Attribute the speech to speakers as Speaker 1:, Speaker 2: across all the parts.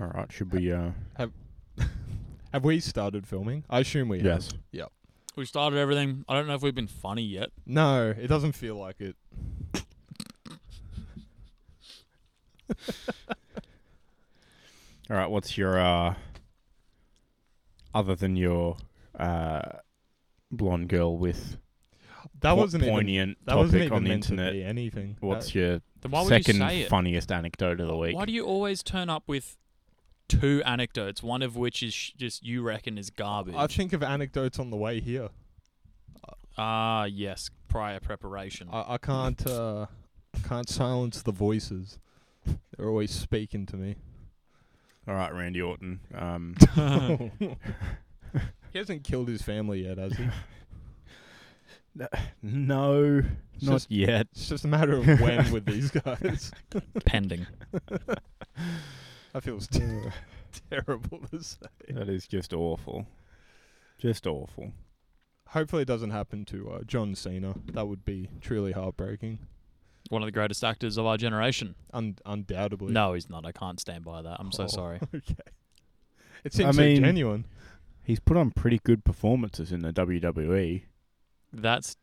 Speaker 1: All right. Should we? Uh,
Speaker 2: Have we started filming? I assume we have.
Speaker 1: yes.
Speaker 3: We started everything. I don't know if we've been funny yet.
Speaker 2: No, it doesn't feel like it.
Speaker 1: All right. What's your uh, other than your uh, blonde girl with
Speaker 2: That
Speaker 1: po-
Speaker 2: wasn't even,
Speaker 1: poignant
Speaker 2: that
Speaker 1: topic
Speaker 2: wasn't even
Speaker 1: on the
Speaker 2: meant to
Speaker 1: internet?
Speaker 2: be Uh, anything.
Speaker 1: What's your
Speaker 3: Then why would you say
Speaker 1: second
Speaker 3: it?
Speaker 1: funniest anecdote of the week?
Speaker 3: Why do you always turn up with two anecdotes? One of which is sh- just you reckon is garbage.
Speaker 2: that, I think of anecdotes on the way here.
Speaker 3: Ah, yes, prior preparation.
Speaker 2: I, I can't uh, can't silence the voices. They're always speaking to me.
Speaker 1: All right, Randy Orton. Um,
Speaker 2: he hasn't killed his family yet, has he?
Speaker 1: no,
Speaker 2: It's
Speaker 1: not
Speaker 2: just-
Speaker 1: yet.
Speaker 2: It's just a matter of when with these guys.
Speaker 3: Pending.
Speaker 2: That feels ter- terrible to say.
Speaker 1: That is just awful. Just awful.
Speaker 2: Hopefully, it doesn't happen to uh, John Cena. That would be truly heartbreaking.
Speaker 3: One of the greatest actors of our generation.
Speaker 2: Un- undoubtedly.
Speaker 3: No, he's not. I can't stand by that. I'm so
Speaker 2: Oh.
Speaker 3: sorry.
Speaker 2: okay. It seems
Speaker 1: mean-
Speaker 2: so genuine.
Speaker 1: He's put on pretty good performances in the E. WWE.
Speaker 3: That's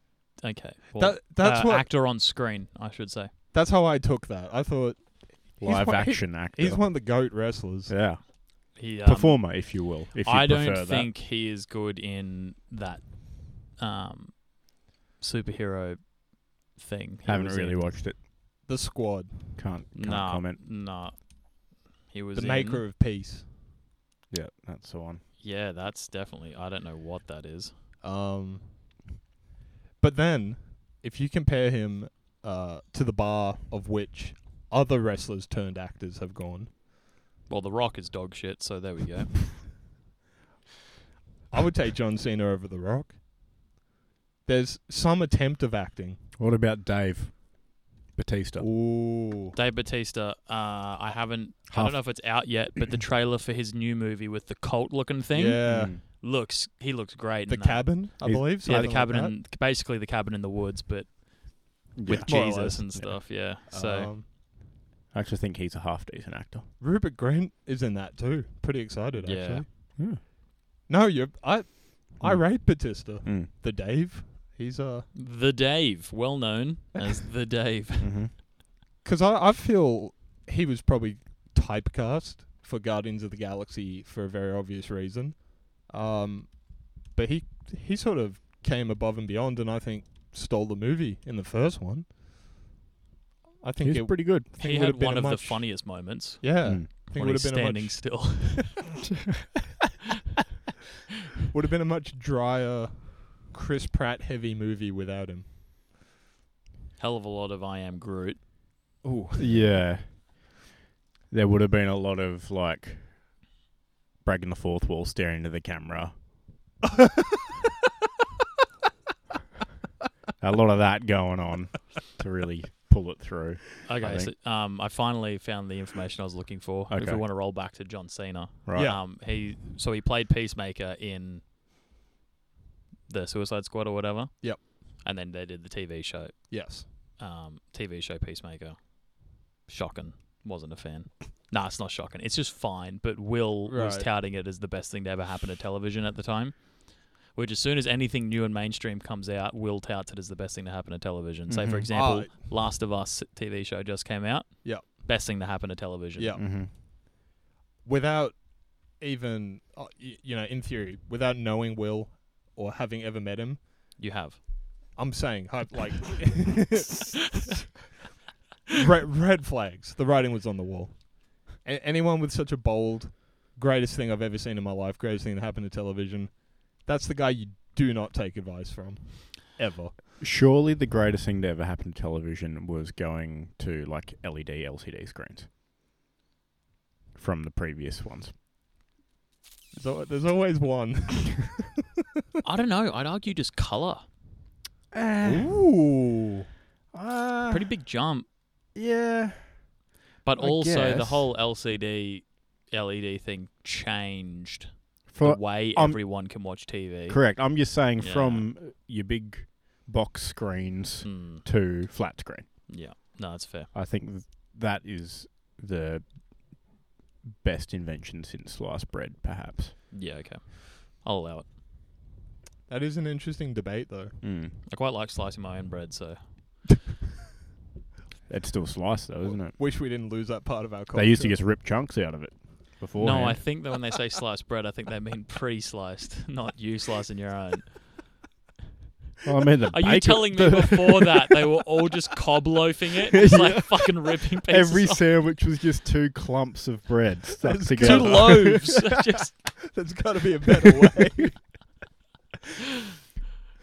Speaker 3: okay. Well,
Speaker 2: That, that's
Speaker 3: uh,
Speaker 2: what.
Speaker 3: actor on screen, I should say.
Speaker 2: that's how I took that. I thought He's
Speaker 1: Live
Speaker 2: one- he-
Speaker 1: action actor.
Speaker 2: he's one of the goat wrestlers.
Speaker 1: yeah.
Speaker 3: He um,
Speaker 1: Performer, if you will. If you
Speaker 3: I
Speaker 1: prefer
Speaker 3: don't
Speaker 1: that.
Speaker 3: think he is good in that um, superhero thing. he
Speaker 1: Haven't
Speaker 3: was
Speaker 1: really
Speaker 3: in.
Speaker 1: watched it.
Speaker 2: The squad,
Speaker 1: Can't, can't
Speaker 3: nah,
Speaker 1: comment.
Speaker 3: Nah. He was
Speaker 2: the
Speaker 3: in-
Speaker 2: maker of peace.
Speaker 1: Yeah, that's the one.
Speaker 3: Yeah, that's definitely. I don't know what that is.
Speaker 2: Um, but then, if you compare him uh, to the bar of which other wrestlers turned actors have gone,
Speaker 3: Well, The Rock is dog shit, so there we go.
Speaker 2: I would take John Cena over The Rock. There's some attempt of acting.
Speaker 1: What about Dave Batista?
Speaker 2: Ooh,
Speaker 3: Dave Batista. Uh, I haven't. I
Speaker 1: Half-
Speaker 3: don't know if it's out yet, but the trailer for his new movie with the cult looking thing
Speaker 2: yeah,
Speaker 1: Hmm.
Speaker 3: looks. He looks great.
Speaker 2: the
Speaker 3: in that.
Speaker 2: cabin, I
Speaker 1: He's-
Speaker 2: believe.
Speaker 3: Yeah, the
Speaker 2: something like
Speaker 3: cabin.
Speaker 2: that.
Speaker 3: in, basically, the cabin in the woods, but with
Speaker 2: More or
Speaker 3: Jesus
Speaker 2: less,
Speaker 3: and
Speaker 1: yeah.
Speaker 3: stuff. Yeah. So
Speaker 2: Um,
Speaker 1: I actually think he's a half decent actor.
Speaker 2: Rupert Grant is in that too. Pretty excited
Speaker 3: Yeah.
Speaker 2: actually.
Speaker 1: Hmm.
Speaker 2: No, you. I I
Speaker 3: Hmm.
Speaker 1: Mm.
Speaker 2: rate Batista.
Speaker 1: Mm.
Speaker 2: The Dave. He's uh,
Speaker 3: the Dave, well known as the Dave.
Speaker 1: Mm-hmm.
Speaker 2: because I I feel he was probably typecast for Guardians of the Galaxy for a very obvious reason. Um, but he he sort of came above and beyond, and I think stole the movie in the first one. I think
Speaker 1: He's
Speaker 2: it.
Speaker 1: pretty good.
Speaker 2: I think
Speaker 3: He
Speaker 2: it would have
Speaker 3: had
Speaker 2: been
Speaker 3: one
Speaker 2: a
Speaker 3: of the
Speaker 2: much-
Speaker 3: funniest moments.
Speaker 2: Yeah,
Speaker 1: Mm.
Speaker 2: I think it
Speaker 3: when
Speaker 2: would
Speaker 3: he's
Speaker 2: have been a
Speaker 3: standing
Speaker 2: much
Speaker 3: still.
Speaker 2: would have been a much drier, Chris Pratt heavy movie without him.
Speaker 3: Hell of a lot of I am Groot.
Speaker 2: Ooh,
Speaker 1: Yeah. There would have been a lot of like breaking the fourth wall, staring into the camera. a lot of that going on to really pull it through.
Speaker 3: Okay,
Speaker 1: think.
Speaker 3: so um, I finally found the information I was looking for. If
Speaker 1: Okay.
Speaker 3: we want to roll back to John Cena,
Speaker 1: Right.
Speaker 2: Yeah.
Speaker 3: um, he so he played Peacemaker in the Suicide Squad or whatever.
Speaker 2: Yep.
Speaker 3: And then they did the TV show,
Speaker 2: yes.
Speaker 3: um, TV show Peacemaker. Shocking. Wasn't a fan. Nah, it's not shocking. It's just fine. But Will was
Speaker 2: Right.
Speaker 3: touting it as the best thing to ever happen to television at the time. Which, as soon as anything new and mainstream comes out, Will touts it as the best thing to happen to television. Say, for
Speaker 1: Mhm.
Speaker 3: example,
Speaker 2: Ah,
Speaker 3: Last of Us TV show just came out.
Speaker 2: Yep.
Speaker 3: Best thing to happen to television.
Speaker 2: yeah.
Speaker 1: Mm-hmm.
Speaker 2: without even uh, y- you know in theory without knowing will or having ever met him
Speaker 3: You have.
Speaker 2: i'm saying hy- like red, red flags the writing was on the wall A- anyone with such a bold greatest thing i've ever seen in my life greatest thing that happened to television that's the guy you do not take advice from ever
Speaker 1: Surely the greatest thing to ever happen to television was going to like E LED LCD screens from the previous ones.
Speaker 2: so there's always one
Speaker 3: I don't know. I'd argue just color.
Speaker 2: ooh
Speaker 1: Eh. Uh,
Speaker 3: Pretty big jump.
Speaker 1: Yeah.
Speaker 3: But
Speaker 1: I
Speaker 3: also, the
Speaker 1: guess.
Speaker 3: whole LCD LED E thing changed
Speaker 1: For
Speaker 3: the way
Speaker 1: um,
Speaker 3: everyone can watch TV.
Speaker 1: Correct. I'm just saying
Speaker 3: Yeah.
Speaker 1: from your big box screens
Speaker 3: Mm,
Speaker 1: to flat screen.
Speaker 3: yeah. No, that's fair.
Speaker 1: I think th- that is the best invention since sliced bread, perhaps.
Speaker 3: Yeah, okay. I'll allow it.
Speaker 2: That is an interesting debate, though.
Speaker 1: Mm.
Speaker 3: I quite like slicing my own bread, so
Speaker 1: It's still sliced though, isn't it?
Speaker 2: Wish we didn't lose that part of our culture.
Speaker 1: They used to just rip chunks out of it before.
Speaker 3: No, I think that when they say sliced bread, I think they mean pre-sliced, not you slicing your own.
Speaker 1: Well, I mean, the
Speaker 3: Are you
Speaker 1: baker-
Speaker 3: telling me
Speaker 1: the-
Speaker 3: before that they were all just cob loafing it, just like fucking ripping pieces
Speaker 1: Every
Speaker 3: off?
Speaker 1: sandwich was just two clumps of bread stuck
Speaker 2: That's
Speaker 1: together.
Speaker 3: two loaves? just
Speaker 2: There's got to be a better way.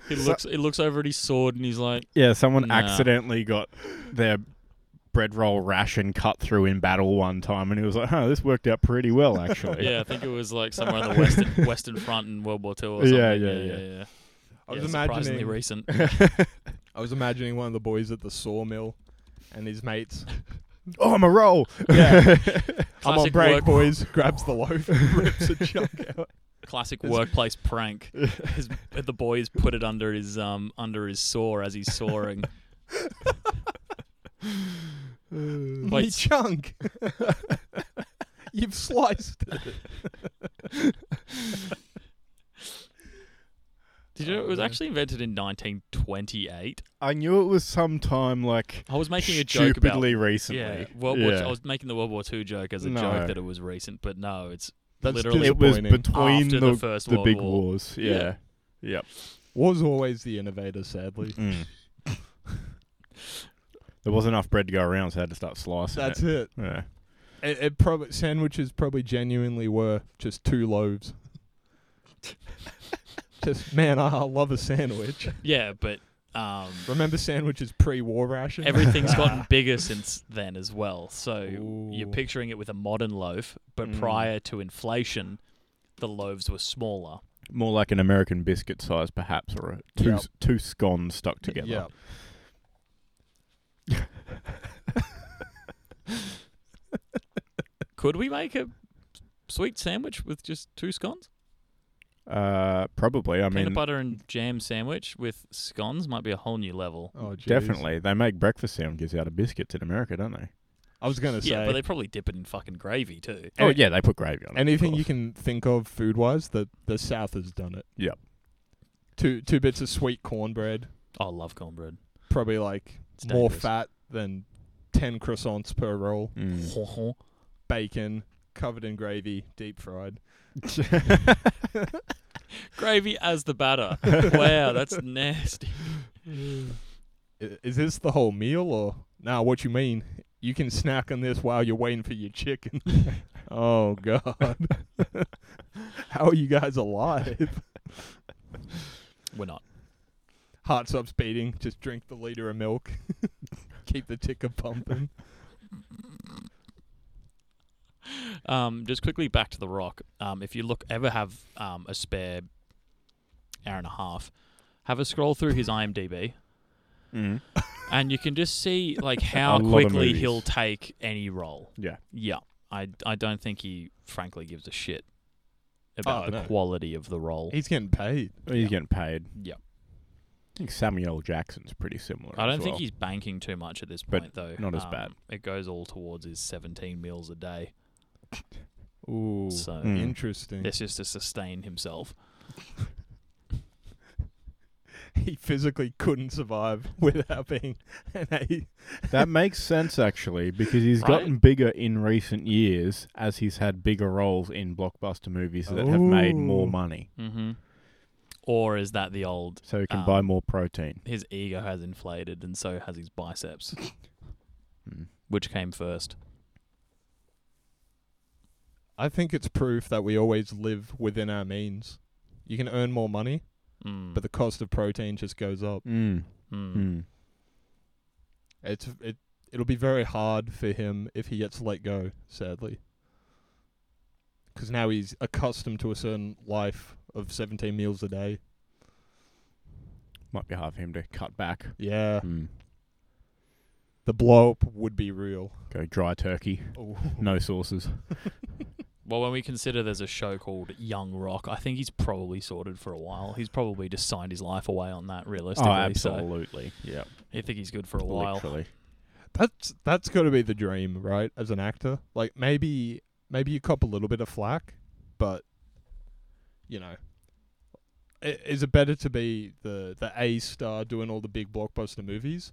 Speaker 3: he
Speaker 1: So-
Speaker 3: looks, he looks over at his sword and he's like,
Speaker 1: Yeah, someone
Speaker 3: Nah.
Speaker 1: accidentally got their bread roll ration cut through in battle one time, and he was like, "Huh, this worked out pretty well, actually."
Speaker 3: yeah, I think it was like somewhere on the Western Western Front in World War Two or something.
Speaker 1: Yeah, yeah, yeah.
Speaker 3: yeah.
Speaker 2: I
Speaker 3: Yeah,
Speaker 2: was
Speaker 3: surprisingly
Speaker 2: imagining.
Speaker 3: recent.
Speaker 2: I was imagining one of the boys at the sawmill, and his mates.
Speaker 1: oh, I'm a roll.
Speaker 2: Yeah, I'm on
Speaker 3: Classic
Speaker 2: break,
Speaker 3: work-
Speaker 2: boys. Grabs the loaf, rips a chunk out.
Speaker 3: Classic
Speaker 2: It's-
Speaker 3: workplace prank. His, the boys put it under his um under his saw as he's sawing.
Speaker 2: Me
Speaker 3: Wait.
Speaker 2: chunk. You've sliced. it.
Speaker 3: Did you know
Speaker 2: Oh,
Speaker 3: it was
Speaker 2: man.
Speaker 3: actually invented in 1928?
Speaker 1: I knew it was sometime like
Speaker 3: I was making a joke about
Speaker 1: stupidly recently.
Speaker 3: yeah, World War
Speaker 1: Yeah.
Speaker 3: I was making the World War II joke as a
Speaker 1: No.
Speaker 3: joke that it was recent, but no, it's
Speaker 2: That's
Speaker 3: Literally.
Speaker 1: it was
Speaker 2: disappointing.
Speaker 1: between
Speaker 3: after
Speaker 1: the
Speaker 3: the,
Speaker 1: the,
Speaker 3: First World
Speaker 1: big
Speaker 3: War.
Speaker 1: wars. Yeah.
Speaker 3: Yeah.
Speaker 1: Yep.
Speaker 2: was always the innovator, sadly.
Speaker 1: Mm. there wasn't enough bread to go around, so I had to start slicing
Speaker 2: That's
Speaker 1: it.
Speaker 2: it.
Speaker 1: Yeah.
Speaker 2: It, it probably sandwiches probably genuinely were just two loaves. just man, I, I love a sandwich.
Speaker 3: Yeah, but um,
Speaker 2: Remember sandwiches pre-war ration?
Speaker 3: everything's gotten bigger since then as well. So you're
Speaker 2: Ooh.
Speaker 3: picturing it with a modern loaf, but
Speaker 1: Mm.
Speaker 3: prior to inflation, the loaves were smaller.
Speaker 1: More like an American biscuit size, perhaps, or a two
Speaker 2: Yep.
Speaker 1: two scones stuck together.
Speaker 2: Yeah.
Speaker 3: Could we make a sweet sandwich with just two scones?
Speaker 1: Uh, probably. I
Speaker 3: Peanut
Speaker 1: mean,
Speaker 3: butter and jam sandwich with scones might be a whole new level.
Speaker 2: Oh, jeez.
Speaker 1: definitely. They make breakfast sandwiches out of biscuits in America, don't they?
Speaker 2: I was gonna say
Speaker 3: Yeah, but they probably dip it in fucking gravy too.
Speaker 1: Oh
Speaker 2: Any-
Speaker 1: yeah, they put gravy on it. of
Speaker 2: anything you
Speaker 1: course.
Speaker 2: can think of food-wise, the the South has done it.
Speaker 1: Yep.
Speaker 2: Two two bits of sweet cornbread,
Speaker 3: Oh, I love cornbread.
Speaker 2: probably like
Speaker 3: It's
Speaker 2: more
Speaker 3: dangerous.
Speaker 2: fat than ten croissants per roll.
Speaker 1: Mm.
Speaker 2: Bacon covered in gravy, deep fried.
Speaker 3: Gravy as the batter. wow, that's nasty.
Speaker 2: I- Is this the whole meal or now nah, what you mean? You can snack on this while you're waiting for your chicken. oh god. How are you guys alive?
Speaker 3: We're not.
Speaker 2: Heart stops beating, just drink the liter of milk. Keep the ticker pumping.
Speaker 3: Um, just quickly back to the rock. Um, if you look ever have um, a spare hour and a half, have a scroll through his IMDb,
Speaker 1: Mm.
Speaker 3: and you can just see like
Speaker 1: A
Speaker 3: how
Speaker 1: lot of
Speaker 3: quickly
Speaker 1: movies.
Speaker 3: he'll take any role.
Speaker 1: Yeah.
Speaker 3: Yeah, I, I don't think he frankly gives a shit about
Speaker 2: Oh,
Speaker 3: the
Speaker 2: no.
Speaker 3: quality of the role.
Speaker 2: He's getting paid.
Speaker 1: Well, he's getting paid.
Speaker 3: Yep.
Speaker 1: I think Samuel L. Jackson's pretty similar.
Speaker 3: I
Speaker 1: as
Speaker 3: don't think
Speaker 1: well.
Speaker 3: he's banking too much at this
Speaker 1: But
Speaker 3: point, though.
Speaker 1: not as
Speaker 3: Um,
Speaker 1: bad.
Speaker 3: It goes all towards his 17 meals a day,
Speaker 2: Ooh.
Speaker 3: so
Speaker 1: Mm.
Speaker 2: Interesting.
Speaker 3: it's just to sustain himself.
Speaker 2: He physically couldn't survive without being an A.
Speaker 1: that makes sense actually because he's
Speaker 3: Right?
Speaker 1: gotten bigger in recent years as he's had bigger roles in blockbuster movies that have made more
Speaker 2: Ooh.
Speaker 1: money,
Speaker 3: Mm-hmm. Or is that the old
Speaker 1: so he can
Speaker 3: Ah.
Speaker 1: buy more protein.
Speaker 3: his ego has inflated and so has his biceps.
Speaker 1: Mm.
Speaker 3: Which came first?
Speaker 2: I think it's proof that we always live within our means. You can earn more money,
Speaker 3: Mm.
Speaker 2: but the cost of protein just goes up.
Speaker 1: Mm.
Speaker 3: mm.
Speaker 1: Mm.
Speaker 2: It's it it'll be very hard for him if he gets let go, sadly. Cuz now he's accustomed to a certain life of 17 meals a day.
Speaker 1: Might be hard for him to cut back.
Speaker 2: Yeah,
Speaker 1: Mm.
Speaker 2: the blow up would be real.
Speaker 1: Go dry turkey,
Speaker 2: Oh.
Speaker 1: no sauces.
Speaker 3: Well, when we consider there's a show called Young Rock, I think he's probably sorted for a while. He's probably just signed his life away on that, realistically.
Speaker 1: Oh, absolutely. Yeah.
Speaker 3: So I think he's good for a while.
Speaker 1: Literally.
Speaker 2: That's that's got to be the dream, right? As an actor. Like maybe Maybe you cop a little bit of flack, but you know, i- is it better to be the the A star doing all the big blockbuster movies,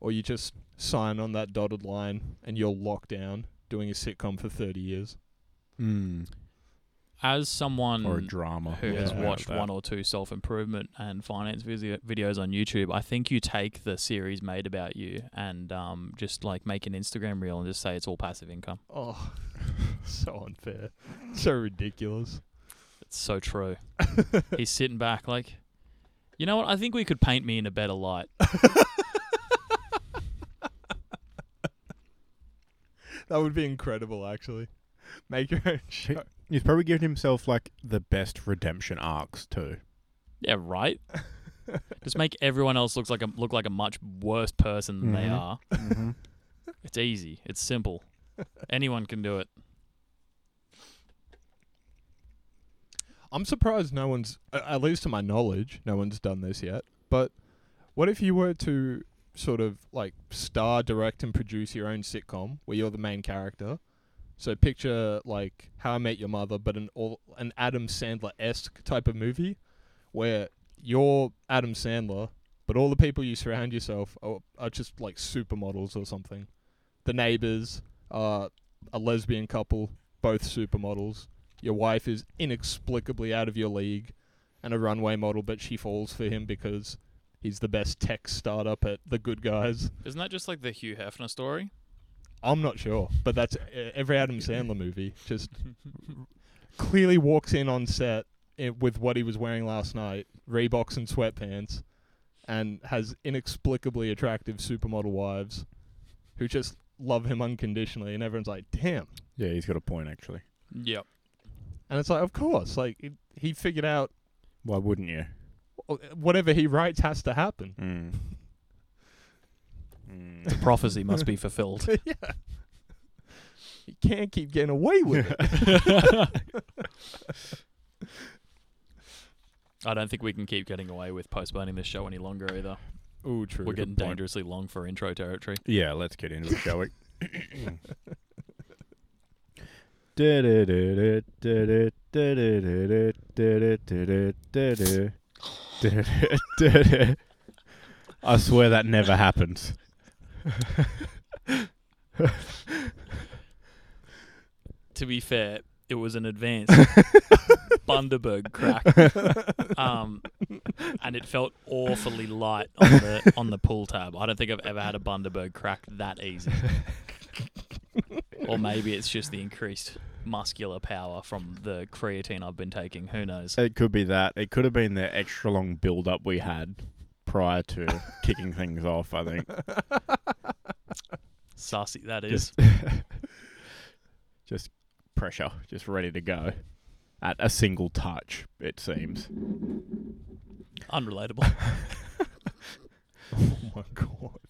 Speaker 2: or you just sign on that dotted line and you're locked down doing a sitcom for thirty years?
Speaker 1: Mm.
Speaker 3: As someone
Speaker 1: Or a drama.
Speaker 3: who
Speaker 2: Yeah.
Speaker 3: has
Speaker 2: Yeah.
Speaker 3: watched one or two self improvement and finance visi- videos on YouTube, I think you take the series made about you and um, just like make an Instagram reel and just say it's all passive income.
Speaker 2: Oh, so unfair, so ridiculous.
Speaker 3: It's so true. He's sitting back like, you know what? I think we could paint me in a better light.
Speaker 2: That would be incredible, actually. Make your own show.
Speaker 1: He's probably given himself like the best redemption arcs too.
Speaker 3: Yeah, right. Just make everyone else looks like a look like a much worse person than they
Speaker 1: Mhm.
Speaker 3: are. It's easy. It's simple. Anyone can do it.
Speaker 2: I'm surprised no one's, a- at least to my knowledge, no one's done this yet. But what if you were to sort of like star, direct, and produce your own sitcom where you're the main character? So picture like How I Met Your Mother, but an all, an Adam Sandler esque type of movie where you're Adam Sandler, but all the people you surround yourself are, are just like supermodels or something. The neighbors are a lesbian couple, both supermodels. Your wife is inexplicably out of your league and a runway model, but she falls for him because he's the best tech startup at the good guys.
Speaker 3: Isn't that just like the Hugh Hefner story?
Speaker 2: I'm not sure, but that's uh, every Adam Sandler movie. Just clearly walks in on set i- with what he was wearing last night, Reeboks and sweatpants, and has inexplicably attractive supermodel wives who just love him unconditionally, and everyone's like, "Damn."
Speaker 1: Yeah, he's got a point actually.
Speaker 3: Yep.
Speaker 2: And it's like, "Of course, like it, he figured out
Speaker 1: Why wouldn't you?
Speaker 2: wh- uh, whatever he writes has to happen."
Speaker 1: Mm.
Speaker 3: The prophecy must be fulfilled.
Speaker 2: yeah. He can't keep getting away with it.
Speaker 3: I don't think we can keep getting away with postponing this show any longer either.
Speaker 2: Ooh, true.
Speaker 3: We're getting
Speaker 1: point.
Speaker 3: dangerously long for intro territory.
Speaker 1: Yeah, let's get into it, shall we? I swear that never happens.
Speaker 3: To be fair, it was an advanced Bundaberg crack, um, and it felt awfully light on the on the pull tab. I don't think I've ever had a Bundaberg crack that easy. or maybe it's just the increased muscular power from the creatine I've been taking. Who knows?
Speaker 1: It could be that. It could have been the extra long build up we had prior to kicking things off, I think.
Speaker 3: Sussy that is.
Speaker 1: Just, just pressure, just ready to go. At a single touch, it seems.
Speaker 3: Unrelatable.
Speaker 2: Oh my god.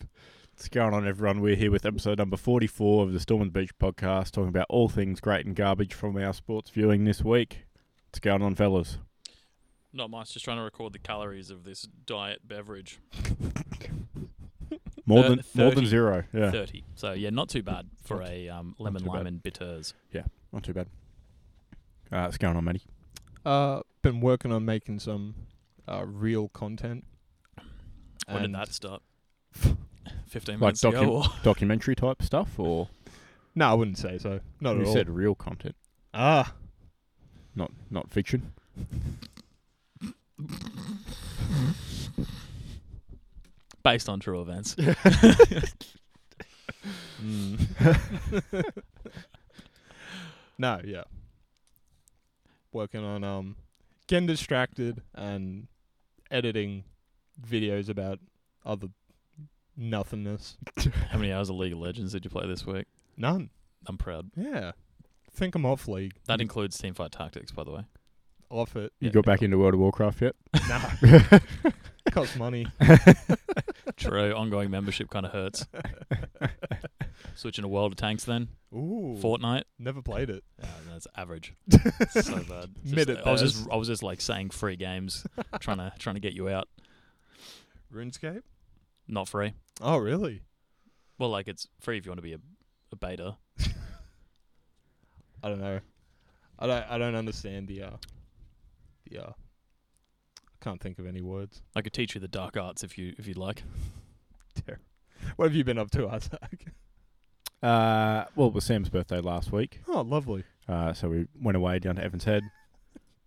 Speaker 1: What's going on, everyone? We're here with episode number 44 of the Storm and Beach podcast, talking about all things great and garbage from our sports viewing this week. What's going on, fellas?
Speaker 3: Not much. Just trying to record the calories of this diet beverage.
Speaker 1: More
Speaker 3: Uh,
Speaker 1: than more than
Speaker 3: 30.
Speaker 1: zero. Yeah,
Speaker 3: Thirty. So yeah, not too bad for a um, lemon
Speaker 1: too bad.
Speaker 3: lime and bitters.
Speaker 1: not too bad. Uh, what's going on, Matty?
Speaker 2: Uh, been working on making some uh, real content.
Speaker 3: When did
Speaker 2: And-
Speaker 3: that start? Fifteen
Speaker 1: Like
Speaker 3: minutes ago. Or?
Speaker 1: Documentary type stuff, or
Speaker 2: No, I wouldn't say so. Not
Speaker 1: you
Speaker 2: at all.
Speaker 1: said real content,
Speaker 2: ah,
Speaker 1: not not fiction.
Speaker 3: Based on true events.
Speaker 2: Mm. no, yeah. Working on um, getting distracted and editing videos about other nothingness.
Speaker 3: How many hours of League of Legends did you play this week?
Speaker 2: None.
Speaker 3: I'm proud.
Speaker 2: Yeah. Think I'm off league.
Speaker 3: That includes Teamfight Tactics, by the way.
Speaker 2: Off it.
Speaker 1: You
Speaker 3: Yeah,
Speaker 1: got back into World of Warcraft yet?
Speaker 2: No. Costs money.
Speaker 3: True. Ongoing membership kind of hurts. Switching to World of Tanks then.
Speaker 2: Ooh.
Speaker 3: Fortnite.
Speaker 2: Never played it.
Speaker 3: Yeah, that's average. so bad. Just-
Speaker 2: Mid at
Speaker 3: I was just
Speaker 2: best.
Speaker 3: I was just like saying free games, trying to trying to get you out.
Speaker 2: RuneScape?
Speaker 3: Not free.
Speaker 2: Oh, really?
Speaker 3: Well, like it's free if you want to be a, a beta.
Speaker 2: I don't know. I don't. I don't understand the. Uh, the. Uh, I can't think of any words.
Speaker 3: I could teach you the dark arts if you if you'd like.
Speaker 2: What have you been up to, Isaac?
Speaker 1: Uh, well, it was Sam's birthday last week,
Speaker 2: Oh, lovely.
Speaker 1: uh, so we went away down to Evans Head.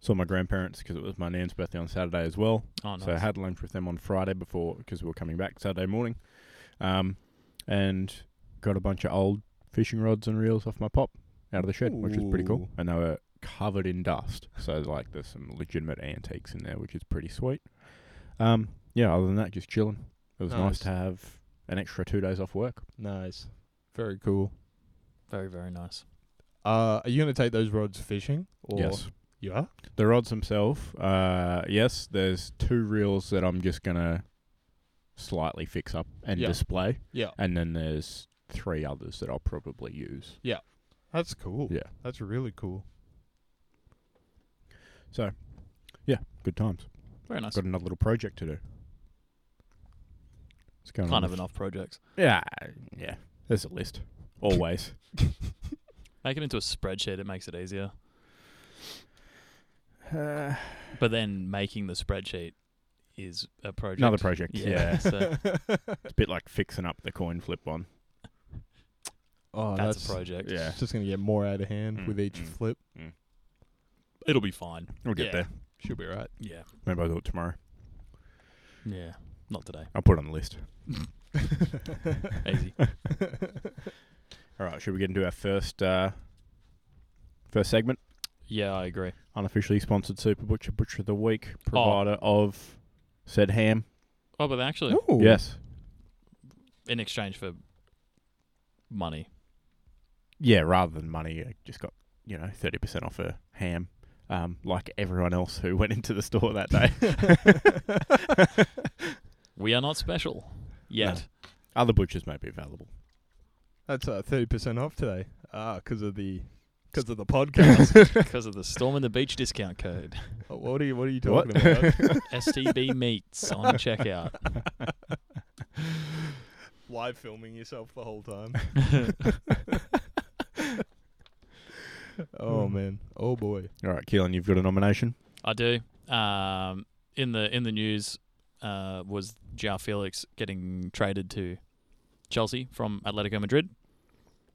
Speaker 1: Saw my grandparents because it was my nan's birthday on Saturday as well.
Speaker 3: Oh no.
Speaker 1: So I had lunch with them on Friday before because we were coming back Saturday morning, um, and got a bunch of old fishing rods and reels off my pop out of the shed, which was pretty
Speaker 2: Ooh.
Speaker 1: cool. And they were covered in dust, so like there's some legitimate antiques in there, which is pretty sweet. Um, yeah, other than that, just chilling. It was nice
Speaker 2: Nice.
Speaker 1: to have an extra two days off work.
Speaker 2: Nice. Very cool.
Speaker 3: very very nice.
Speaker 2: Uh, are you gonna take those rods fishing? Or
Speaker 1: yes,
Speaker 2: You are.
Speaker 1: the rods themselves. Uh, yes, there's two reels that I'm just gonna slightly fix up and
Speaker 2: Yeah.
Speaker 1: display.
Speaker 2: Yeah.
Speaker 1: and then there's three others that I'll probably use.
Speaker 2: That's cool.
Speaker 1: Yeah.
Speaker 2: That's really cool.
Speaker 1: So, yeah, good times.
Speaker 3: Very nice.
Speaker 1: Got another little project to do. It's going
Speaker 3: Can't
Speaker 1: on.
Speaker 3: have
Speaker 1: with-
Speaker 3: enough projects.
Speaker 1: Yeah, yeah. There's a list always.
Speaker 3: Make it into a spreadsheet. It makes it easier.
Speaker 1: uh,
Speaker 3: But then making the spreadsheet is a project.
Speaker 1: another project. Yeah,
Speaker 3: so
Speaker 1: it's a bit like fixing up the coin flip one.
Speaker 2: Oh,
Speaker 3: that's, a project.
Speaker 1: Yeah,
Speaker 2: It's just gonna get more out of hand
Speaker 1: Mm,
Speaker 2: with each
Speaker 1: mm.
Speaker 2: flip.
Speaker 3: It'll be fine.
Speaker 1: we'll get
Speaker 3: Yeah.
Speaker 1: there.
Speaker 2: She'll be right.
Speaker 3: Yeah.
Speaker 1: Maybe I'll do it tomorrow.
Speaker 3: Yeah. Not today.
Speaker 1: I'll put it on the list.
Speaker 3: Easy.
Speaker 1: All right, should we get into our first uh, first segment?
Speaker 3: yeah, I agree.
Speaker 1: Unofficially sponsored Super Butcher Butcher of the Week, provider of said ham.
Speaker 3: Oh, but actually,
Speaker 2: Ooh.
Speaker 1: Yes.
Speaker 3: in exchange for money.
Speaker 1: yeah, rather than money, I just got you know thirty percent off a ham, um, like everyone else who went into the store that day.
Speaker 3: We are not special yet.
Speaker 1: Other butchers may be available.
Speaker 2: That's uh thirty percent off today. Ah, because of the because of the podcast.
Speaker 3: Because of the Storm in the Beach discount code.
Speaker 2: Oh, what are you What are you
Speaker 1: What?
Speaker 2: talking about?
Speaker 3: STB Meats on checkout.
Speaker 2: Live filming yourself the whole time. oh
Speaker 1: Hmm.
Speaker 2: man. Oh boy.
Speaker 1: All right, Keelan, you've got a nomination.
Speaker 3: I do. Um, in the in the news uh, was Jao Felix getting traded to Chelsea from Atletico Madrid,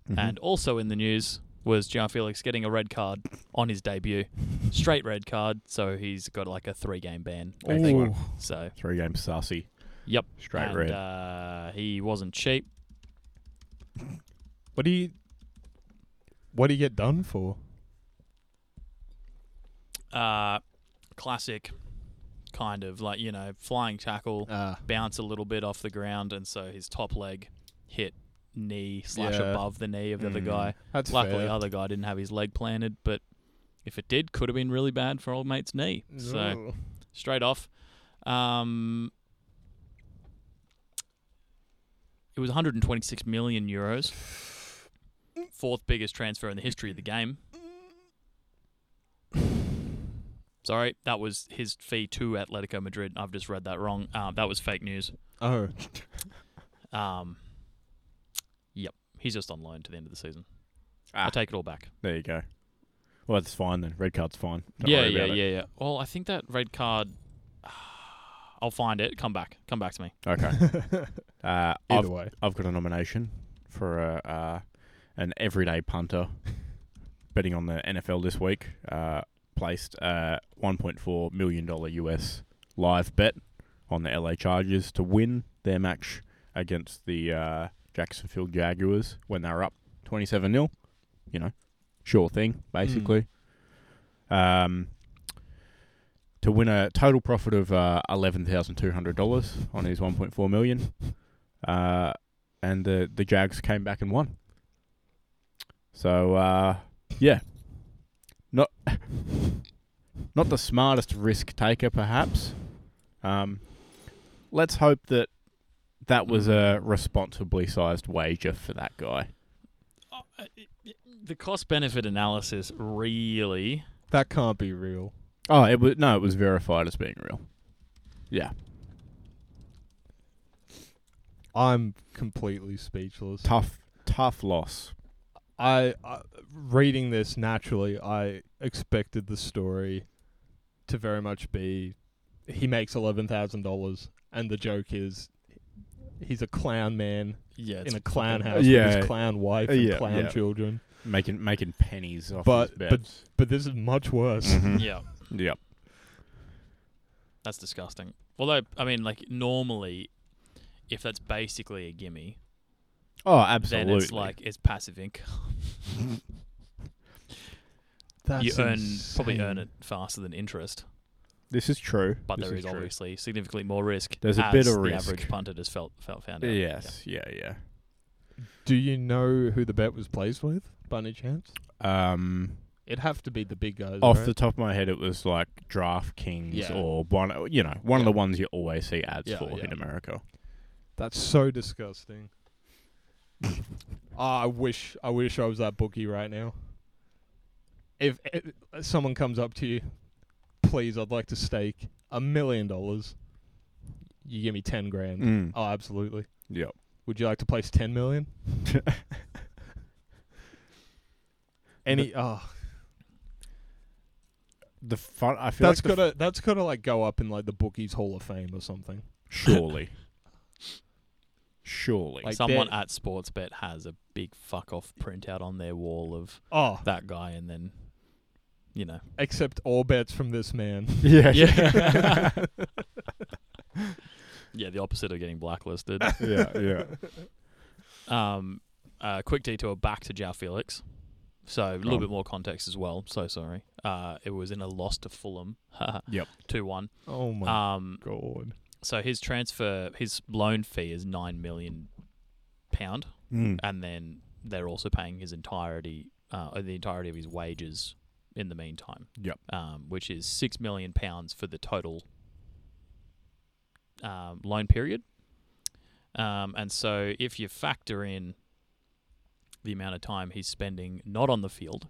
Speaker 1: Mm-hmm.
Speaker 3: and also in the news was Jao Felix getting a red card on his debut, straight red card. So he's got like a three game ban. I think.
Speaker 1: Mm-hmm. Excellent.
Speaker 3: So
Speaker 1: three games sassy.
Speaker 3: Yep.
Speaker 1: Straight
Speaker 3: and,
Speaker 1: red.
Speaker 3: Uh, he wasn't cheap.
Speaker 2: What do you What do you get done for?
Speaker 3: Uh, classic, kind of like you know flying tackle.
Speaker 2: Ah.
Speaker 3: bounce a little bit off the ground, and so his top leg hit knee slash
Speaker 2: Yeah.
Speaker 3: above the knee of the other
Speaker 1: Mm.
Speaker 3: guy.
Speaker 2: That's
Speaker 3: Luckily,
Speaker 2: fair.
Speaker 3: the other guy didn't have his leg planted, but if it did, could have been really bad for old mate's knee. So
Speaker 2: Ooh.
Speaker 3: straight off, um, it was 126 million euros, fourth biggest transfer in the history of the game. Sorry, that was his fee to Atletico Madrid. I've just read that wrong. Um, that was fake news.
Speaker 2: Oh.
Speaker 3: Um, yep, he's just on loan to the end of the season.
Speaker 1: Ah.
Speaker 3: I take it all back.
Speaker 1: there you go. Well, that's fine then. Red card's fine. Don't
Speaker 3: yeah,
Speaker 1: worry
Speaker 3: yeah,
Speaker 1: about
Speaker 3: yeah, yeah. Well, I think that red card. I'll find it. Come back. Come back to me.
Speaker 1: yeah. Okay. Uh, I've
Speaker 2: Either way.
Speaker 1: I've got a nomination for a, uh, an everyday punter betting on the NFL this week. Uh, placed a $1.4 million US live bet on the LA Chargers to win their match against the uh, Jacksonville Jaguars when they were up 27 0. You know, sure thing, basically. Um, to win a total profit of uh, $11,200 on his $1.4 million. Uh, and the the Jags came back and won. So uh, yeah, not not the smartest risk taker, perhaps. Um, let's hope that that was a responsibly sized wager for that guy.
Speaker 3: Oh, uh, The cost benefit analysis really.
Speaker 2: That can't be real.
Speaker 1: Oh, it was no, it was verified as being real. Yeah,
Speaker 2: I'm completely speechless.
Speaker 1: tough tough loss.
Speaker 2: I, I reading this naturally, I expected the story to very much be he makes eleven thousand dollars, and the joke is he's a clown man
Speaker 3: Yeah,
Speaker 2: in a clown
Speaker 3: fucking-
Speaker 2: house with
Speaker 1: Yeah.
Speaker 2: his clown wife
Speaker 1: Uh,
Speaker 2: and
Speaker 1: yeah,
Speaker 2: clown
Speaker 1: yeah.
Speaker 2: children.
Speaker 1: making making pennies off
Speaker 2: But-
Speaker 1: his
Speaker 2: but-
Speaker 1: bets.
Speaker 2: But this is much worse.
Speaker 1: Mhm.
Speaker 3: Yeah,
Speaker 1: Yep.
Speaker 3: that's disgusting. Although, I mean, like normally, if that's basically a gimme,
Speaker 1: Oh, absolutely.
Speaker 3: then it's like it's passive income.
Speaker 2: That's
Speaker 3: you earn probably
Speaker 2: insane.
Speaker 3: earn it faster than interest,
Speaker 1: this is true.
Speaker 3: but
Speaker 1: This
Speaker 3: there is
Speaker 1: true.
Speaker 3: obviously significantly more risk.
Speaker 1: There's a
Speaker 3: as
Speaker 1: bit of
Speaker 3: the
Speaker 1: risk.
Speaker 3: average punter has felt felt found out.
Speaker 1: Yes. Yeah. Yeah.
Speaker 2: Do you know who the bet was placed with, by any chance?
Speaker 1: Um,
Speaker 2: It'd have to be the big guys.
Speaker 1: off
Speaker 2: right?
Speaker 1: the top of my head, it was like DraftKings
Speaker 2: Yeah.
Speaker 1: or one. You know, one of
Speaker 2: Yeah.
Speaker 1: the ones you always see ads
Speaker 2: Yeah,
Speaker 1: for
Speaker 2: yeah.
Speaker 1: in America.
Speaker 2: That's so disgusting. Ah, I wish I wish I was that bookie right now. If, if someone comes up to you, please, I'd like to stake a million dollars. You give me ten grand.
Speaker 1: Mm.
Speaker 2: Oh, absolutely.
Speaker 1: Yep.
Speaker 2: Would you like to place ten million? Any ah,
Speaker 1: The fun. I feel
Speaker 2: that's
Speaker 1: like the
Speaker 2: gotta that's gotta like go up in like the bookies hall of fame or something.
Speaker 1: f- surely, surely.
Speaker 2: Like
Speaker 3: Someone
Speaker 2: that-
Speaker 3: at Sportsbet has a big fuck off printout on their wall of
Speaker 2: Oh,
Speaker 3: that guy, and then you know,
Speaker 2: except all bets from this man.
Speaker 1: yeah.
Speaker 3: yeah, yeah, the opposite of getting blacklisted.
Speaker 1: yeah. Yeah.
Speaker 3: Um, uh, quick detour back to Jao Felix. So a little
Speaker 1: Um.
Speaker 3: bit more context as well. So sorry. Uh, it was in a loss to Fulham.
Speaker 1: Yep.
Speaker 3: Two one.
Speaker 2: Oh
Speaker 1: Ah.
Speaker 2: my
Speaker 3: Um,
Speaker 2: god.
Speaker 3: so his transfer, his loan fee is nine million pound,
Speaker 1: Mm.
Speaker 3: and then they're also paying his entirety, uh, the entirety of his wages in the meantime.
Speaker 1: Yep.
Speaker 3: Um, which is six million pounds for the total um, loan period. Um, and so if you factor in the amount of time he's spending not on the field,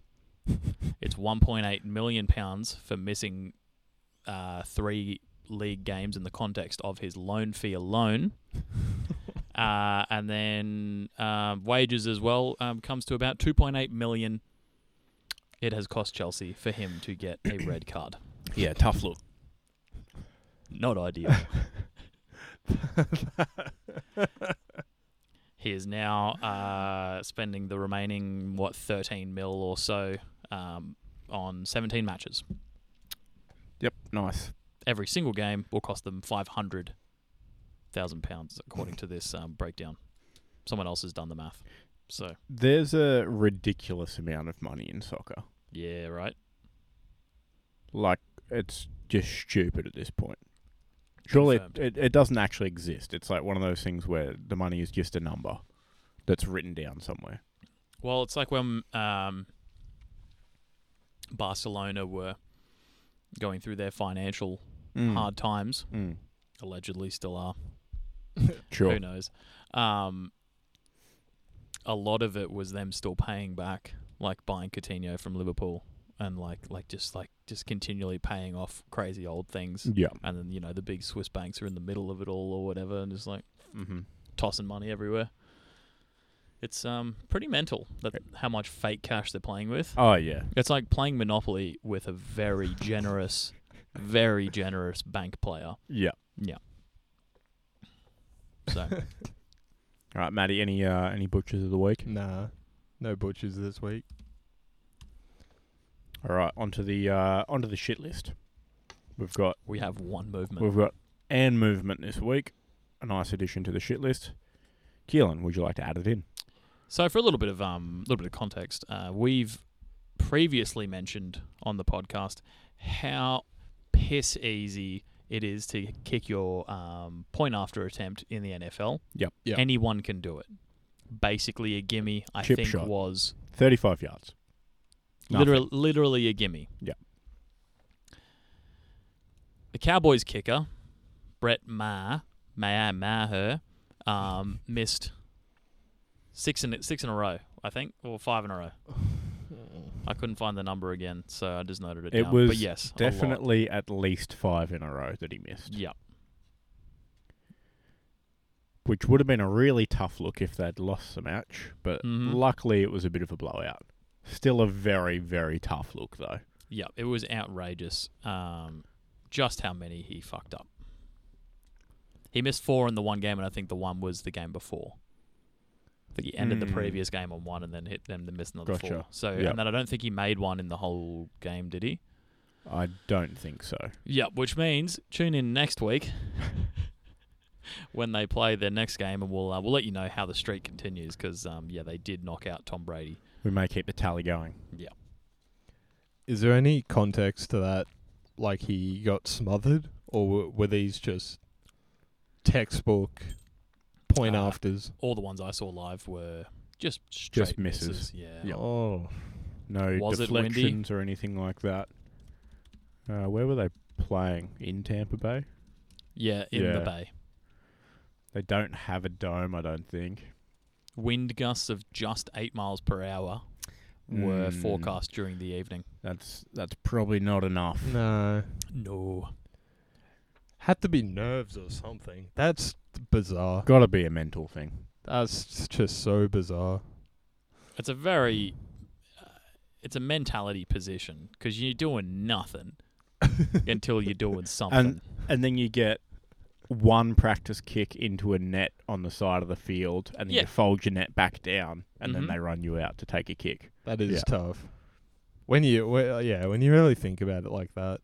Speaker 3: it's 1.8 million pounds for missing uh, three league games in the context of his loan fee alone. Uh, and then um, wages as well um, comes to about 2.8 million. It has cost Chelsea for him to get a red card.
Speaker 1: Yeah. Tough look.
Speaker 3: Not ideal. he is now uh, spending the remaining what 13 mil or so um, on 17 matches.
Speaker 1: Yep. Nice.
Speaker 3: Every single game will cost them 500 thousand pounds, according to this um, breakdown. Someone else has done the math. So
Speaker 1: There's a ridiculous amount of money in soccer.
Speaker 3: yeah, right.
Speaker 1: Like it's just stupid at this point. Surely it, it,
Speaker 3: Confirmed.
Speaker 1: it doesn't actually exist. It's like one of those things where the money is just a number that's written down somewhere.
Speaker 3: Well, it's like when um, Barcelona were going through their financial
Speaker 1: Hmm.
Speaker 3: hard times,
Speaker 1: Mm.
Speaker 3: allegedly still are.
Speaker 1: Sure.
Speaker 3: Who knows? Um, a lot of it was them still paying back, like buying Coutinho from Liverpool, and like like just like just continually paying off crazy old things.
Speaker 1: Yeah.
Speaker 3: And then you know the big Swiss banks are in the middle of it all or whatever, and just like
Speaker 1: Mm-hmm.
Speaker 3: tossing money everywhere. It's um pretty mental that how much fake cash they're playing with.
Speaker 1: Oh yeah.
Speaker 3: It's like playing Monopoly with a very generous, very generous bank player.
Speaker 1: Yeah.
Speaker 3: So
Speaker 1: All right, Maddie. Any uh, any butchers of the week?
Speaker 2: Nah, no butchers this week.
Speaker 1: All right, onto the uh, onto the shit list. We've got
Speaker 3: we have one movement.
Speaker 1: we've got and movement this week. A nice addition to the shit list. Keelan, would you like to add it in?
Speaker 3: So for a little bit of um, little bit of context, uh, we've previously mentioned on the podcast how piss easy it is to kick your um, point after attempt in the NFL.
Speaker 1: Yep.
Speaker 2: Yep.
Speaker 3: Anyone can do it. Basically, a gimme. I
Speaker 1: Chip
Speaker 3: think
Speaker 1: shot.
Speaker 3: was
Speaker 1: Thirty-five yards. Nothing.
Speaker 3: literal, literally a gimme.
Speaker 1: Yep.
Speaker 3: The Cowboys kicker, Brett Maher, Maher, Maher um, missed six in six in a row, I think, or five in a row.
Speaker 1: Oh.
Speaker 3: I couldn't find the number again, so I just noted it,
Speaker 1: It
Speaker 3: down.
Speaker 1: was
Speaker 3: but yes, a lot.
Speaker 1: Definitely
Speaker 3: Mm.
Speaker 1: at least five in a row that he missed,
Speaker 3: Yep.
Speaker 1: which would have been a really tough look if they'd lost the match. But
Speaker 3: Mhm.
Speaker 1: luckily, it was a bit of a blowout. Still a very, very tough look, though.
Speaker 3: Yeah, it was outrageous. Um, just how many he fucked up. He missed four in the one game, and I think the one was the game before. I think he ended the
Speaker 1: Mm.
Speaker 3: previous game on one, and then hit them to miss another four.
Speaker 1: Gotcha.
Speaker 3: So,
Speaker 1: Yep.
Speaker 3: and then I don't think he made one in the whole game, did he?
Speaker 1: I don't think so.
Speaker 3: Yeah, which means tune in next week when they play their next game, and we'll uh, we'll let you know how the streak continues because um, yeah, they did knock out Tom Brady.
Speaker 1: We may keep the tally going.
Speaker 2: Is there any context to that? Like he got smothered, or were, were these just textbook point
Speaker 3: Uh,
Speaker 2: afters?
Speaker 3: All the ones I saw live were just straight
Speaker 1: Just misses.
Speaker 3: Yeah,
Speaker 1: Yeah.
Speaker 2: Oh,
Speaker 1: No
Speaker 3: Was it windy?
Speaker 1: deflections or anything like that. Uh, where were they playing? In Tampa Bay?
Speaker 3: yeah, in the
Speaker 1: Yeah.
Speaker 3: bay.
Speaker 1: They don't have a dome, I don't think.
Speaker 3: wind gusts of just eight miles per hour were
Speaker 1: Mm.
Speaker 3: forecast during the evening.
Speaker 1: That's that's probably not enough.
Speaker 2: no.
Speaker 3: No.
Speaker 2: Had to be nerves or something. That's bizarre.
Speaker 1: Got to be a mental thing.
Speaker 2: That's just so bizarre.
Speaker 3: It's a very, uh, it's a mentality position because you're doing nothing until you're doing something.
Speaker 1: And then you get one practice kick into a net on the side of the field, and then
Speaker 3: Yeah.
Speaker 1: you fold your net back down, and
Speaker 3: Mhm.
Speaker 1: then they run you out to take a kick.
Speaker 2: That is
Speaker 1: Yeah.
Speaker 2: tough. When you wh- yeah, when you really think about it like that.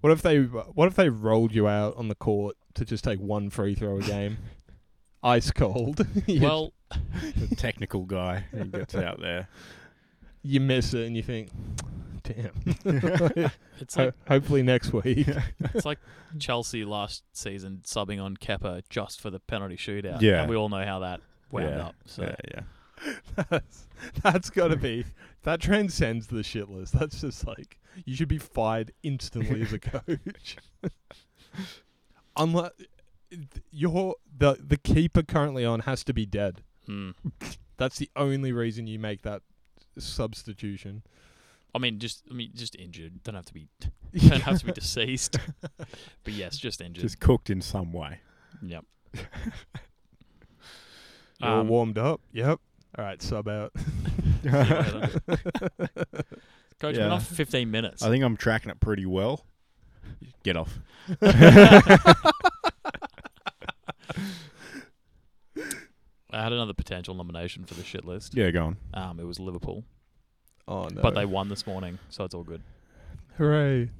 Speaker 2: What if they what if they rolled you out on the court to just take one free throw a game? Ice cold. You-
Speaker 3: well,
Speaker 1: The technical guy he gets out there.
Speaker 2: you miss it and you think, damn.
Speaker 3: it's
Speaker 2: Ho-
Speaker 3: like
Speaker 2: hopefully next week.
Speaker 3: it's like Chelsea last season subbing on Kepper just for the penalty shootout.
Speaker 1: Yeah.
Speaker 3: and we all know how that wound
Speaker 1: Yeah.
Speaker 3: up. So
Speaker 1: Yeah, yeah.
Speaker 2: that's that's got to be that transcends the shit list. That's just like you should be fired instantly as a coach. Unless your the the keeper currently on has to be dead.
Speaker 3: mm.
Speaker 2: That's the only reason you make that substitution.
Speaker 3: I mean, just I mean, just injured. Don't have to be don't have to be deceased. but yes, just injured.
Speaker 1: Just cooked in some way.
Speaker 3: Yep. Um,
Speaker 2: You're all warmed up. Yep. um, All right, sub out.
Speaker 3: Coach,
Speaker 1: Yeah.
Speaker 3: we're not 15 minutes.
Speaker 1: I think I'm tracking it pretty well. Get off.
Speaker 3: I had another potential nomination for the shit list.
Speaker 1: Yeah, go on.
Speaker 3: Um, it was Liverpool,
Speaker 2: Oh no!
Speaker 3: but they won this morning, so it's all good.
Speaker 2: hooray!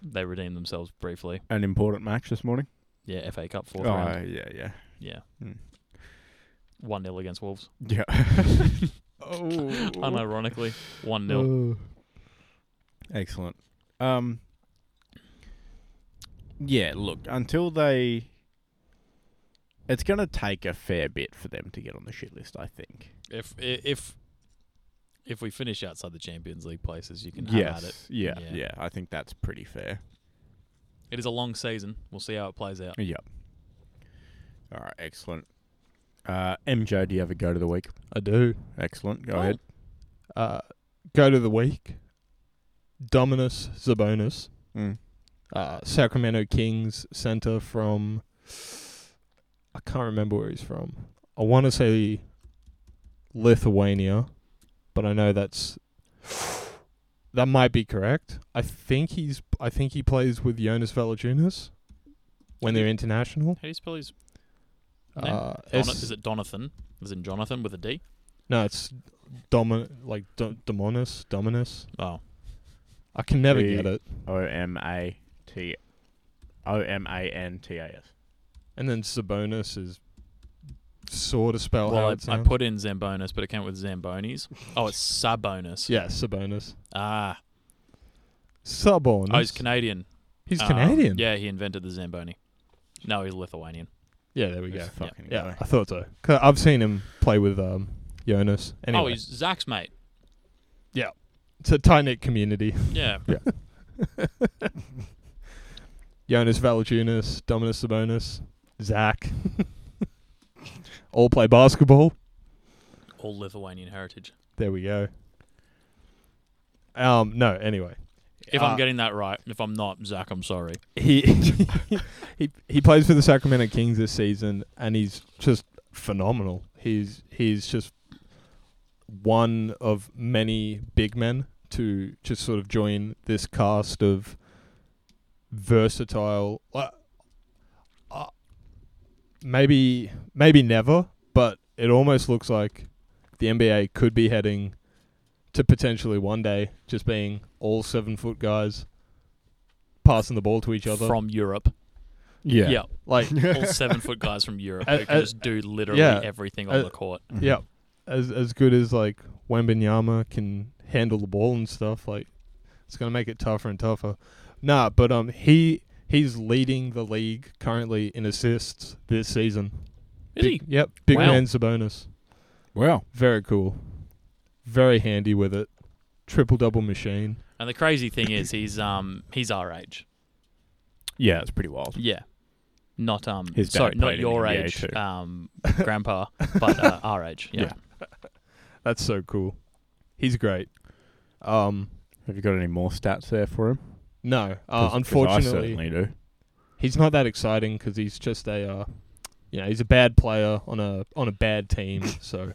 Speaker 3: They redeemed themselves briefly.
Speaker 1: An important match this morning.
Speaker 3: Yeah, FA Cup
Speaker 1: Oh,
Speaker 3: fourth round.
Speaker 1: yeah, yeah.
Speaker 3: Yeah,
Speaker 1: Hmm.
Speaker 3: one 0 against Wolves.
Speaker 1: Yeah.
Speaker 2: Oh,
Speaker 3: Unironically, one 0
Speaker 1: Uh. Excellent. Um, yeah, look, until they. It's going to take a fair bit for them to get on the shit list, I think.
Speaker 3: If i- if if we finish outside the Champions League places, you can have at it.
Speaker 1: Yes. Yeah,
Speaker 3: Yeah.
Speaker 1: yeah, I think that's pretty fair.
Speaker 3: It is a long season. We'll see how it plays out.
Speaker 1: Yep. All right, excellent. Uh, MJ, do you have a go to the week?
Speaker 2: I do.
Speaker 1: Excellent. Go
Speaker 3: Oh.
Speaker 1: ahead.
Speaker 2: Uh, go to the week. Dominus Zabonis,
Speaker 1: Mm.
Speaker 2: uh, Sacramento Kings center from. I can't remember where he's from. I want to say Lithuania, but I know that's that might be correct. I think he's. I think he plays with Jonas Valanciunas when they're international.
Speaker 3: How do you spell his? Name?
Speaker 2: Uh,
Speaker 3: Dona-
Speaker 2: S-
Speaker 3: is it Donathan? Is in Jonathan with a D?
Speaker 2: no, it's Domin like Do- Dominus Dominus.
Speaker 3: Oh,
Speaker 2: I can never
Speaker 1: He-
Speaker 2: get it.
Speaker 1: O M A T O M A N T A S.
Speaker 2: And then Sabonis is sort of spelled
Speaker 3: well,
Speaker 2: how
Speaker 3: I,
Speaker 2: it
Speaker 3: I
Speaker 2: sounds.
Speaker 3: put in Zambonis, but it came with Zambonis. Oh, it's Sabonis.
Speaker 2: yeah, Sabonis.
Speaker 3: Ah,
Speaker 2: Sabonis.
Speaker 3: oh, he's Canadian.
Speaker 2: He's
Speaker 3: Um,
Speaker 2: Canadian.
Speaker 3: Yeah, he invented the Zamboni. No, he's Lithuanian.
Speaker 2: Yeah, there we go.
Speaker 1: This fucking
Speaker 2: Yeah,
Speaker 1: guy.
Speaker 2: I thought so. 'Cause I've seen him play with um, Jonas. Anyway,
Speaker 3: Oh, he's Zach's mate.
Speaker 2: it's a tight knit community.
Speaker 3: Yeah.
Speaker 2: Jonas Valanciunas, Dominus Sabonis, Zach. All play basketball.
Speaker 3: All Lithuanian heritage.
Speaker 2: There we go. Um, no, anyway.
Speaker 3: If
Speaker 2: Uh,
Speaker 3: I'm getting that right, if I'm not, Zach, I'm sorry.
Speaker 2: he he he plays for the Sacramento Kings this season, and he's just phenomenal. He's he's just one of many big men to just sort of join this cast of versatile. Uh, uh, maybe maybe never, but it almost looks like the NBA could be heading to potentially one day just being all seven foot guys passing the ball to each other
Speaker 3: From Europe.
Speaker 1: Yeah.
Speaker 2: like
Speaker 3: All seven foot guys from Europe
Speaker 2: Uh,
Speaker 3: who can
Speaker 2: uh,
Speaker 3: just do literally
Speaker 2: yeah,
Speaker 3: everything
Speaker 2: uh,
Speaker 3: on the court.
Speaker 1: Mhm.
Speaker 2: yeah as as good as like Wembenyama can handle the ball and stuff like it's going to make it tougher and tougher nah but um he he's leading the league currently in assists this season
Speaker 3: Is he?
Speaker 2: Big- yep big
Speaker 3: Wow.
Speaker 2: man Sabonis
Speaker 1: Wow.
Speaker 2: very cool very handy with it triple double machine
Speaker 3: And the crazy thing is, he's um he's our age.
Speaker 1: Yeah, it's pretty wild.
Speaker 3: Yeah. Not um
Speaker 1: His dad
Speaker 3: sorry, not
Speaker 1: played in
Speaker 3: your
Speaker 1: the NBA
Speaker 3: age,
Speaker 1: too.
Speaker 3: um grandpa, but uh, our age. Yeah.
Speaker 1: Yeah.
Speaker 2: that's so cool he's great um
Speaker 1: Have you got any more stats there for him?
Speaker 2: no uh,
Speaker 1: 'Cause- 'cause
Speaker 2: unfortunately
Speaker 1: I certainly do.
Speaker 2: he's not that exciting because he's just a, uh, you know, he's a bad player on a on a bad team. so,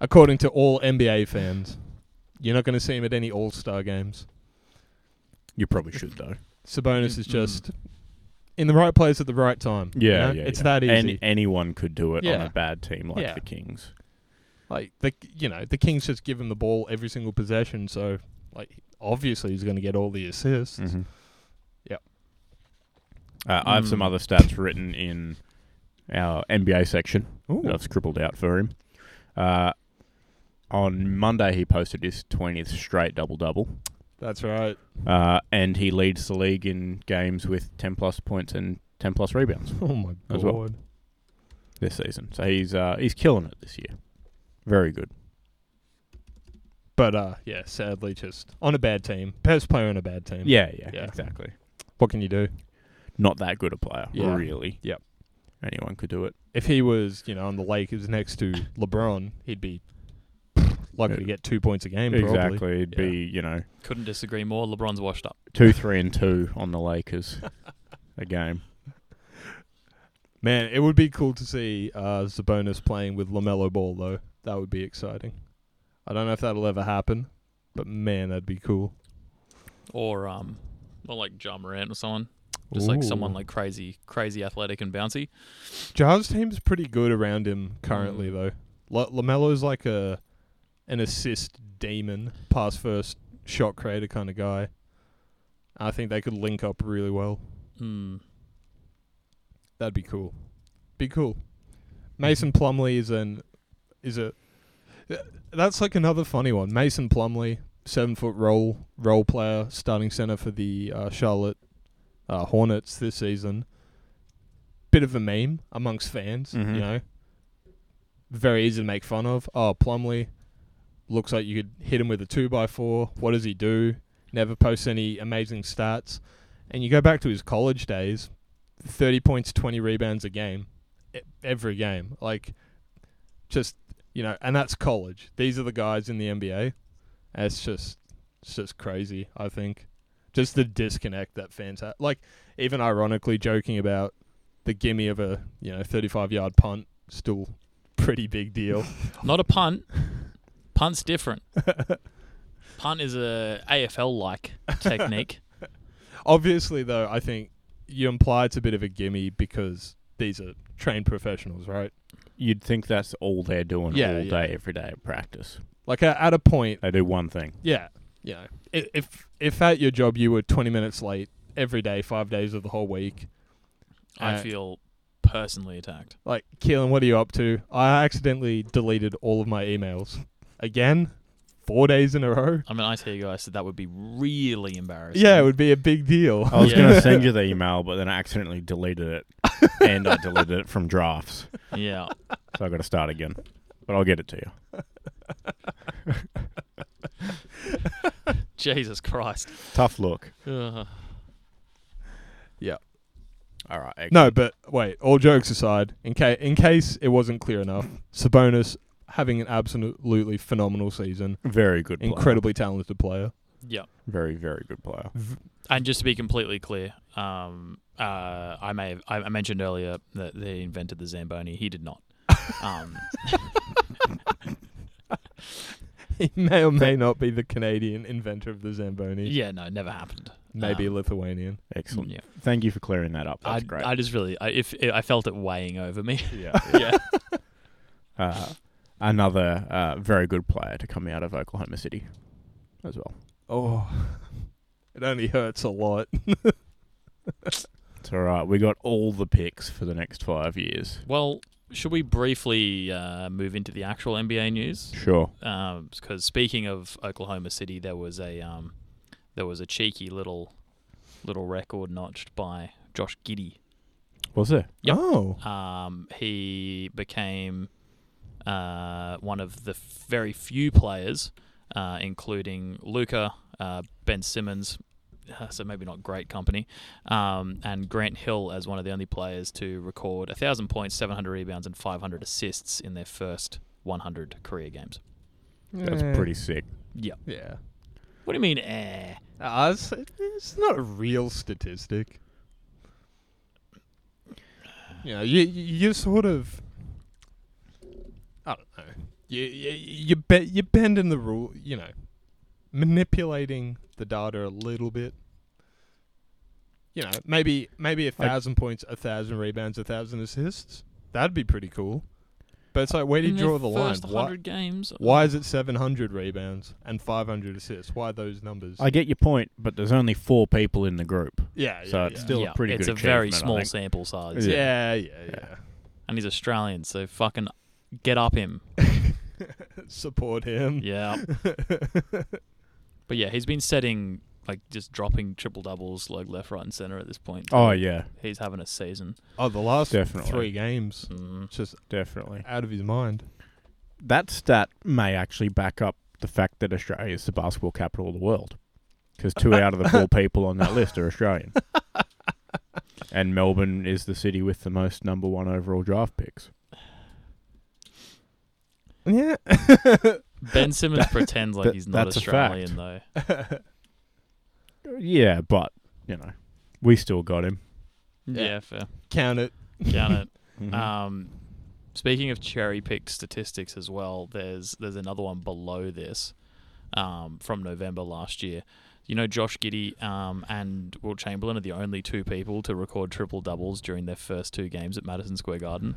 Speaker 2: according to all NBA fans, you're not going to see him at any All Star games.
Speaker 1: You probably should though.
Speaker 2: Sabonis is
Speaker 3: Mm.
Speaker 2: just in the right place at the right time. you
Speaker 1: Yeah,
Speaker 2: know?
Speaker 1: yeah,
Speaker 2: it's
Speaker 1: yeah.
Speaker 2: that easy.
Speaker 1: Any, anyone could do it on
Speaker 2: Yeah.
Speaker 1: a bad team like
Speaker 2: Yeah.
Speaker 1: the Kings.
Speaker 2: like the you know the Kings just give him the ball every single possession. So, like obviously he's going to get all the assists.
Speaker 1: Mm-hmm.
Speaker 2: Mm-hmm. Yep. Hmm.
Speaker 1: Uh, I have some
Speaker 3: Mm.
Speaker 1: other stats written in our NBA section
Speaker 2: Ooh.
Speaker 1: that I've scribbled out for him. Uh, on Monday, he posted his 20th straight double double,
Speaker 2: That's right.
Speaker 1: uh, and he leads the league in games with 10 plus points and 10 plus rebounds
Speaker 2: Oh my
Speaker 1: As
Speaker 2: god.
Speaker 1: well. this season. So he's uh, he's killing it this year. Very good.
Speaker 2: But uh, yeah, sadly, just on a bad team, best player on a bad team.
Speaker 1: Yeah, yeah,
Speaker 2: Yeah.
Speaker 1: exactly.
Speaker 2: What can you do?
Speaker 1: Not that good a player,
Speaker 2: Yeah.
Speaker 1: really.
Speaker 2: Yep.
Speaker 1: Anyone could do it.
Speaker 2: if he was, you know, on the Lakers next to LeBron, he'd be likely to get two points a game. Probably.
Speaker 1: Exactly. It'd be, you know,
Speaker 3: Couldn't disagree more. LeBron's washed up.
Speaker 1: two, three, and two on the Lakers a game.
Speaker 2: Man, it would be cool to see uh, Sabonis playing with Lamelo Ball though. That would be exciting. I don't know if that'll ever happen, but man, that'd be cool.
Speaker 3: Or um or like John Morant or someone. Just like someone
Speaker 2: Ooh.
Speaker 3: like crazy, crazy athletic and bouncy.
Speaker 2: Jar's team's pretty good around him currently
Speaker 3: Mm.
Speaker 2: though. La- Lamelo's like a an assist demon, pass first, shot creator kind of guy. I think they could link up really well.
Speaker 3: Mm.
Speaker 2: That'd be cool. Be cool. Mason Plumley is an is a that's like another funny one. Mason Plumley, seven foot role role player, starting center for the uh, Charlotte uh, Hornets this season. Bit of a meme amongst fans,
Speaker 1: Mhm.
Speaker 2: you know. Very easy to make fun of. Oh, Plumley looks like you could hit him with a two by four. What does he do? Never posts any amazing stats. And you go back to his college days, thirty points, twenty rebounds a game, e- every game. Like, just you know, and that's college. These are the guys in the NBA. And it's just, it's just crazy. I think, just the disconnect that fans have. Like, even ironically, joking about the gimme of a you know thirty-five yard punt, still pretty big deal.
Speaker 3: Not a punt. Punt's different. punt is a AFL like technique.
Speaker 2: Obviously, though, I think you imply it's a bit of a gimme because these are trained professionals, right?
Speaker 1: You'd think that's all they're doing
Speaker 2: Yeah,
Speaker 1: all
Speaker 2: yeah.
Speaker 1: day, every day at practice.
Speaker 2: Like a- at a point,
Speaker 1: They do one thing.
Speaker 2: Yeah, you know, i- if if at your job you were twenty minutes late every day, five days of the whole week,
Speaker 3: I
Speaker 2: Uh,
Speaker 3: feel personally attacked.
Speaker 2: like Keelan, what are you up to? I accidentally deleted all of my emails again, four days in a row.
Speaker 3: I mean, I tell you guys that that would be really embarrassing.
Speaker 2: Yeah, it would be a big deal.
Speaker 1: I was
Speaker 3: Yeah.
Speaker 1: going to send you the email, but then I accidentally deleted it, and I deleted it from drafts.
Speaker 3: yeah.
Speaker 1: So I've got to start again. But I'll get it to you.
Speaker 3: Jesus Christ.
Speaker 1: Tough look.
Speaker 3: Ugh.
Speaker 1: All right. ex-
Speaker 2: No, but wait, all jokes aside, in case in case it wasn't clear enough, Sabonis having an absolutely phenomenal season,
Speaker 1: Very good. player.
Speaker 2: incredibly talented player.
Speaker 3: Yeah.
Speaker 1: Very, very good player.
Speaker 3: And just to be completely clear, um, uh, I may have, I, I mentioned earlier that they invented the Zamboni. He did not. Um,
Speaker 2: He may or may not be the Canadian inventor of the Zamboni.
Speaker 3: yeah, no, never happened.
Speaker 2: Maybe
Speaker 3: um,
Speaker 2: Lithuanian.
Speaker 1: Excellent.
Speaker 3: Yeah.
Speaker 1: Thank you for clearing that up.
Speaker 3: I,
Speaker 1: That's great.
Speaker 3: I just really, I, if I felt it weighing over me.
Speaker 1: yeah.
Speaker 3: yeah.
Speaker 1: Uh, another uh, very good player to come out of Oklahoma City as well.
Speaker 2: Oh, it only hurts a lot.
Speaker 1: It's all right. We got all the picks for the next five years.
Speaker 3: Well, should we briefly uh, move into the actual NBA news?
Speaker 1: Sure.
Speaker 3: Because speaking of Oklahoma City, there was a um, there was a cheeky little little record notched by Josh Giddy.
Speaker 1: Was there?
Speaker 3: Yep.
Speaker 2: Oh,
Speaker 3: Um, he became uh, one of the f- very few players, uh, including Luca, uh, Ben Simmons, uh, so maybe not great company, um, and Grant Hill as one of the only players to record 1,000 points, 700 rebounds, and 500 assists in their first 100 career games.
Speaker 1: That's
Speaker 2: Eh,
Speaker 1: pretty sick.
Speaker 2: Yeah,
Speaker 3: What do you mean, eh?
Speaker 2: uh, it's, it's not a real statistic. You know, you you sort of, I don't know. You you you be, you're bending the rule. You know, manipulating the data a little bit. You know, maybe maybe a
Speaker 1: Like-
Speaker 2: thousand points, a thousand rebounds, a thousand assists. That'd be pretty cool. But it's like, where do you
Speaker 3: In their
Speaker 2: draw the line?
Speaker 3: first
Speaker 2: What
Speaker 3: 100 games. uh,
Speaker 2: Why is it 700 rebounds and 500 assists? Why those numbers?
Speaker 1: I get your point, but there's only four people in the group.
Speaker 2: yeah,
Speaker 1: so
Speaker 2: yeah,
Speaker 1: it's
Speaker 2: yeah.
Speaker 1: still a
Speaker 3: yeah,
Speaker 1: pretty
Speaker 3: It's
Speaker 1: good
Speaker 3: a very
Speaker 1: achievement, I
Speaker 3: small
Speaker 1: think.
Speaker 3: sample size.
Speaker 1: Yeah.
Speaker 2: yeah, yeah, yeah.
Speaker 1: Yeah.
Speaker 3: And he's Australian, so fucking get up him.
Speaker 2: Support him.
Speaker 3: Yeah. But yeah, he's been setting like just dropping triple doubles like left, right, and center at this point.
Speaker 1: Oh yeah,
Speaker 3: he's having a season.
Speaker 2: oh, the last
Speaker 1: Definitely.
Speaker 2: three games,
Speaker 3: Mm.
Speaker 2: just
Speaker 1: definitely.
Speaker 2: out of his mind.
Speaker 1: That stat may actually back up the fact that Australia is the basketball capital of the world, because two out of the four people on that list are Australian, and Melbourne is the city with the most number one overall draft picks.
Speaker 2: Yeah.
Speaker 3: Ben Simmons pretends like
Speaker 1: that-
Speaker 3: he's not
Speaker 1: that's a
Speaker 3: Australian
Speaker 1: fact.
Speaker 3: though.
Speaker 1: Yeah, but you know, we still got him.
Speaker 3: Yeah,
Speaker 2: Yeah.
Speaker 3: fair.
Speaker 2: Count it.
Speaker 3: Count it.
Speaker 1: Mhm.
Speaker 2: Mm-hmm.
Speaker 3: Um, speaking of cherry picked statistics as well, there's there's another one below this um, from November last year. You know, Josh Giddy um, and Will Chamberlain are the only two people to record triple doubles during their first two games at Madison Square Garden.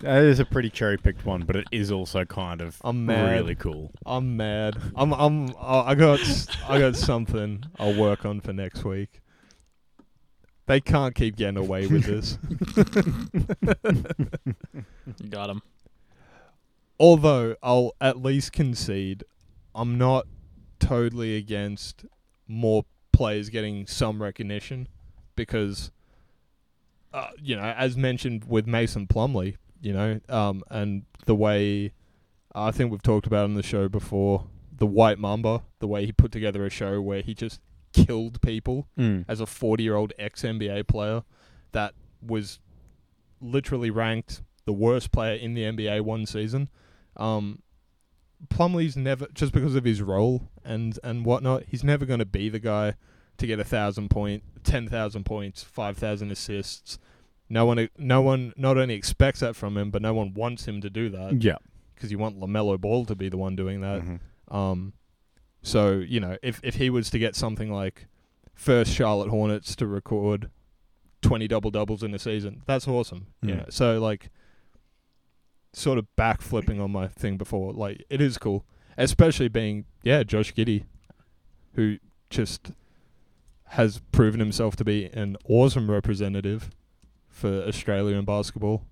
Speaker 1: That Uh, is a pretty cherry picked one, but it is also kind of
Speaker 2: I'm mad.
Speaker 1: really cool.
Speaker 2: I'm mad. I'm. I'm. I I got. s- I got something I'll work on for next week. They can't keep getting away with this.
Speaker 3: Got him.
Speaker 2: Although I'll at least concede, I'm not totally against more players getting some recognition because, uh, you know, as mentioned with Mason Plumley, you know, um, and the way I think we've talked about on the show before, the White Mamba, the way he put together a show where he just killed people as a 40 year old ex NBA player that was literally ranked the worst player in the NBA one season. Um, Plumlee's never, just because of his role and, and whatnot, he's never going to be the guy to get a thousand point, ten thousand points, five thousand assists. No one, no one, not only expects that from him, but no one wants him to do that
Speaker 1: Uh, Yeah.
Speaker 2: because you want Lamelo Ball to be the one doing that.
Speaker 1: Mhm.
Speaker 2: Um, so you know, if if he was to get something like first Charlotte Hornets to record twenty double doubles in a season, that's awesome. Yeah.
Speaker 1: Mm.
Speaker 2: So like, sort of backflipping on my thing before, like it is cool, especially being yeah Josh Giddy, who just has proven himself to be an awesome representative for Australia in basketball.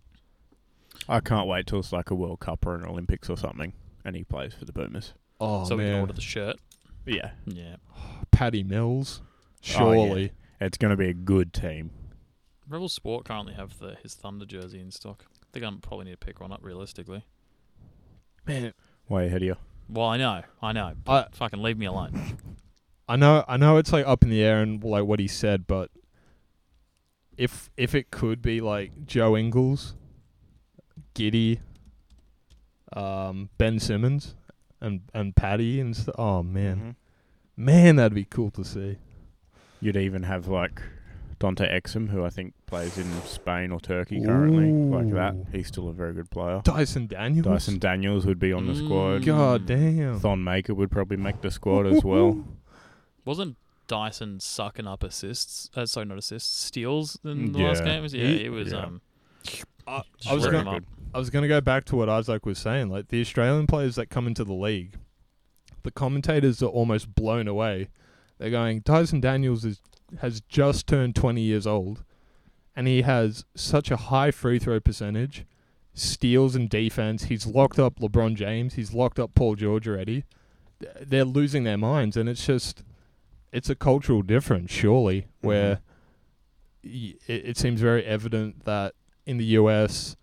Speaker 1: I can't wait till it's like a World Cup or an Olympics or something, and he plays for the Boomers.
Speaker 2: Oh
Speaker 3: so we can
Speaker 2: man,
Speaker 3: order the shirt.
Speaker 1: Yeah.
Speaker 3: Yeah.
Speaker 2: Patty Mills,
Speaker 1: Oh, yeah.
Speaker 2: surely.
Speaker 1: It's going to be a good team.
Speaker 3: Rebel Sport currently have the, his Thunder jersey in stock. I think I probably need to pick one up realistically.
Speaker 2: Man,
Speaker 1: Way ahead of you.
Speaker 3: Well, I know, I know.
Speaker 2: I,
Speaker 3: Fucking leave me alone.
Speaker 2: I know I know it's like up in the air and like what he said, but if if it could be like Joe Ingles, Giddy,
Speaker 1: Mm-hmm.
Speaker 2: um, Ben Simmons, and and Patty and st- oh man, Man, that'd be cool to see.
Speaker 1: You'd even have like Dante Exum, who I think plays in Spain or Turkey currently, like that.
Speaker 2: Ooh.
Speaker 1: He's still a very good player.
Speaker 2: Dyson Daniels.
Speaker 1: Dyson Daniels would be on the squad.
Speaker 2: God damn.
Speaker 1: Thon Maker would probably make the squad as well.
Speaker 3: Wasn't Dyson sucking up assists? Uh, sorry, not assists, steals in the last
Speaker 1: Yeah.
Speaker 3: game. Was- Yeah,
Speaker 1: He-
Speaker 3: it was.
Speaker 1: yeah.
Speaker 3: Um,
Speaker 2: I,
Speaker 3: just
Speaker 2: I was
Speaker 3: rip
Speaker 1: very
Speaker 2: gonna,
Speaker 3: him up.
Speaker 2: I was going to go back to what Isaac was saying. Like the Australian players that come into the league, the commentators are almost blown away. They're going, Dyson Daniels is, has just turned 20 years old, and he has such a high free throw percentage, steals and defense. He's locked up LeBron James. He's locked up Paul George already. Th- They're losing their minds, and it's just, it's a cultural difference, surely, where y- it, it seems very evident that in the US,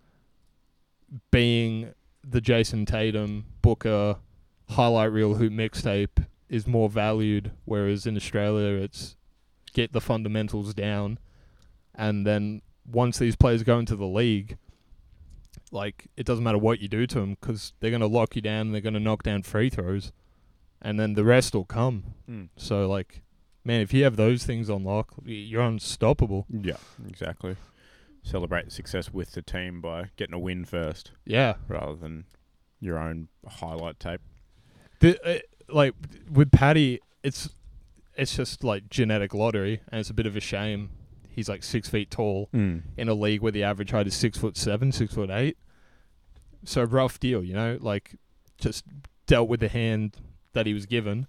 Speaker 2: being the Jason Tatum Booker highlight reel hoop mixtape is more valued, whereas in Australia it's get the fundamentals down, and then once these players go into the league, like it doesn't matter what you do to them because they're gonna lock you down, and they're gonna knock down free throws, and then the rest will come.
Speaker 1: Mm.
Speaker 2: So like, man, if you have those things on lock, y- you're unstoppable.
Speaker 1: Yeah, exactly. Celebrate success with the team by getting a win first,
Speaker 2: Yeah.
Speaker 1: rather than your own highlight tape.
Speaker 2: The, uh, like with Patty, it's it's just like genetic lottery, and it's a bit of a shame. He's like six feet tall
Speaker 1: Mm.
Speaker 2: in a league where the average height is six foot seven, six foot eight. So rough deal, you know. Like just dealt with the hand that he was given.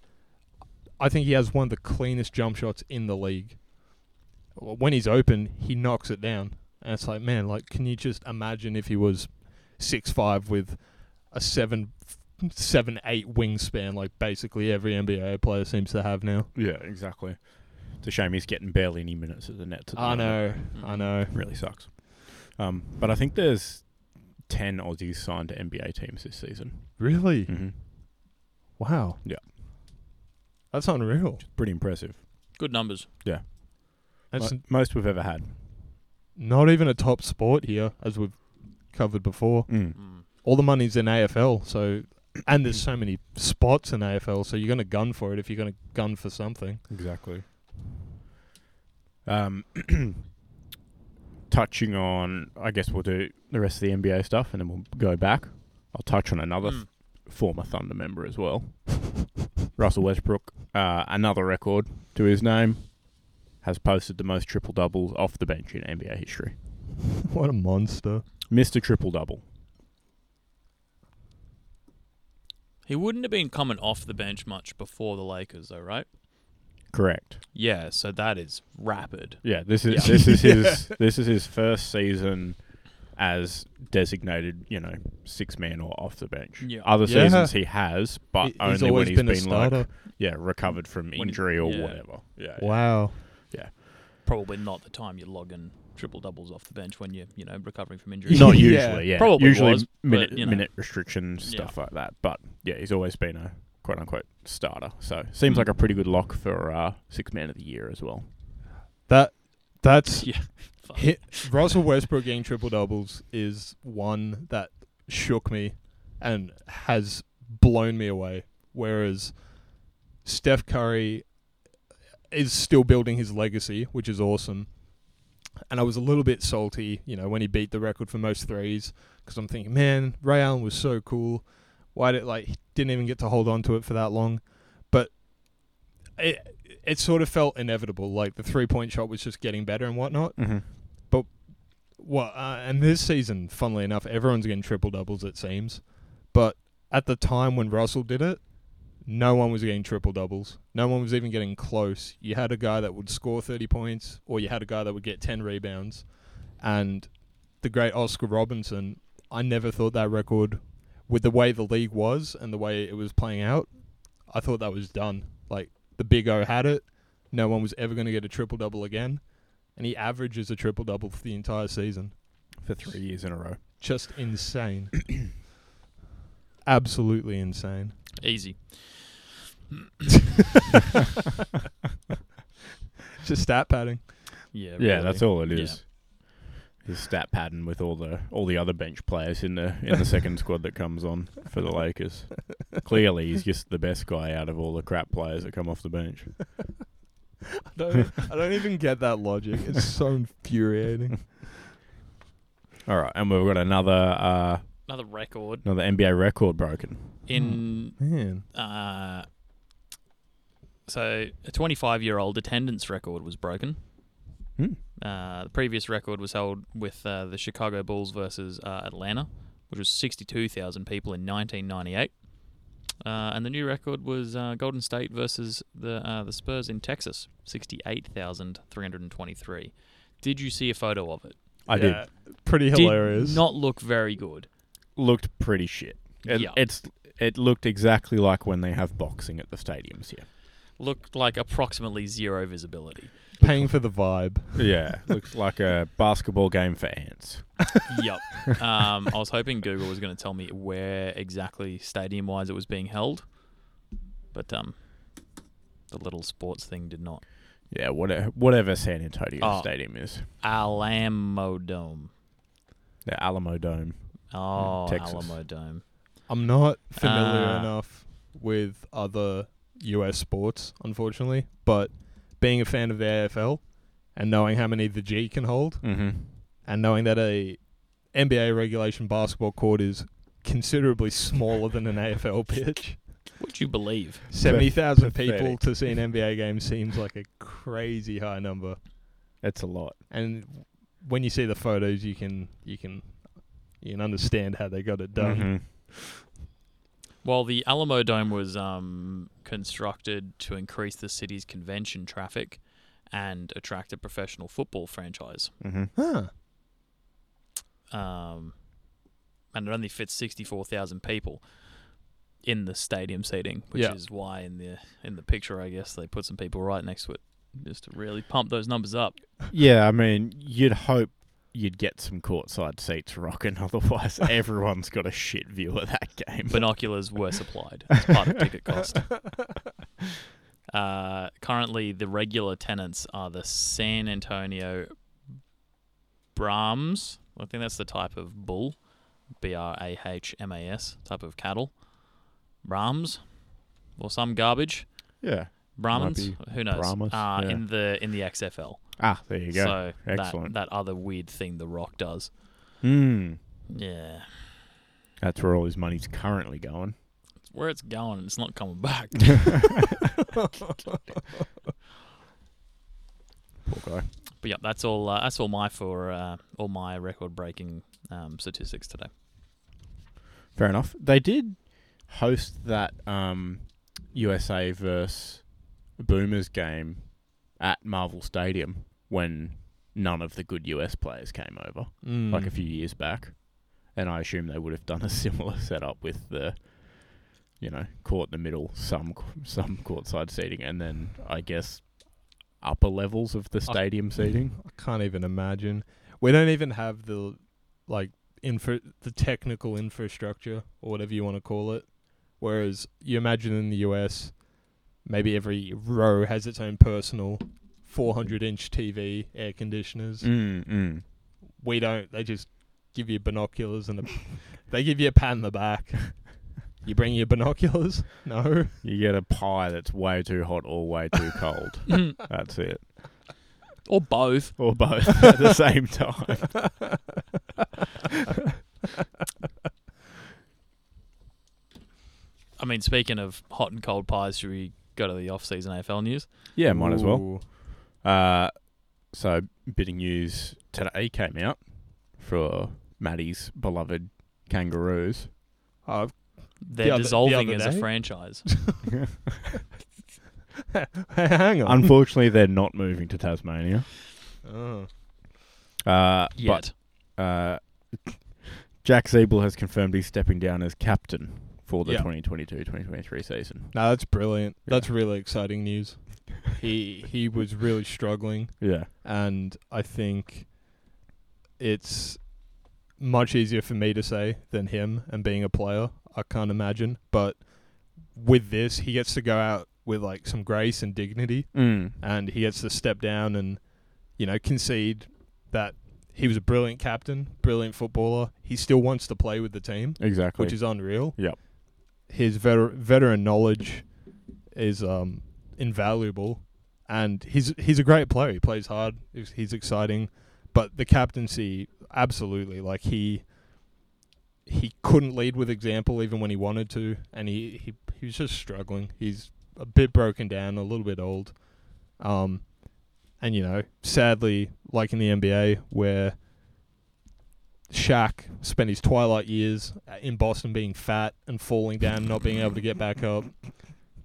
Speaker 2: I think he has one of the cleanest jump shots in the league. When he's open, he knocks it down, and it's like, man, like can you just imagine if he was six five with a seven seven eight wingspan, like basically every NBA player seems to have now.
Speaker 1: Yeah, exactly. It's a shame he's getting barely any minutes at the net. at the
Speaker 2: I
Speaker 1: moment.
Speaker 2: know, I know.
Speaker 1: really sucks. Um, but I think there's ten Aussies signed to NBA teams this season.
Speaker 2: Really?
Speaker 1: Mm-hmm.
Speaker 2: Wow.
Speaker 1: Yeah.
Speaker 2: That's unreal.
Speaker 1: Pretty impressive.
Speaker 3: Good numbers.
Speaker 2: That's
Speaker 1: Mo- most we've ever had.
Speaker 2: not even a top sport here, as we've covered before.
Speaker 1: Mm.
Speaker 3: Mm.
Speaker 2: All the money's in AFL, so and there's so many spots in AFL, so you're gonna gun for it if you're gonna gun for something.
Speaker 1: Exactly. Um, touching on, I guess we'll do the rest of the NBA stuff, and then we'll go back. I'll touch on another
Speaker 3: Mm.
Speaker 1: former Thunder member as well. Russell Westbrook, uh, another record to his name, has posted the most triple doubles off the bench in NBA history.
Speaker 2: what a monster!
Speaker 1: Mr. Triple Double.
Speaker 3: He wouldn't have been coming off the bench much before the Lakers, though, right?
Speaker 1: Correct.
Speaker 3: Yeah, so that is rapid.
Speaker 1: Yeah, this is
Speaker 3: Yeah.
Speaker 1: this is his this is his first season as designated, you know, six man or off the bench.
Speaker 3: Yeah.
Speaker 1: Other
Speaker 2: Yeah.
Speaker 1: seasons he has, but
Speaker 2: He- he's
Speaker 1: only when
Speaker 2: always
Speaker 1: he's
Speaker 2: been
Speaker 1: been,
Speaker 2: a
Speaker 1: like
Speaker 2: starter.
Speaker 1: yeah, recovered from
Speaker 3: he-
Speaker 1: injury or
Speaker 3: yeah.
Speaker 1: whatever. Yeah. yeah.
Speaker 2: Wow.
Speaker 3: Probably not the time you're logging triple doubles off the bench when you're, you know, recovering from injury.
Speaker 1: Not
Speaker 2: Yeah.
Speaker 1: usually, yeah.
Speaker 3: Probably
Speaker 1: usually
Speaker 3: was, but,
Speaker 1: minute
Speaker 3: you know.
Speaker 1: minute restrictions,
Speaker 3: Yeah.
Speaker 1: stuff like that. But yeah, he's always been a quote unquote starter. So seems like a pretty good lock for uh, six man of the year as well.
Speaker 2: That that's
Speaker 3: Yeah. Fuck.
Speaker 2: hit, Russell Westbrook getting triple doubles is one that shook me and has blown me away. Whereas Steph Curry is still building his legacy, which is awesome. And I was a little bit salty, you know, when he beat the record for most threes, because I'm thinking, man, Ray Allen was so cool. Why did like he didn't even get to hold on to it for that long? But it it sort of felt inevitable. Like the three point shot was just getting better and whatnot.
Speaker 1: Mm-hmm.
Speaker 2: Well, uh, and this season, funnily enough, everyone's getting triple doubles, it seems. But at the time when Russell did it, no one was getting triple doubles. No one was even getting close. You had a guy that would score 30 points, or you had a guy that would get 10 rebounds. And the great Oscar Robinson, I never thought that record, with the way the league was and the way it was playing out, I thought that was done. Like, the Big O had it. No one was ever going to get a triple double again. And he averages a triple double for the entire season
Speaker 1: For three years in a row.
Speaker 2: just insane. Absolutely insane.
Speaker 3: Easy.
Speaker 2: Just stat padding.
Speaker 3: Yeah.
Speaker 1: Yeah, that's all it
Speaker 3: Yeah.
Speaker 1: is. his stat pattern with all the all the other bench players in the in the second squad that comes on for the Lakers. Clearly, he's just the best guy out of all the crap players that come off the bench.
Speaker 2: I don't, I don't even get that logic. It's so infuriating.
Speaker 1: All right, and we've got another uh,
Speaker 3: Another record
Speaker 1: another NBA record broken.
Speaker 3: in
Speaker 2: Man.
Speaker 3: uh, so a 25 year old attendance record was broken.
Speaker 1: Hmm.
Speaker 3: Uh, the previous record was held with uh, the Chicago Bulls versus uh, Atlanta, which was 62,000 people in 1998. Uh, and the new record was uh, Golden State versus the uh, the Spurs in Texas, 68,323. Did you see a photo of it?
Speaker 1: I did
Speaker 2: Yeah, Pretty hilarious.
Speaker 3: Did not look very good.
Speaker 1: looked pretty shit. It,
Speaker 3: Yeah.
Speaker 1: It's it looked exactly like when they have boxing at the stadiums here.
Speaker 3: Looked like approximately zero visibility.
Speaker 2: paying for the vibe.
Speaker 1: Yeah, looks like a basketball game for ants.
Speaker 3: yep. Um, I was hoping Google was going to tell me where exactly stadium wise it was being held, but um, the little sports thing did not.
Speaker 1: Yeah, whatever, whatever San Antonio
Speaker 3: Oh.
Speaker 1: Stadium is,
Speaker 3: Alamo Dome.
Speaker 1: the Alamo Dome.
Speaker 3: Oh,
Speaker 1: Texas.
Speaker 3: Alamo Dome.
Speaker 2: I'm not familiar
Speaker 3: Ah.
Speaker 2: enough with other US sports, unfortunately, but being a fan of the AFL and knowing how many the G can hold
Speaker 1: Mm-hmm.
Speaker 2: and knowing that a NBA regulation basketball court is considerably smaller than an AFL pitch.
Speaker 3: Would you believe?
Speaker 2: 70,000
Speaker 1: pathetic.
Speaker 2: people to see an NBA game seems like a crazy high number.
Speaker 1: That's a lot.
Speaker 2: And when you see the photos, you can you can you can understand how they got it done.
Speaker 3: Well, the Alamo Dome was um, constructed to increase the city's convention traffic and attract a professional football franchise.
Speaker 1: Mm-hmm.
Speaker 2: Huh.
Speaker 3: um, and it only fits sixty four thousand people in the stadium seating, which
Speaker 2: Yeah.
Speaker 3: is why in the in the picture, I guess they put some people right next to it just to really pump those numbers up.
Speaker 1: Yeah, I mean, you'd hope you'd get some courtside seats rocking. Otherwise, everyone's got a shit view of that game.
Speaker 3: Binoculars were supplied as part of ticket cost. Uh, currently, the regular tenants are the San Antonio Brahms. I think that's the type of bull, B R A H M A S type of cattle. Brahms, or some garbage.
Speaker 1: yeah.
Speaker 3: Brahmins,
Speaker 1: be
Speaker 3: who knows?
Speaker 1: Brahmas,
Speaker 3: uh,
Speaker 1: yeah.
Speaker 3: in the in the XFL.
Speaker 1: Ah, there you go.
Speaker 3: So
Speaker 1: Excellent.
Speaker 3: That, that other weird thing the Rock does.
Speaker 1: Hmm.
Speaker 3: Yeah,
Speaker 1: That's where all his money's currently going.
Speaker 3: it's where it's going, and it's not coming back.
Speaker 1: Poor guy.
Speaker 3: but yeah, that's all. Uh, that's all my for uh, all my record breaking um, statistics today.
Speaker 1: Fair enough. They did host that um, USA versus Boomers game at Marvel Stadium when none of the good US players came over,
Speaker 2: Hmm.
Speaker 1: like a few years back. And I assume they would have done a similar setup with the, you know, court in the middle, some some courtside seating, and then I guess upper levels of the stadium seating.
Speaker 2: I can't even imagine. We don't even have the like infra the technical infrastructure or whatever you want to call it. Whereas you imagine in the US, maybe every row has its own personal 400 inch TV, air conditioners.
Speaker 1: Mm, mm.
Speaker 2: We don't. They just give you binoculars and a, they give you a pat in the back. You bring your binoculars? No.
Speaker 1: You get a pie that's way too hot or way too cold. That's it.
Speaker 3: or both.
Speaker 1: or both at the same time.
Speaker 3: I mean, speaking of hot and cold pies, should we go to the off-season AFL news?
Speaker 1: Yeah, might as well.
Speaker 2: Ooh.
Speaker 1: Uh, so bidding news today came out for Maddie's beloved kangaroos.
Speaker 2: Uh,
Speaker 3: They're
Speaker 2: The other- the
Speaker 3: dissolving
Speaker 2: other
Speaker 3: as a
Speaker 1: eh?
Speaker 2: day?
Speaker 3: franchise.
Speaker 2: hang on.
Speaker 1: Unfortunately, they're not moving to Tasmania.
Speaker 2: Oh.
Speaker 1: Uh,
Speaker 3: Yet
Speaker 1: But uh, Jack Siebel has confirmed he's stepping down as captain for the
Speaker 2: Yeah.
Speaker 1: 2022-2023 season.
Speaker 2: No, that's brilliant.
Speaker 1: Yeah.
Speaker 2: That's really exciting news. He he was really struggling,
Speaker 1: Yeah.
Speaker 2: and I think it's much easier for me to say than him. And being a player, I can't imagine. But with this, he gets to go out with like some grace and dignity,
Speaker 1: Mm.
Speaker 2: and he gets to step down and you know concede that he was a brilliant captain, brilliant footballer. He still wants to play with the team,
Speaker 1: Exactly.
Speaker 2: which is unreal.
Speaker 1: Yep.
Speaker 2: His veter- veteran knowledge is um, invaluable, and he's he's a great player. He plays hard. He's, he's exciting, but the captaincy, absolutely, like he he couldn't lead with example even when he wanted to, and he he, he was just struggling. He's a bit broken down, a little bit old, um, and you know, sadly, like in the NBA where Shaq spent his twilight years uh, in Boston being fat and falling down, not being able to get back up.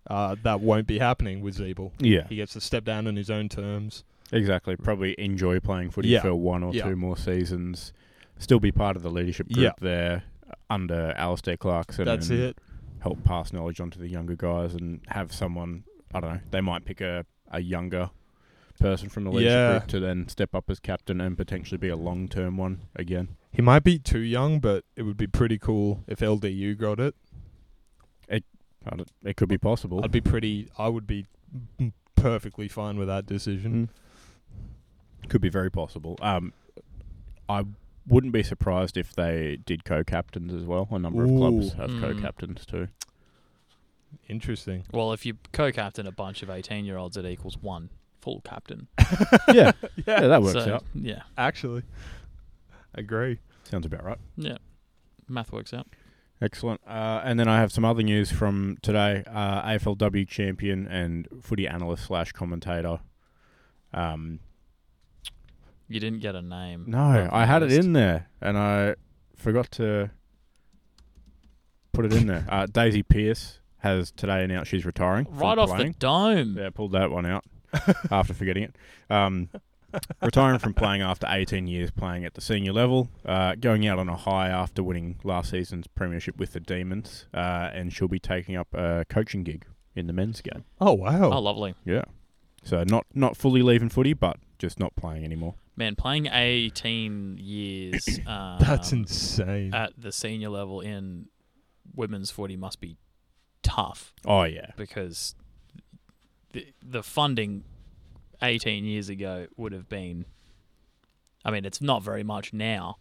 Speaker 2: Uh, that won't be happening with Zeeble.
Speaker 1: yeah.
Speaker 2: He gets to step down on his own terms.
Speaker 1: Exactly. Probably enjoy playing footy
Speaker 2: Yeah.
Speaker 1: for one or
Speaker 2: Yeah.
Speaker 1: two more seasons. Still be part of the leadership group
Speaker 2: Yeah.
Speaker 1: there uh, under Alistair Clarkson.
Speaker 2: That's
Speaker 1: and
Speaker 2: it.
Speaker 1: Help pass knowledge on to the younger guys and have someone. I don't know. They might pick a, a younger person from the leadership
Speaker 2: Yeah.
Speaker 1: group to then step up as captain and potentially be a long term one again.
Speaker 2: He might be too young, but it would be pretty cool if LDU got it.
Speaker 1: I don't- It could be possible.
Speaker 2: I'd be pretty. I would be m- perfectly fine with that decision.
Speaker 1: Could be very possible. Um, I wouldn't be surprised if they did co-captains as well. A number of clubs
Speaker 2: Ooh.
Speaker 1: have
Speaker 3: Mm.
Speaker 1: co-captains too.
Speaker 2: Interesting.
Speaker 3: Well, if you co-captain a bunch of eighteen-year-olds, it equals one full captain.
Speaker 1: yeah. yeah, that works
Speaker 3: So,
Speaker 1: out.
Speaker 3: Yeah,
Speaker 2: Actually, agree.
Speaker 1: Sounds about right.
Speaker 3: yeah. Math works out.
Speaker 1: Excellent. Uh, and then I have some other news from today. Uh, AFLW champion and footy analyst slash commentator. Um,
Speaker 3: You didn't get a name.
Speaker 1: no,
Speaker 3: of
Speaker 1: I
Speaker 3: the
Speaker 1: had it
Speaker 3: list.
Speaker 1: in there and I forgot to put it in there. Uh, Daisy Pierce has today announced she's retiring. from
Speaker 3: right off
Speaker 1: playing.
Speaker 3: the dome.
Speaker 2: Mm.
Speaker 1: Yeah, pulled that one out after forgetting it. Um, retiring from playing after 18 years playing at the senior level, uh, going out on a high after winning last season's premiership with the Demons, uh, and she'll be taking up a coaching gig in the men's game.
Speaker 2: Oh wow.
Speaker 3: Oh, lovely.
Speaker 1: Yeah, so not not fully leaving footy, but just not playing anymore.
Speaker 3: Man, playing 18 years um,
Speaker 2: That's insane.
Speaker 3: at the senior level in women's footy must be tough
Speaker 1: Oh yeah,
Speaker 3: because the, the funding 18 years ago would have been. I mean, it's not very much now.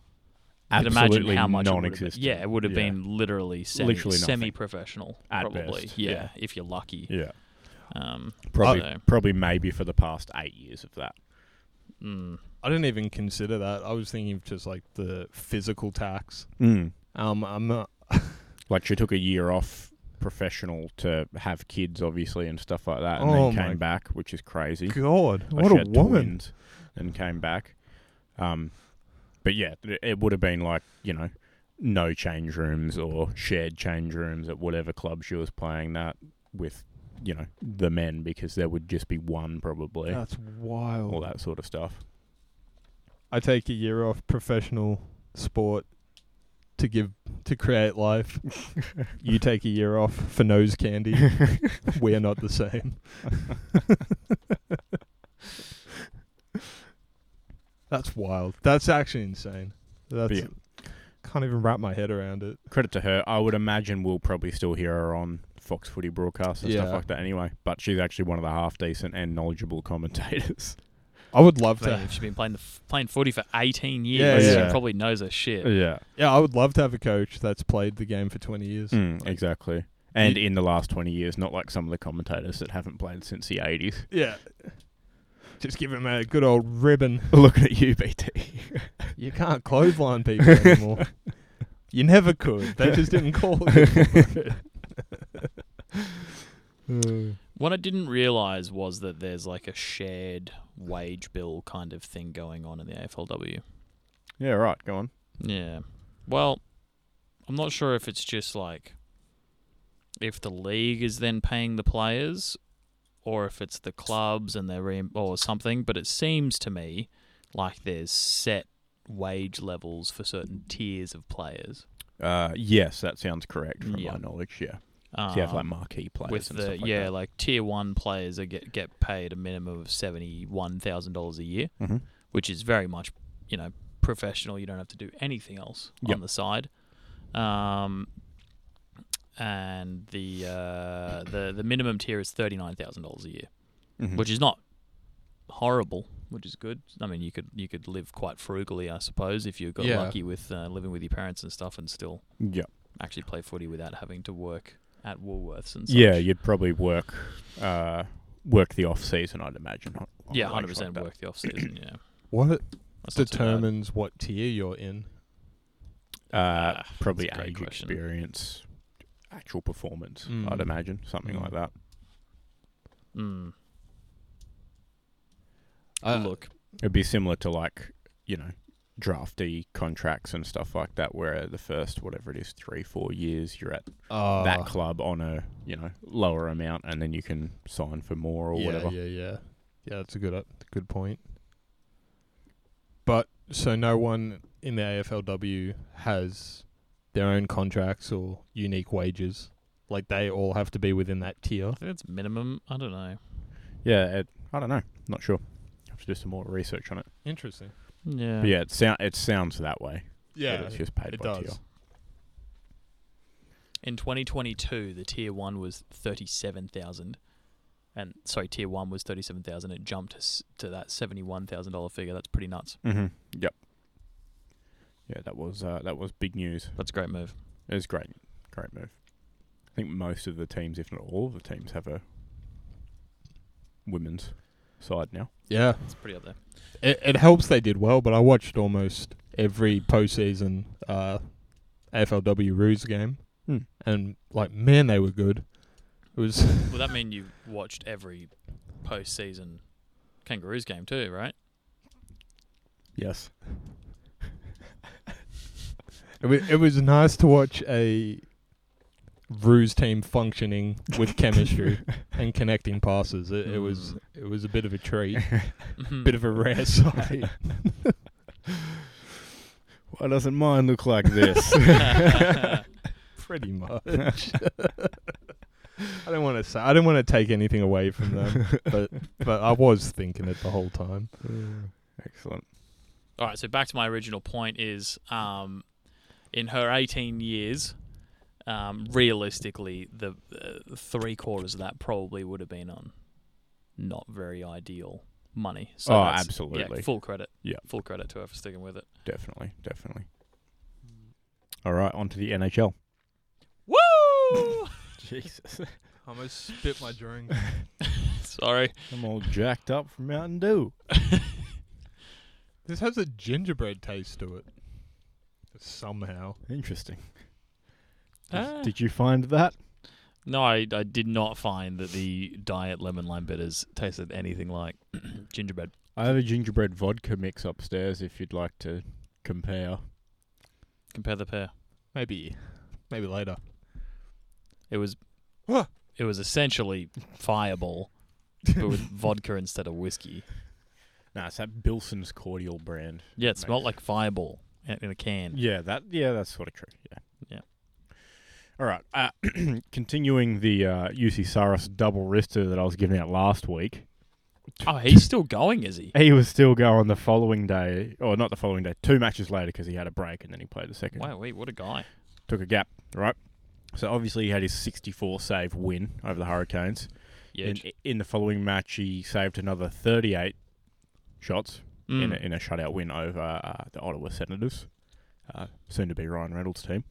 Speaker 3: You can
Speaker 1: absolutely
Speaker 3: imagine how much it would have been.
Speaker 1: non-existent.
Speaker 3: yeah, it would have
Speaker 1: Yeah.
Speaker 3: been literally semi,
Speaker 1: Literally nothing.
Speaker 3: semi-professional,
Speaker 1: At
Speaker 3: probably.
Speaker 1: best,
Speaker 3: Yeah,
Speaker 1: yeah.
Speaker 3: if you're lucky.
Speaker 1: Yeah,
Speaker 3: Um,
Speaker 2: Oh,
Speaker 1: probably
Speaker 3: so,
Speaker 1: probably maybe for the past eight years of that.
Speaker 3: mm,
Speaker 2: I didn't even consider that. I was thinking of just like the physical tax.
Speaker 1: Mm.
Speaker 2: Um, I'm uh,
Speaker 1: Like she took a year off professional to have kids, obviously, and stuff like that, and
Speaker 2: Oh
Speaker 1: then
Speaker 2: my-
Speaker 1: came back, which is crazy.
Speaker 2: God,
Speaker 1: Like,
Speaker 2: what
Speaker 1: she
Speaker 2: a
Speaker 1: had
Speaker 2: woman!
Speaker 1: twins And came back. Um, but yeah, it- it would have been like you know, no change rooms or shared change rooms at whatever club she was playing that with, you know, the men because there would just be one probably,
Speaker 2: That's wild.
Speaker 1: all that sort of stuff.
Speaker 2: I take a year off professional sport to give to create life. you take a year off for nose candy. we are not the same. That's wild. That's actually insane. That's can't even wrap my head around it.
Speaker 1: Credit to her. I would imagine we'll probably still hear her on Fox Footy broadcasts and
Speaker 2: Yeah.
Speaker 1: stuff like that anyway. But she's actually one of the half decent and knowledgeable commentators.
Speaker 2: I would love
Speaker 3: I mean,
Speaker 2: to.
Speaker 3: if she's been playing the f- playing footy for 18
Speaker 2: Yeah,
Speaker 3: years,
Speaker 1: yeah.
Speaker 3: she probably knows her shit.
Speaker 1: Yeah,
Speaker 2: Yeah, I would love to have a coach that's played the game for twenty years.
Speaker 1: mm, exactly. And in the last twenty years, not like some of the commentators that haven't played since the eighties.
Speaker 2: Yeah. Just give him a good old ribbon.
Speaker 1: Looking at you, BT.
Speaker 2: You can't clothesline people anymore. You never could. They just didn't call it.
Speaker 3: What I didn't realize was that there's like a shared wage bill kind of thing going on in the AFLW.
Speaker 1: yeah, right. Go on.
Speaker 3: Yeah. Well, I'm not sure if it's just like if the league is then paying the players or if it's the clubs and they're re- or something, but it seems to me like there's set wage levels for certain tiers of players.
Speaker 1: Uh, yes, that sounds correct from
Speaker 3: Yeah.
Speaker 1: my knowledge. Yeah,
Speaker 3: Um,
Speaker 1: so you have like marquee players
Speaker 3: with
Speaker 1: and
Speaker 3: the
Speaker 1: stuff like
Speaker 3: yeah, like tier one players are get get paid a minimum of seventy one thousand dollars a year,
Speaker 1: that. Mhm.
Speaker 3: which is very much you know professional. You don't have to do anything else
Speaker 1: Yep.
Speaker 3: on the side. Um, and the uh, the the minimum tier is thirty nine thousand dollars a year,
Speaker 1: Mhm.
Speaker 3: which is not horrible, which is good. I mean, you could you could live quite frugally, I suppose, if you got
Speaker 2: Yeah.
Speaker 3: lucky with uh, living with your parents and stuff, and still
Speaker 1: Yeah.
Speaker 3: actually play footy without having to work at Woolworths and such.
Speaker 1: Yeah, you'd probably work uh, work the off season, I'd imagine. on- on
Speaker 3: yeah,
Speaker 1: a wage
Speaker 3: hundred
Speaker 1: like
Speaker 3: percent
Speaker 1: that. Uh,
Speaker 3: work the off season. Yeah,
Speaker 2: What
Speaker 3: That's not too bad.
Speaker 2: determines what tier you're in?
Speaker 1: Uh,
Speaker 3: Ah,
Speaker 1: probably
Speaker 3: that's a great
Speaker 1: age,
Speaker 3: question. Hmm.
Speaker 1: experience, actual performance.
Speaker 2: Mm.
Speaker 1: I'd imagine something
Speaker 2: Mm.
Speaker 1: like that.
Speaker 3: Mm.
Speaker 2: Uh,
Speaker 3: Look,
Speaker 1: It'd be similar to like you know drafty contracts and stuff like that, where the first whatever it is, three four years, you're at
Speaker 2: uh,
Speaker 1: that club on a you know lower amount, and then you can sign for more or
Speaker 2: yeah,
Speaker 1: whatever.
Speaker 2: Yeah, yeah, yeah. That's a good, uh, good point. But so no one in the AFLW has their own contracts or unique wages. Like they all have to be within that tier.
Speaker 3: I think that's minimum. I don't know.
Speaker 1: Yeah, it, I don't know. Not sure. Have to do some more research on it.
Speaker 2: Interesting.
Speaker 3: Yeah.
Speaker 1: But yeah, it sound it sounds that way. but
Speaker 2: Yeah,
Speaker 1: it's just paid
Speaker 2: it
Speaker 1: by
Speaker 2: does.
Speaker 1: tier.
Speaker 3: In 2022, the tier one was 37,000, and sorry, tier one was 37,000. It jumped to, s- to that $71,000 figure. That's pretty nuts.
Speaker 1: Mm-hmm. Yep. Yeah, that was uh, that was big news.
Speaker 3: That's a great move.
Speaker 1: It was great, great move. I think most of the teams, if not all of the teams, have a women's side now.
Speaker 2: Yeah,
Speaker 3: It's pretty up there.
Speaker 2: it, it helps they did well. But I watched almost every postseason uh, AFLW Roos game,
Speaker 1: Hmm.
Speaker 2: and like man, they were good. It was
Speaker 3: Well, that mean you watched every postseason Kangaroos game too, right?
Speaker 1: Yes.
Speaker 2: It was, it was nice to watch a Ruse team functioning with chemistry and connecting passes. It, it was
Speaker 1: Hmm.
Speaker 3: Mm.
Speaker 2: it was a bit of a treat,
Speaker 3: Mhm.
Speaker 2: bit of a rare sight.
Speaker 1: Why doesn't mine look like this?
Speaker 2: Pretty much. I don't want to say I don't want to take anything away from them, but but I was thinking it the whole time.
Speaker 1: Excellent.
Speaker 3: All right, so back to my original point is um, in her 18 years, um, realistically, the uh, three quarters of that probably would have been on not very ideal money. So
Speaker 1: Oh,
Speaker 3: that's-
Speaker 1: absolutely.
Speaker 3: Yeah, full credit.
Speaker 1: Yeah.
Speaker 3: Full credit to her for sticking with it.
Speaker 1: Definitely, definitely. All right, on to the NHL.
Speaker 3: Woo!
Speaker 1: Jesus.
Speaker 2: I almost spit my drink.
Speaker 3: Sorry.
Speaker 1: I'm all jacked up from Mountain Dew.
Speaker 2: This has a gingerbread taste to it. Somehow.
Speaker 1: Interesting.
Speaker 3: Ah.
Speaker 1: Did you find that?
Speaker 3: No, I, I did not find that the diet lemon lime bitters tasted anything like gingerbread.
Speaker 1: I have a gingerbread vodka mix upstairs if you'd like to compare.
Speaker 3: Compare the pair.
Speaker 2: Maybe maybe later.
Speaker 3: It was
Speaker 2: Huh.
Speaker 3: it was essentially Fireball, but with vodka instead of whiskey.
Speaker 1: Nah, it's that Bilson's cordial brand.
Speaker 3: Yeah, it smelled
Speaker 1: Nice.
Speaker 3: like Fireball in in a can.
Speaker 1: Yeah, that yeah, that's sort of true. Yeah.
Speaker 3: Yeah.
Speaker 1: All right. Uh, continuing the uh, UC Saras double wrister that I was giving out last week.
Speaker 3: Oh, he's still going, is he?
Speaker 1: He was still going the following day, or not the following day, two matches later because he had a break and then he played the second.
Speaker 3: Wow, wait, what a guy.
Speaker 1: Took a gap, right? So obviously he had his 64 save win over the Hurricanes.
Speaker 3: Yeah.
Speaker 1: In, in the following match, he saved another 38 shots
Speaker 3: Mm.
Speaker 1: in, a, in a shutout win over uh, the Ottawa Senators, uh, soon to be Ryan Reynolds' team.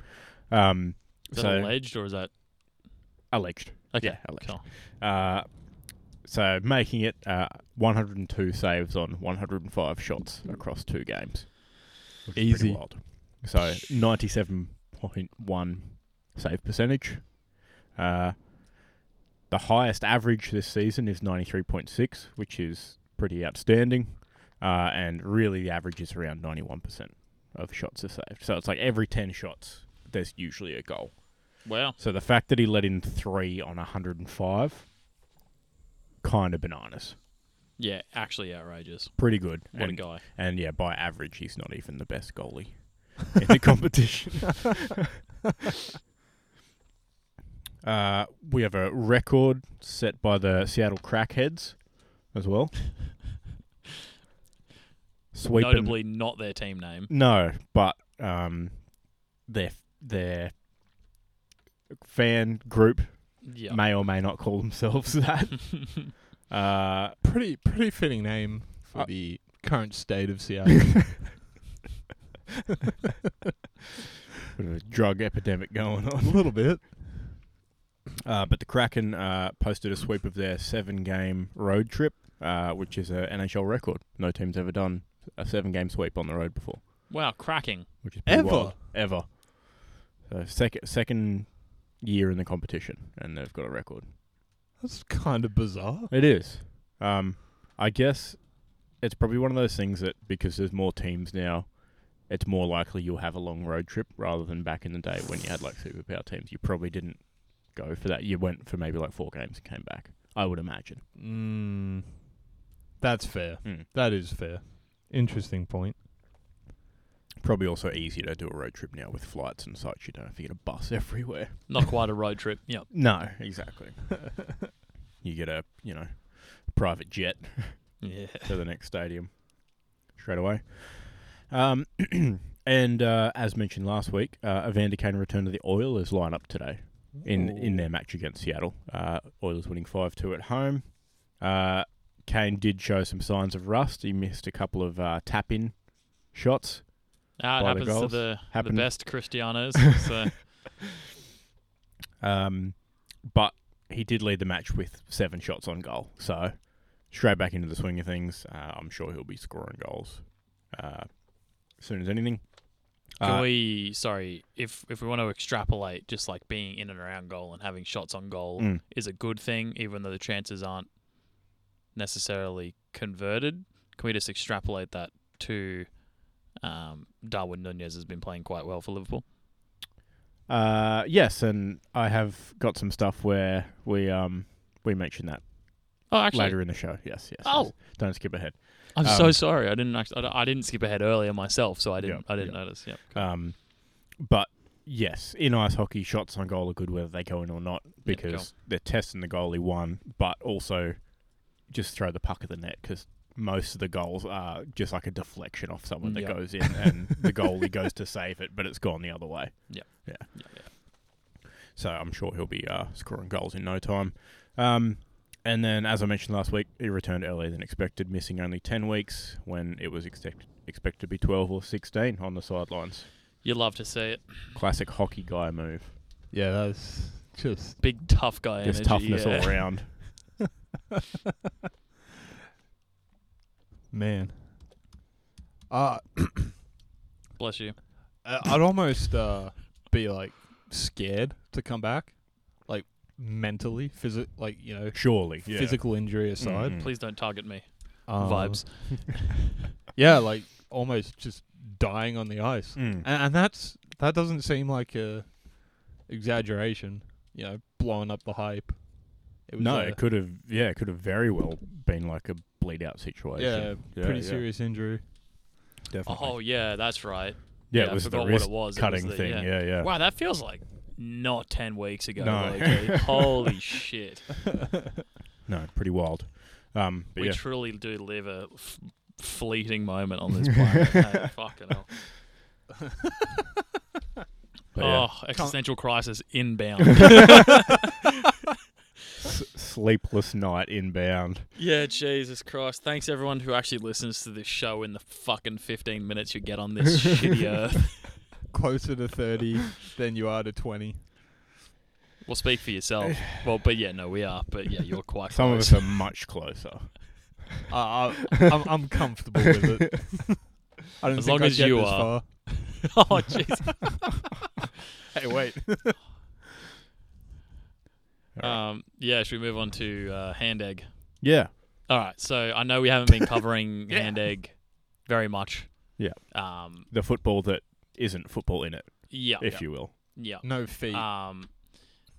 Speaker 1: Um,
Speaker 3: is that
Speaker 1: so
Speaker 3: alleged or is that
Speaker 1: alleged.
Speaker 3: okay?
Speaker 1: Yeah, alleged.
Speaker 3: cool.
Speaker 1: Uh, so making it uh, 102 saves on 105 shots across two games. Which is pretty
Speaker 2: Easy.
Speaker 1: wild. So 97.1 save percentage. Uh, the highest average this season is 93.6, which is pretty outstanding. Uh, and really, the average is around 91% of shots are saved. So it's like every 10 shots, there's usually a goal.
Speaker 3: Wow.
Speaker 1: So the fact that he let in three on 105, kind of bananas.
Speaker 3: Yeah, actually outrageous.
Speaker 1: Pretty good.
Speaker 3: What
Speaker 1: and,
Speaker 3: a guy.
Speaker 1: and yeah, by average, he's not even the best goalie in the competition. uh, we have a record set by the Seattle Crackheads as well. Sweeping,
Speaker 3: Notably not their team name.
Speaker 1: no, but um, their their fan group
Speaker 3: Yeah.
Speaker 1: may or may not call themselves that. uh,
Speaker 2: Pretty pretty fitting name for
Speaker 1: Uh,
Speaker 2: the current state of Seattle.
Speaker 1: Bit of a drug epidemic going
Speaker 2: a
Speaker 1: on.
Speaker 2: little bit.
Speaker 1: Uh, but the Kraken uh, posted a sweep of their seven game road trip, uh, which is an NHL record. No team's ever done a seven game sweep on the road before,
Speaker 3: Wow, cracking.
Speaker 1: which is pretty
Speaker 2: Ever?
Speaker 1: wild. Ever. So second, second year in the competition, and they've got a record.
Speaker 2: That's kind of bizarre.
Speaker 1: It is. Um, I guess it's probably one of those things that because there's more teams now, it's more likely you'll have a long road trip rather than back in the day when you had like superpower teams. You probably didn't go for that. You went for maybe like four games and came back. I would imagine.
Speaker 2: Mm, that's fair.
Speaker 1: Mm.
Speaker 2: That is fair. Interesting point.
Speaker 1: Probably also easier to do a road trip now with flights and such. You don't have to get a bus everywhere.
Speaker 3: Not quite a road trip. Yep.
Speaker 1: No, exactly. you get a you know private jet
Speaker 3: Yeah.
Speaker 1: to the next stadium straight away. Um, and uh, as mentioned last week, uh, Evander Kane returned to the Oilers lineup today in, in their match against Seattle. Uh, Oilers winning 5 2 at home. Uh, Kane did show some signs of rust. He missed a couple of uh, tap in shots.
Speaker 3: Ah,
Speaker 1: By
Speaker 3: it
Speaker 1: the
Speaker 3: happens to
Speaker 1: goals.
Speaker 3: the, the
Speaker 1: Happened.
Speaker 3: best Cristianos. So
Speaker 1: Um, but he did lead the match with seven shots on goal. So straight back into the swing of things. Uh, I'm sure he'll be scoring goals uh, as soon as anything.
Speaker 3: can
Speaker 1: Uh,
Speaker 3: we sorry, if if we want to extrapolate just like being in and around goal and having shots on goal
Speaker 1: mm.
Speaker 3: is a good thing, even though the chances aren't necessarily converted. Can we just extrapolate that to um, Darwin Nunez has been playing quite well for Liverpool? Oh,
Speaker 1: Uh, yes, and I have got some stuff where we um we mention that
Speaker 3: Oh, actually,
Speaker 1: later in the show. Yes, yes.
Speaker 3: Oh.
Speaker 1: yes. don't skip ahead.
Speaker 3: I'm so
Speaker 1: um,
Speaker 3: sorry. I didn't actually, I, didn't skip ahead earlier myself, so I didn't
Speaker 1: Yep,
Speaker 3: I didn't
Speaker 1: yep.
Speaker 3: notice. Yep.
Speaker 1: Um, but yes, in ice hockey, shots on goal are good whether they go in or not because they're testing the goalie one, but also just throw the puck at the net because most of the goals are just like a deflection off someone that
Speaker 3: Yeah.
Speaker 1: goes in and the goalie goes to save it, but it's gone the other way.
Speaker 3: Yep, yep.
Speaker 1: So I'm sure he'll be uh, scoring goals in no time. Um, and then, as I mentioned last week, he returned earlier than expected, missing only 10 weeks when it was expect- expected to be 12 or 16 on the sidelines.
Speaker 3: You love to see it.
Speaker 1: Classic hockey guy move.
Speaker 2: Yeah, that's just.
Speaker 3: Big tough guy
Speaker 1: There's
Speaker 3: energy.
Speaker 1: toughness
Speaker 3: yeah.
Speaker 1: all around.
Speaker 2: Man. Uh,
Speaker 3: Bless you.
Speaker 2: I- I'd almost uh, be like scared to come back, like mentally, physi- like you know,
Speaker 1: Surely. Yeah.
Speaker 2: physical injury aside.
Speaker 1: Mm. Uh,
Speaker 3: Please don't target me.
Speaker 2: Um,
Speaker 3: Vibes.
Speaker 2: Yeah, like almost just dying on the ice,
Speaker 1: Mm.
Speaker 2: and, and that's that doesn't seem like a exaggeration. You know, blowing up the hype. It
Speaker 1: No,
Speaker 2: a-
Speaker 1: it could have. Yeah, it could have very well been like a bleed out
Speaker 2: yeah,
Speaker 1: situation.
Speaker 2: pretty
Speaker 1: yeah,
Speaker 2: serious injury.
Speaker 1: Definitely.
Speaker 3: Oh yeah, that's right.
Speaker 1: yeah,
Speaker 3: yeah, I
Speaker 1: it was the
Speaker 3: forgot what
Speaker 1: wrist
Speaker 3: it was. It was
Speaker 1: cutting
Speaker 3: the-
Speaker 1: thing.
Speaker 3: yeah.
Speaker 1: Yeah, yeah.
Speaker 3: Wow, that feels like not ten weeks ago.
Speaker 1: No.
Speaker 3: low-key. Holy shit.
Speaker 1: No, pretty wild. Um, but
Speaker 3: we
Speaker 1: yeah.
Speaker 3: truly do live a f- fleeting moment on this planet. hey, fucking hell.
Speaker 1: but yeah.
Speaker 3: Oh, existential crisis inbound.
Speaker 1: S- sleepless night inbound.
Speaker 3: yeah, Jesus Christ. Thanks everyone who actually listens to this show in the fucking 15 minutes you get on this shitty earth.
Speaker 2: Closer to thirty than you are to twenty.
Speaker 3: Well, speak for yourself. Well, but yeah, no, we are. But yeah, you're quite
Speaker 1: Some of
Speaker 3: close. Uh,
Speaker 1: us are much closer.
Speaker 2: I, I, I'm, I'm comfortable with it. I don't
Speaker 3: As
Speaker 2: think
Speaker 3: long
Speaker 2: I'd
Speaker 3: as
Speaker 2: get
Speaker 3: you
Speaker 2: this far.
Speaker 3: are. oh, jeez.
Speaker 2: Hey, wait.
Speaker 1: Alright.
Speaker 3: Um, yeah, should we move on to uh, hand egg?
Speaker 1: Yeah.
Speaker 3: All right. So I know we haven't been covering hand egg very much.
Speaker 1: Yeah.
Speaker 3: Um.
Speaker 1: The football that isn't football in it,
Speaker 3: Yeah.
Speaker 1: if you will.
Speaker 3: yeah.
Speaker 2: No feet.
Speaker 3: Um.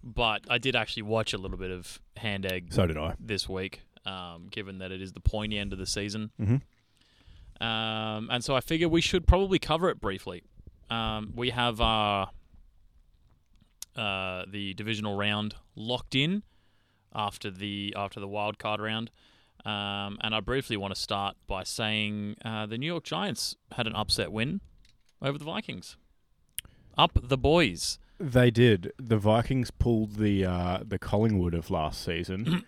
Speaker 3: But I did actually watch a little bit of hand egg
Speaker 1: So did I.
Speaker 3: this week. Um. Given that it is the pointy end of the season.
Speaker 1: Mm-hmm.
Speaker 3: Um. And so I figure we should probably cover it briefly. Um. We have our. Uh, the divisional round locked in after the after the wild card round. Um, and I briefly want to start by saying uh, the New York Giants had an upset win over the Vikings. Up the boys.
Speaker 1: They did. The Vikings pulled the uh, the Collingwood of last season,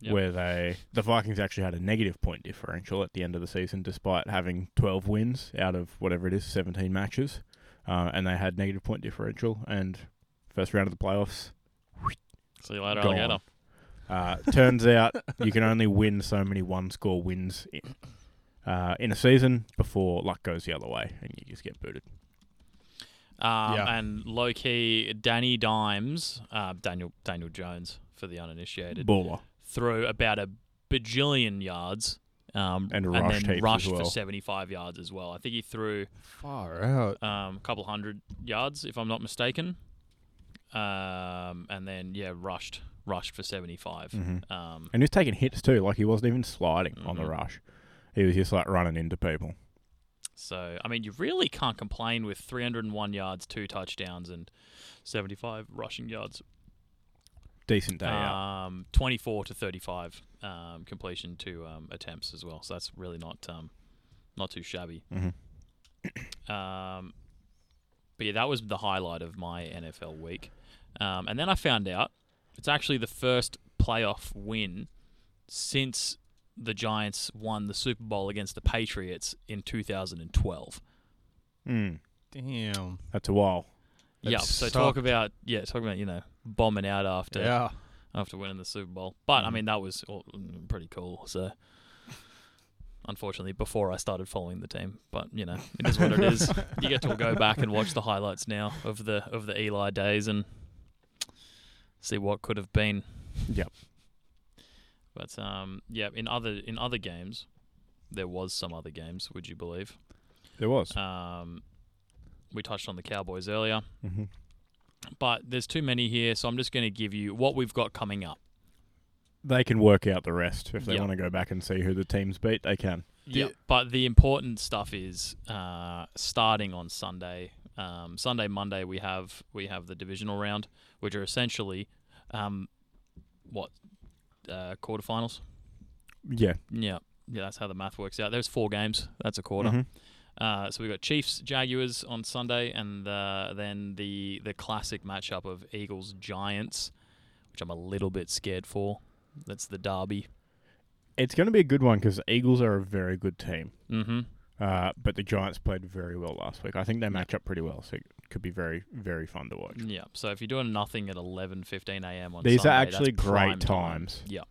Speaker 3: Yep.
Speaker 1: where they the Vikings actually had a negative point differential at the end of the season, despite having twelve wins out of whatever it is, seventeen matches, uh, and they had negative point differential. And first round of the playoffs,
Speaker 3: See you later,
Speaker 1: Go
Speaker 3: alligator.
Speaker 1: on. uh, turns out you can only win so many one score wins i uh, in a season before luck goes the other way, and you just get booted.
Speaker 3: Um,
Speaker 2: Yeah.
Speaker 3: And low key, Danny Dimes, uh, Daniel Daniel Jones for the uninitiated,
Speaker 1: Baller.
Speaker 3: threw about a bajillion yards. Um,
Speaker 1: And rushed
Speaker 3: then
Speaker 1: heaps as
Speaker 3: rushed for
Speaker 1: well.
Speaker 3: 75 yards as well. I think he threw
Speaker 2: Far out.
Speaker 3: um, a couple hundred yards, if I'm not mistaken. Um, and then yeah, rushed rushed for 75.
Speaker 1: Mhm.
Speaker 3: Um,
Speaker 1: And he was taking hits too, like he wasn't even sliding on the
Speaker 3: Mhm.
Speaker 1: rush. He was just like running into people.
Speaker 3: so I mean, you really can't complain with 301 yards, two touchdowns, and 75 rushing yards.
Speaker 1: Decent day out.
Speaker 3: um, 24 to 35 um, completion to um, attempts as well. So that's really not um, not too shabby.
Speaker 1: Mm-hmm.
Speaker 3: Um, but yeah, that was the highlight of my NFL week. Um, and then I found out it's actually the first playoff win since the Giants won the Super Bowl against the Patriots in 2012.
Speaker 1: Mm,
Speaker 2: Damn.
Speaker 1: that's a while.
Speaker 2: That
Speaker 3: yeah, so talk
Speaker 2: sucked.
Speaker 3: about yeah, talk about you know bombing out after
Speaker 2: Yeah. Mm-hmm.
Speaker 3: after winning the Super Bowl. But I
Speaker 1: Mhm.
Speaker 3: mean, that was all- mm, pretty cool. So, unfortunately, before I started following the team, but you know, it is what it is. You get to go back and watch the highlights now of the of the Eli days and see what could have been.
Speaker 1: Yep.
Speaker 3: But um, yeah, in other in other games, there was some other games. Would you believe?
Speaker 1: There was.
Speaker 3: Um, we touched on the Cowboys earlier
Speaker 1: hmm
Speaker 3: but there's too many here, so I'm just going to give you what we've got coming up.
Speaker 1: They can work out the rest. If they
Speaker 3: Yeah.
Speaker 1: want to go back and see who the teams beat, they can.
Speaker 3: Yeah.
Speaker 2: Yeah.
Speaker 3: But the important stuff is uh, starting on Sunday. Um, Sunday, Monday, we have we have the divisional round, which are essentially um, what uh, quarterfinals.
Speaker 1: Yeah.
Speaker 3: Yeah, yeah, that's how the math works out. There's four games. That's a quarter.
Speaker 1: Mhm.
Speaker 3: Uh, so we've got Chiefs Jaguars on Sunday, and uh, then the the classic matchup of Eagles Giants, which I'm a little bit scared for. That's the derby.
Speaker 1: It's going to be a good one because Eagles are a very good team.
Speaker 3: Mm-hmm.
Speaker 1: Uh, but the Giants played very well last week. I think they match up pretty well, so it could be very, very fun to watch.
Speaker 3: Yeah. So if you're doing nothing at 11, 15 a.m. on
Speaker 1: These are
Speaker 3: Sunday,
Speaker 1: actually
Speaker 3: that's
Speaker 1: great
Speaker 3: prime time.
Speaker 1: times.
Speaker 3: Yeah.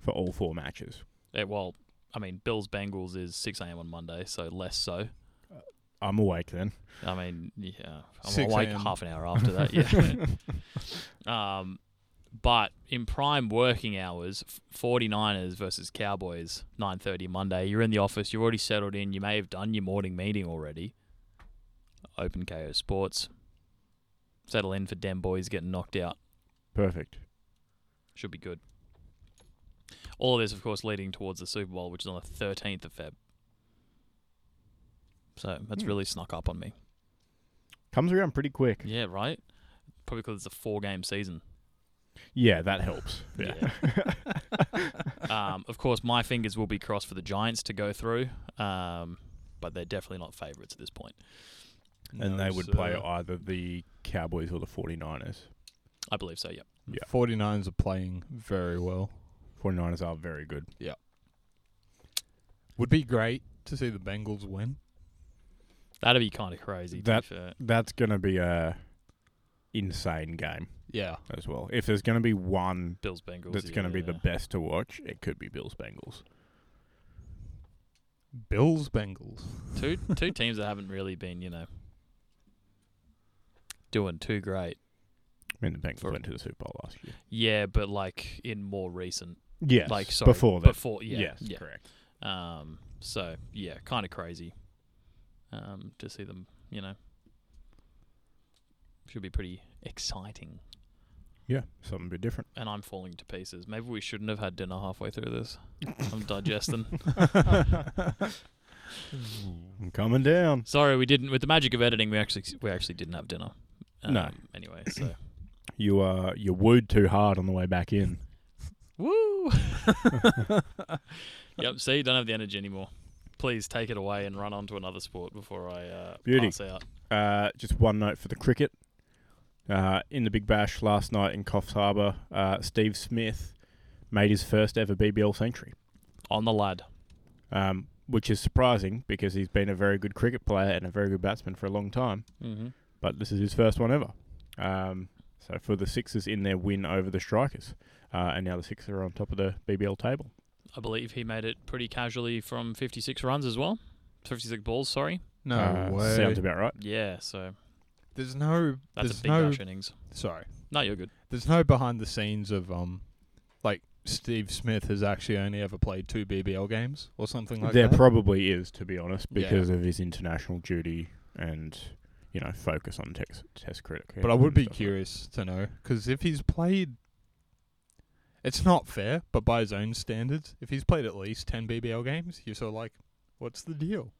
Speaker 1: For all four matches.
Speaker 3: Eh, well, I mean, Bills Bengals is 6 a.m. on Monday, so less so.
Speaker 1: I'm awake then.
Speaker 3: I mean, yeah, I'm
Speaker 2: 6
Speaker 3: awake
Speaker 2: a.m..
Speaker 3: half an hour after that. Yeah. um, but in prime working hours, f- 49ers versus Cowboys, 9:30 Monday. You're in the office. You're already settled in. You may have done your morning meeting already. Open KO Sports. Settle in for Dem boys getting knocked out.
Speaker 1: Perfect.
Speaker 3: Should be good. All of this, of course, leading towards the Super Bowl, which is on the 13th of Feb. So that's
Speaker 1: Hmm.
Speaker 3: really snuck up on me.
Speaker 1: Comes around pretty quick.
Speaker 3: Yeah, right? Probably because it's a four game season.
Speaker 1: Yeah, that helps. Yeah.
Speaker 3: um, of course, my fingers will be crossed for the Giants to go through, um, but they're definitely not favourites at this point.
Speaker 1: And
Speaker 2: No,
Speaker 1: they would
Speaker 2: so-
Speaker 3: uh,
Speaker 1: play either the Cowboys or the 49ers.
Speaker 3: I believe so, yeah.
Speaker 1: Yeah.
Speaker 2: 49s are playing very well.
Speaker 1: 49ers are very good.
Speaker 2: Would be great to see the Bengals win.
Speaker 3: That'd be kind of crazy. to be
Speaker 1: That-
Speaker 3: fair.
Speaker 1: That's going to be a insane game
Speaker 2: Yeah.
Speaker 1: as well. If there's going to be one
Speaker 3: Bills Bengals.
Speaker 1: that's going to be the
Speaker 3: yeah.
Speaker 1: best to watch, it could be Bills Bengals.
Speaker 2: Bills Bengals.
Speaker 3: two two teams that haven't really been, you know, doing too great.
Speaker 1: I mean, the Bengals
Speaker 3: For-
Speaker 1: went to the Super Bowl last year.
Speaker 3: Yeah, but like in more recent
Speaker 1: Yes.
Speaker 3: like sorry,
Speaker 1: before that.
Speaker 3: before yeah,
Speaker 1: yes,
Speaker 3: yeah.
Speaker 1: correct.
Speaker 3: Um, so yeah, kind of crazy. Um, to see them, you know, should be pretty exciting.
Speaker 1: Yeah, something a bit different.
Speaker 3: And I'm falling to pieces. Maybe we shouldn't have had dinner halfway through this. I'm digesting.
Speaker 1: I'm coming down.
Speaker 3: Sorry, we didn't. With the magic of editing, we actually we actually didn't have dinner. Um,
Speaker 1: No.
Speaker 3: Anyway, so
Speaker 1: You uh, you wooed too hard on the way back in.
Speaker 3: woo. yep. See, don't have the energy anymore. Please take it away and run on to another sport before I uh,
Speaker 1: Beauty.
Speaker 3: pass out.
Speaker 1: Uh, just one note for the cricket. Uh, in the Big Bash last night in Coffs Harbour, uh, Steve Smith made his first ever BBL century,
Speaker 3: on the lad.
Speaker 1: um, which is surprising because he's been a very good cricket player and a very good batsman for a long time.
Speaker 3: Mm-hmm.
Speaker 1: but this is his first one ever. Um, so for the Sixers in their win over the Strikers, uh, and now the Sixers are on top of the BBL table.
Speaker 3: I believe he made it pretty casually from 56 runs as well. 56 balls, sorry.
Speaker 2: No
Speaker 1: Uh,
Speaker 2: way.
Speaker 1: Sounds about right.
Speaker 3: Yeah, so
Speaker 2: there's no.
Speaker 3: that's
Speaker 2: there's
Speaker 3: a big
Speaker 2: no.
Speaker 3: bash innings.
Speaker 2: Sorry.
Speaker 3: No, you're good.
Speaker 2: There's no behind the scenes of um, like Steve Smith has actually only ever played two BBL games or something like
Speaker 1: there
Speaker 2: that.
Speaker 1: probably is, to be honest,
Speaker 2: Yeah.
Speaker 1: because of his international duty and you know focus on tex- test cricket.
Speaker 2: but I would
Speaker 1: and
Speaker 2: be
Speaker 1: stuff like-
Speaker 2: curious to know because if he's played, it's not fair. But by his own standards, if he's played at least ten BBL games, you're sort of like, what's the deal?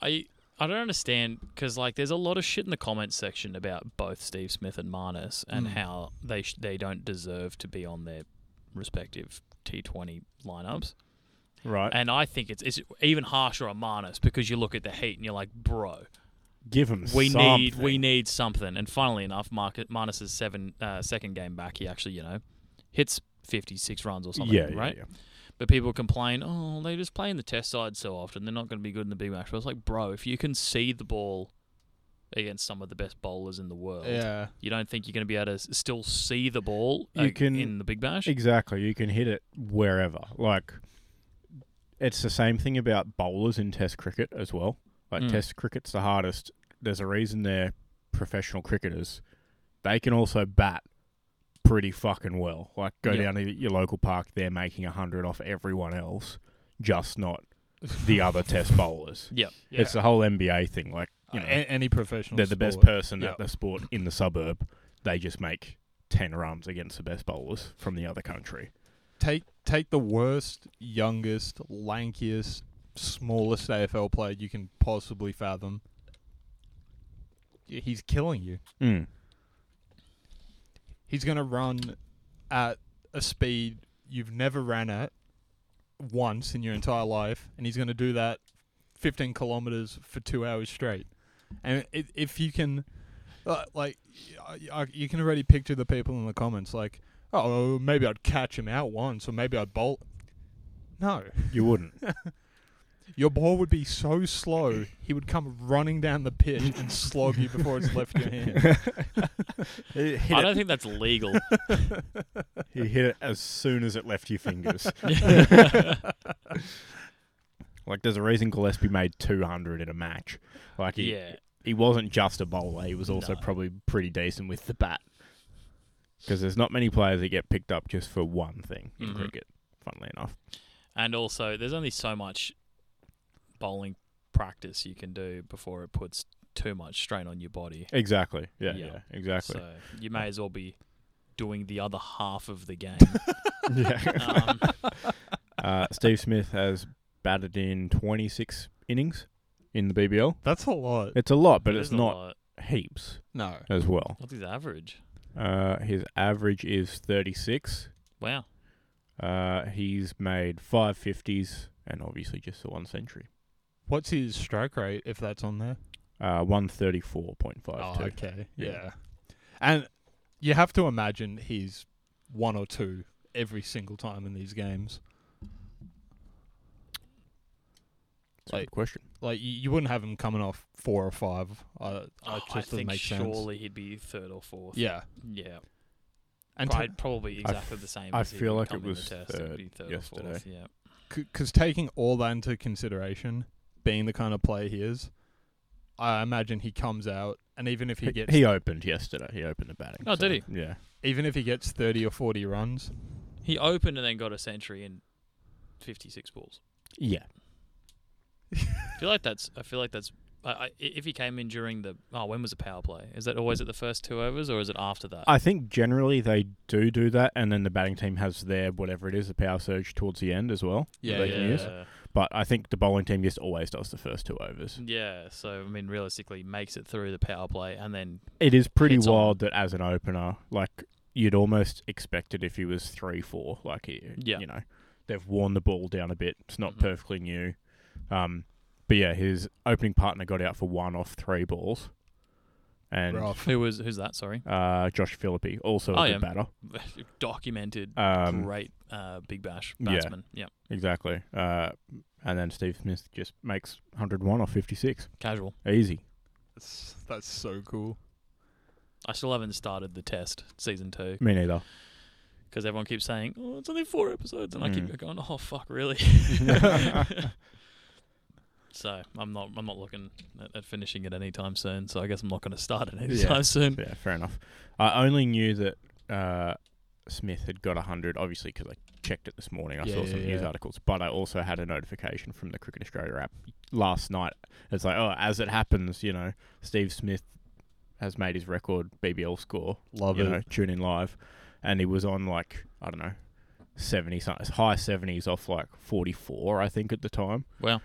Speaker 3: I I don't understand because like there's a lot of shit in the comments section about both Steve Smith and Marnus and
Speaker 2: Mm.
Speaker 3: how they sh- they don't deserve to be on their respective T20 lineups.
Speaker 1: right?
Speaker 3: And I think it's it's even harsher on Marnus because you look at the heat and you're like, bro,
Speaker 1: Give him.
Speaker 3: we
Speaker 1: something.
Speaker 3: need we need something. And funnily enough, Marcus, Marnus's seven uh, second game back, he actually you know hits 56 runs or something,
Speaker 1: Yeah, yeah,
Speaker 3: right?
Speaker 1: yeah.
Speaker 3: But people complain, oh, they just play in the test side so often. They're not going to be good in the big match. I was like, bro, if you can see the ball against some of the best bowlers in the world,
Speaker 2: Yeah,
Speaker 3: you don't think you're going to be able to s- still see the ball
Speaker 1: You
Speaker 3: uh,
Speaker 1: can-
Speaker 3: in the big bash?
Speaker 1: Exactly. You can hit it wherever. Like it's the same thing about bowlers in test cricket as well. Like
Speaker 3: Mm.
Speaker 1: test cricket's the hardest. There's a reason they're professional cricketers. They can also bat pretty fucking well. Like go
Speaker 3: Yeah.
Speaker 1: down to your local park, they're making 100 off everyone else, just not the other test bowlers.
Speaker 3: Yep.
Speaker 1: It's the whole NBA thing. Like, you
Speaker 2: Uh,
Speaker 1: know,
Speaker 2: a- any professional.
Speaker 1: they're the best
Speaker 2: sport.
Speaker 1: person
Speaker 2: Yeah.
Speaker 1: at the sport in the suburb. They just make 10 runs against the best bowlers from the other country.
Speaker 2: take take the worst, youngest, lankiest, smallest AFL player you can possibly fathom. Y- He's killing you.
Speaker 1: Mm.
Speaker 2: He's gonna run at a speed you've never ran at once in your entire life, and he's gonna do that fifteen kilometers for two hours straight. And i if you can, uh, like, y- I- I- you can already picture the people in the comments like, "Oh, maybe I'd catch him out once, or maybe I'd bolt." No,
Speaker 1: You wouldn't.
Speaker 2: Your ball would be so slow, he would come running down the pitch and slog you before it's left your hand.
Speaker 1: He
Speaker 3: I
Speaker 1: hit, it,
Speaker 3: don't think that's legal.
Speaker 1: he hit it as soon as it left your fingers. like, there's a reason Gillespie made 200 in a match. Like, he,
Speaker 3: yeah.
Speaker 1: he wasn't just a bowler, he was also
Speaker 3: No.
Speaker 1: probably pretty decent with the bat. Because there's not many players that get picked up just for one thing in
Speaker 3: Mhm.
Speaker 1: cricket, funnily enough.
Speaker 3: And also, there's only so much bowling practice you can do before it puts too much strain on your body.
Speaker 1: Exactly. Yeah, yeah,
Speaker 3: Yeah.
Speaker 1: exactly.
Speaker 3: So you may as well be doing the other half of the game.
Speaker 1: yeah.
Speaker 3: um,
Speaker 1: Uh, Steve Smith has batted in 26 innings in the BBL.
Speaker 2: That's a lot.
Speaker 1: It's a lot, but
Speaker 3: it
Speaker 1: it's
Speaker 3: is Um, a
Speaker 1: not
Speaker 3: lot.
Speaker 1: heaps
Speaker 2: No.
Speaker 1: as well.
Speaker 3: What's his average?
Speaker 1: Uh, his average is 36.
Speaker 3: Wow.
Speaker 1: Uh, he's made five fifties and obviously just the one century.
Speaker 2: What's his strike rate if that's on there?
Speaker 1: Uh, one thirty four point five two.
Speaker 2: Oh, okay.
Speaker 1: Yeah.
Speaker 2: Yeah. And you have to imagine he's one or two every single time in these games.
Speaker 1: That's a
Speaker 2: like-
Speaker 1: good question.
Speaker 2: Like you, you wouldn't have him coming off four or five. Uh,
Speaker 3: Oh,
Speaker 2: that just
Speaker 3: I
Speaker 2: doesn't
Speaker 3: think
Speaker 2: make sense.
Speaker 3: surely he'd be third or fourth.
Speaker 2: Yeah.
Speaker 3: Yeah.
Speaker 2: And
Speaker 3: Pri- probably
Speaker 1: I
Speaker 3: exactly the same.
Speaker 1: I
Speaker 3: as he
Speaker 1: feel
Speaker 3: would
Speaker 1: like it
Speaker 3: come in the
Speaker 1: was
Speaker 3: test.
Speaker 1: third
Speaker 3: It'd be third
Speaker 1: yesterday.
Speaker 3: or fourth. Yeah.
Speaker 2: because taking all that into consideration, being the kind of player he is, I imagine he comes out, and even if he
Speaker 1: He,
Speaker 2: gets,
Speaker 1: he opened yesterday. He opened the batting.
Speaker 3: Oh, did
Speaker 1: he? Yeah.
Speaker 2: even if he gets thirty or forty runs,
Speaker 3: He opened and then got a century in 56 balls.
Speaker 1: Yeah.
Speaker 3: I feel like that's. I feel like that's. I, I, if he came in during the oh when was the power play is that always at the first two overs or is it after that
Speaker 1: I think generally they do do that, and then the batting team has their whatever it is, the power surge towards the end as well. that
Speaker 2: Yeah,
Speaker 1: they can use.
Speaker 3: yeah.
Speaker 1: But I think the bowling team just always does the first two overs.
Speaker 3: Yeah, so I mean, realistically, makes it through the power play and then
Speaker 1: It is pretty
Speaker 3: Hits on.
Speaker 1: wild that as an opener, like you'd almost expect it if he was three four. Like he,
Speaker 3: Yeah.
Speaker 1: you know, they've worn the ball down a bit. It's not
Speaker 3: Mhm.
Speaker 1: perfectly new. Um, but yeah, his opening partner got out for one off three balls. and
Speaker 2: Rough.
Speaker 3: Who was who's that? Sorry,
Speaker 1: uh, Josh Philippi, also
Speaker 3: Oh,
Speaker 1: a
Speaker 3: yeah.
Speaker 1: good batter.
Speaker 3: documented
Speaker 1: Um,
Speaker 3: great uh, big bash
Speaker 1: yeah.
Speaker 3: batsman. Yeah,
Speaker 1: Exactly. Uh, and then Steve Smith just makes 101 or 56.
Speaker 3: casual.
Speaker 1: Easy.
Speaker 2: That's, that's so cool.
Speaker 3: I still haven't started the test season two
Speaker 1: Me neither.
Speaker 3: because everyone keeps saying, "Oh, it's only four episodes," and I
Speaker 1: Mm.
Speaker 3: keep going, "Oh, fuck, really?" so I'm not I'm not looking at, at finishing it anytime soon. So I guess I'm not going to start it anytime soon.
Speaker 1: Yeah, fair enough. I only knew that uh, Smith had got 100, obviously, because I checked it this morning. I
Speaker 2: Yeah,
Speaker 1: saw
Speaker 2: yeah,
Speaker 1: some news
Speaker 2: yeah.
Speaker 1: articles, but I also had a notification from the Cricket Australia app last night. It's like, oh, as it happens, you know, Steve Smith has made his record BBL score.
Speaker 2: Love
Speaker 1: you
Speaker 2: it.
Speaker 1: know, tune in live, and he was on like I don't know, seventy something, high seventies off like forty four, I think at the time.
Speaker 3: Wow.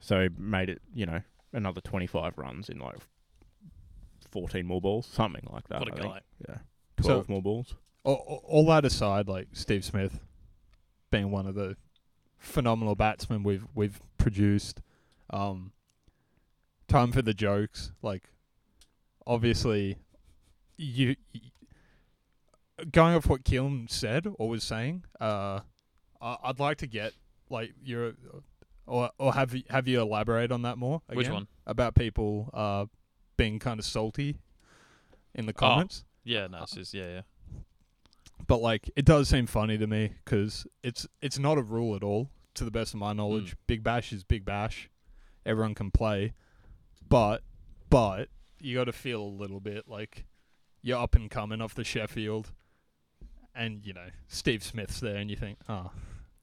Speaker 1: So he made it, you know, another twenty five runs in like fourteen more balls, something like that.
Speaker 3: What a
Speaker 1: Uh, I think.
Speaker 3: guy.
Speaker 1: Yeah,
Speaker 2: So-
Speaker 1: twelve more balls.
Speaker 2: all, all that aside, like Steve Smith being one of the phenomenal batsmen we've we've produced. Um, time for the jokes. Like, obviously, you, y going off what Keelan said or was saying. Uh, I, I'd like to get like your or or have you, have you elaborate on that more?
Speaker 3: Which
Speaker 2: again?
Speaker 3: one?
Speaker 2: about people uh being kind of salty in the
Speaker 3: Oh,
Speaker 2: comments?
Speaker 3: Yeah, no,
Speaker 1: Uh-huh.
Speaker 3: it's just yeah, yeah.
Speaker 2: but like it does seem funny to me because it's it's not a rule at all to the best of my knowledge
Speaker 1: Mm.
Speaker 2: big bash is big bash everyone can play but but you got to feel a little bit like you're up and coming off the sheffield and you know steve smith's there and you think oh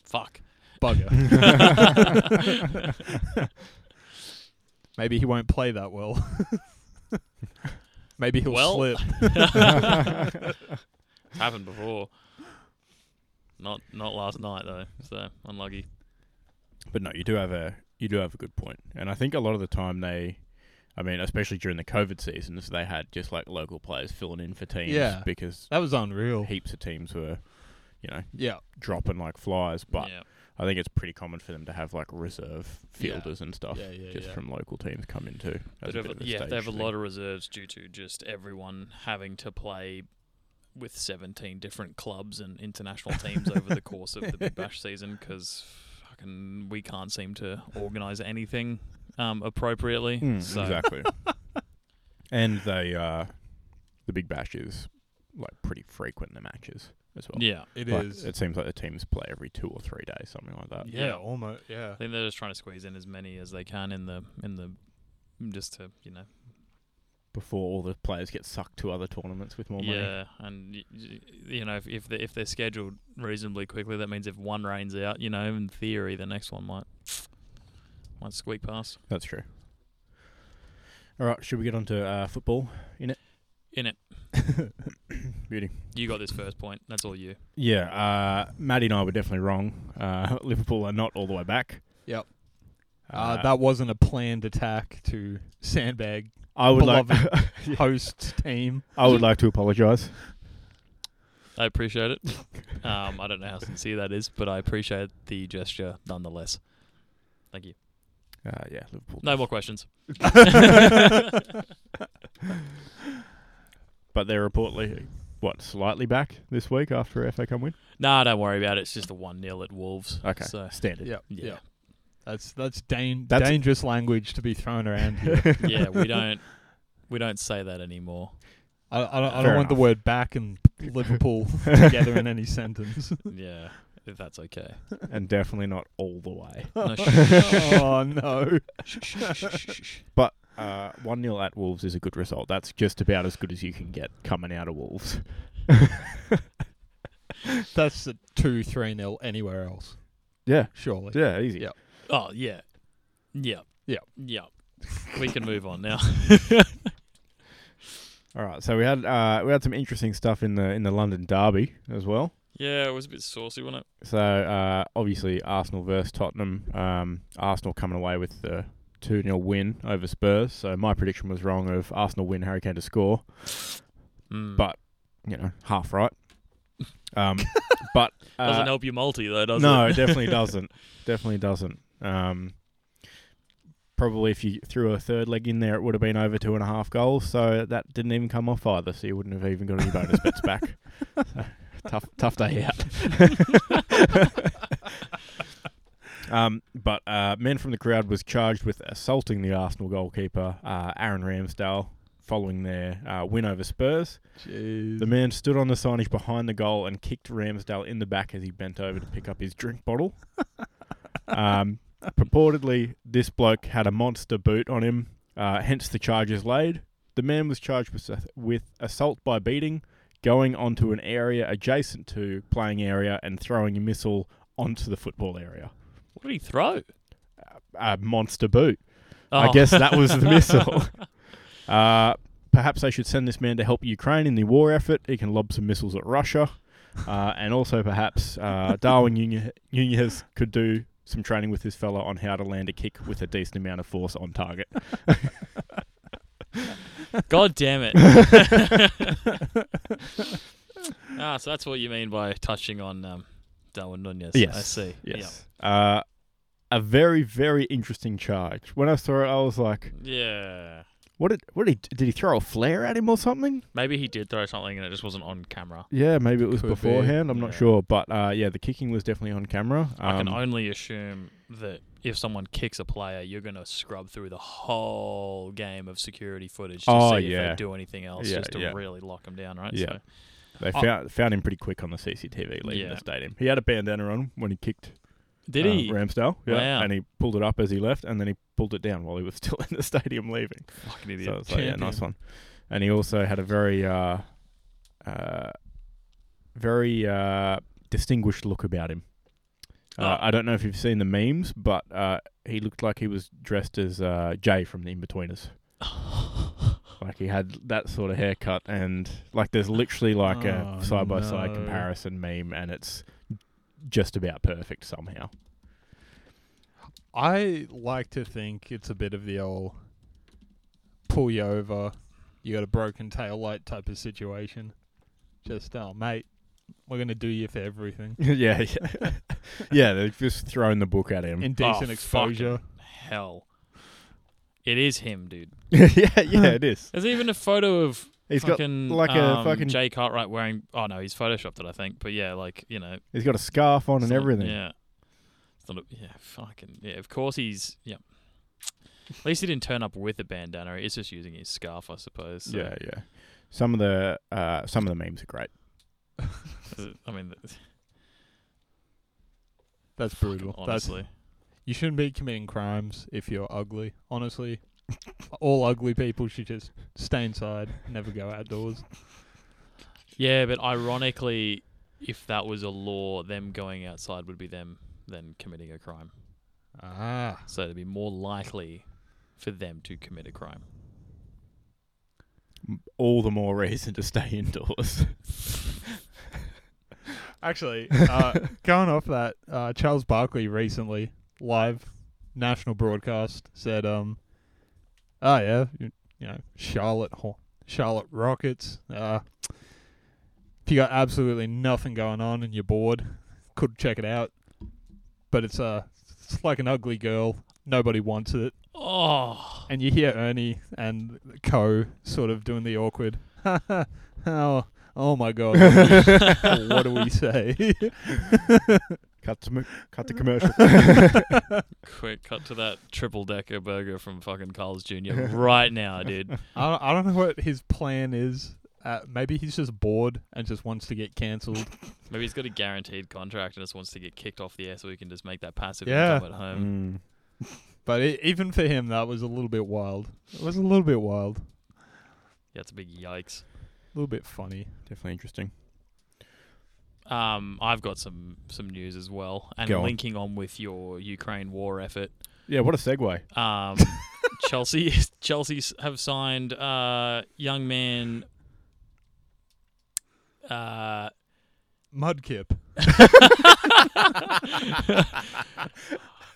Speaker 3: Fuck.
Speaker 2: bugger maybe he won't play that well maybe he'll
Speaker 3: Well-
Speaker 2: slip
Speaker 3: Happened before. Not not last night though, so unlucky.
Speaker 1: But no, you do have a you do have a good point, and I think a lot of the time they. I mean, especially during the COVID seasons, they had just like local players filling in for teams
Speaker 2: Yeah. Oh.
Speaker 1: because
Speaker 2: that was unreal
Speaker 1: heaps of teams were, you know,
Speaker 2: yeah
Speaker 1: dropping like flies. But
Speaker 3: yeah.
Speaker 1: I think it's pretty common for them to have like reserve fielders and stuff
Speaker 2: yeah yeah
Speaker 1: Oh, just
Speaker 2: yeah
Speaker 1: from local teams come in too. as
Speaker 3: Bit of a-
Speaker 1: bit of a
Speaker 3: yeah, they
Speaker 1: stage
Speaker 3: have a
Speaker 1: thing.
Speaker 3: lot of reserves due to just everyone having to play with 17 different clubs and international teams over the course of the Big Bash season because fucking we can't seem to organise anything um, appropriately.
Speaker 1: Mm,
Speaker 3: so
Speaker 1: Exactly. and they, uh, the Big Bash is like pretty frequent the matches as well.
Speaker 3: yeah,
Speaker 2: It is.
Speaker 1: Like, It seems like the teams play every two or three days, something like that.
Speaker 2: yeah,
Speaker 3: Yeah.
Speaker 2: almost. Yeah.
Speaker 3: I think they're just trying to squeeze in as many as they can in the in the just to you know
Speaker 1: Before all the players get sucked to other tournaments with more money.
Speaker 3: Yeah, and y- y- you know if if, they, if they're scheduled reasonably quickly, that means if one rains out, you know, in theory, the next one might might squeak past.
Speaker 1: That's true. All right, should we get on to uh, football?
Speaker 3: In it,
Speaker 1: Beauty.
Speaker 3: you got this first point. That's all you.
Speaker 1: Yeah, uh, Maddie and I were definitely wrong. Uh, Liverpool are not all the way back.
Speaker 2: Yep. Uh, that wasn't a planned attack to sandbag
Speaker 1: I would like.
Speaker 2: beloved host team.
Speaker 1: I would like to apologise.
Speaker 3: I appreciate it. um, I don't know how sincere that is, but I appreciate the gesture nonetheless. Thank you.
Speaker 1: Uh, yeah, Liverpool.
Speaker 3: No more questions.
Speaker 1: But they're reportedly what slightly back this week after a FA Cup win.
Speaker 3: Nah, don't worry about it. It's just a one 0 at Wolves.
Speaker 1: Okay,
Speaker 3: So
Speaker 1: standard.
Speaker 2: Yeah,
Speaker 3: Yeah.
Speaker 2: yeah. That's that's, dan-
Speaker 1: That's-
Speaker 2: dangerous language to be thrown around. Here.
Speaker 3: yeah, we don't we don't say that anymore.
Speaker 2: I, I don't,
Speaker 1: Fair
Speaker 2: I don't want the
Speaker 1: enough.
Speaker 2: word back and Liverpool together in any sentence.
Speaker 3: Yeah, if that's okay.
Speaker 1: and definitely not all the way.
Speaker 3: No, sh-
Speaker 2: oh no!
Speaker 1: But uh, one 0 at Wolves is a good result. That's just about as good as you can get coming out of Wolves.
Speaker 2: That's a two three nil anywhere else.
Speaker 1: Yeah,
Speaker 2: Surely.
Speaker 1: yeah, easy.
Speaker 2: Yeah.
Speaker 3: Oh yeah, yeah,
Speaker 2: Yeah.
Speaker 3: yeah. We can move on now.
Speaker 1: All right, so we had uh, we had some interesting stuff in the in the London derby as well.
Speaker 3: yeah, it was a bit saucy, wasn't it?
Speaker 1: So uh, obviously Arsenal versus Tottenham. Um, Arsenal coming away with the two 0 win over Spurs. So my prediction was wrong of Arsenal win, Harry Kane to score.
Speaker 3: Mm.
Speaker 1: But you know, half right. Um, but uh,
Speaker 3: doesn't help you multi though, does
Speaker 1: no,
Speaker 3: it?
Speaker 1: definitely doesn't. Definitely doesn't. Um, probably if you threw a third leg in there, it would have been over two and a half goals. So that didn't even come off either. So you wouldn't have even got any bonus bets back. So, tough, tough day out. um, but uh, man from the crowd was charged with assaulting the Arsenal goalkeeper uh, Aaron Ramsdale following their uh, win over Spurs.
Speaker 2: Jeez.
Speaker 1: The man stood on the signage behind the goal and kicked Ramsdale in the back as he bent over to pick up his drink bottle. Um, purportedly, this bloke had a monster boot on him, uh, hence the charges laid. The man was charged with, with assault by beating, going onto an area adjacent to playing area, and throwing a missile onto the football area.
Speaker 3: What did he throw?
Speaker 1: A monster boot. I
Speaker 3: Oh.
Speaker 1: guess that was the missile. Uh, perhaps they should send this man to help Ukraine in the war effort. He can lob some missiles at Russia. Uh, and also, perhaps uh, Darwin Nunez- Nunez could do some training with this fella on how to land a kick with a decent amount of force on target.
Speaker 3: God damn it. ah, so that's what you mean by touching on um, Darwin Nunez.
Speaker 1: Yes.
Speaker 3: I see.
Speaker 1: Yes. Uh, a very, very interesting charge. When I saw it, I was like,
Speaker 3: Yeah. yeah.
Speaker 1: "What did? What did he? Did he throw a flare at him or something?"
Speaker 3: Maybe he did throw something and it just wasn't on camera.
Speaker 1: Yeah, maybe it was
Speaker 2: Could be.
Speaker 1: beforehand. I'm not
Speaker 3: Yeah.
Speaker 1: sure, but uh, yeah, the kicking was definitely on camera.
Speaker 3: I can
Speaker 1: Um,
Speaker 3: only assume that if someone kicks a player, you're going to scrub through the whole game of security footage to
Speaker 1: Oh,
Speaker 3: see
Speaker 1: yeah.
Speaker 3: if they do anything else
Speaker 1: Yeah,
Speaker 3: just to
Speaker 1: yeah.
Speaker 3: really lock them down, right?
Speaker 1: Yeah.
Speaker 3: So,
Speaker 1: they
Speaker 3: oh.
Speaker 1: found found him pretty quick on the CCTV leaving
Speaker 3: Yeah.
Speaker 1: the stadium. He had a bandana on when he kicked
Speaker 3: did
Speaker 1: uh,
Speaker 3: he?
Speaker 1: Ramsdale, yeah,
Speaker 3: Wow.
Speaker 1: and he pulled it up as he left, and then he pulled it down while he was still in the stadium leaving.
Speaker 3: Fucking idiot.
Speaker 1: So it's like, yeah, nice
Speaker 2: Champion.
Speaker 1: one. And he also had a very uh, uh, very uh, distinguished look about him. Uh,
Speaker 3: Oh.
Speaker 1: I don't know if you've seen the memes, but uh, he looked like he was dressed as uh, Jay from the Inbetweeners. Like he had that sort of haircut, and like there's literally like
Speaker 2: Oh,
Speaker 1: a side by side
Speaker 2: no.
Speaker 1: comparison meme, and it's just about perfect somehow.
Speaker 2: I like to think it's a bit of the old pull you over, you got a broken tail light type of situation. Just, oh, mate, we're going to do you for everything.
Speaker 1: yeah, yeah, yeah. They've just thrown the book at him.
Speaker 2: Indecent
Speaker 3: Oh, fucking-
Speaker 2: exposure.
Speaker 3: Hell. It is him, dude.
Speaker 1: yeah, yeah, it is.
Speaker 3: There's even a photo of
Speaker 1: He's got
Speaker 3: fucking,
Speaker 1: like a
Speaker 3: um,
Speaker 1: fucking-
Speaker 3: Jay Cartwright wearing. Oh no, he's photoshopped it, I think. But yeah, like you know,
Speaker 1: he's got a scarf on
Speaker 3: it's
Speaker 1: and
Speaker 3: not-
Speaker 1: everything.
Speaker 3: Yeah, It's not a- yeah, fucking yeah. Of course he's yeah. At least he didn't turn up with a bandana. He's just using his scarf, I suppose. So,
Speaker 1: Yeah, yeah. Some of the uh, some of the memes are great.
Speaker 3: uh, I mean, th-
Speaker 2: That's brutal. That's,
Speaker 3: honestly,
Speaker 2: you shouldn't be committing crimes if you're ugly. Honestly, all ugly people should just stay inside, never go outdoors.
Speaker 3: yeah. But ironically, if that was a law, them going outside would be them then committing a crime.
Speaker 2: Ah.
Speaker 3: So it'd be more likely for them to commit a crime.
Speaker 1: All the more reason to stay indoors.
Speaker 2: Actually, uh, going off that, uh, Charles Barkley recently, live national broadcast, said, um, "Oh yeah, you, you know Charlotte, Ho- Charlotte Rockets. Uh, if you got absolutely nothing going on and you're bored, could check it out. But it's uh, it's like an ugly girl. Nobody wants it.
Speaker 3: Oh,
Speaker 2: And you hear Ernie and Co. sort of doing the awkward. oh, oh my god. what do we say?
Speaker 1: cut to mo- cut to commercial.
Speaker 3: quick cut to that triple decker burger from fucking Carl's Jr. right now, dude.
Speaker 2: I don't, I don't know what his plan is. Uh, maybe he's just bored and just wants to get cancelled.
Speaker 3: Maybe he's got a guaranteed contract and just wants to get kicked off the air so he can just make that passive
Speaker 2: Yeah.
Speaker 3: income at home.
Speaker 1: Mm.
Speaker 2: But it, even for him, that was a little bit wild. It was a little bit wild, a
Speaker 3: Yeah, it's a big yikes.
Speaker 2: little bit funny.
Speaker 1: Definitely interesting.
Speaker 3: Um, I've got some some news as well, and
Speaker 1: Go on.
Speaker 3: linking on with your Ukraine war effort.
Speaker 1: Yeah, what a segue.
Speaker 3: Um, Chelsea Chelsea s- have signed uh, young man. Uh,
Speaker 2: Mudkip.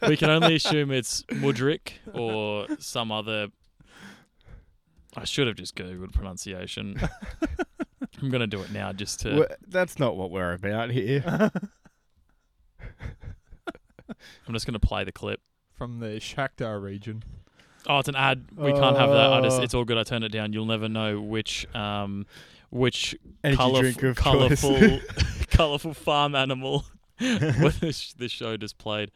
Speaker 3: we can only assume it's Mudrik or some other. I should have just googled pronunciation. I'm gonna do it now just to.
Speaker 1: Well, that's not what we're about
Speaker 3: Uh-huh.
Speaker 1: here.
Speaker 3: I'm just gonna play the clip.
Speaker 2: From the Shakhtar region.
Speaker 3: Oh, it's an ad. We can't have that. I just,
Speaker 2: Uh.
Speaker 3: it's all good. I turn it down. You'll never know which um, which
Speaker 1: Energy drink
Speaker 3: colorful
Speaker 1: of
Speaker 3: colorful colorful farm animal what this, this show just played.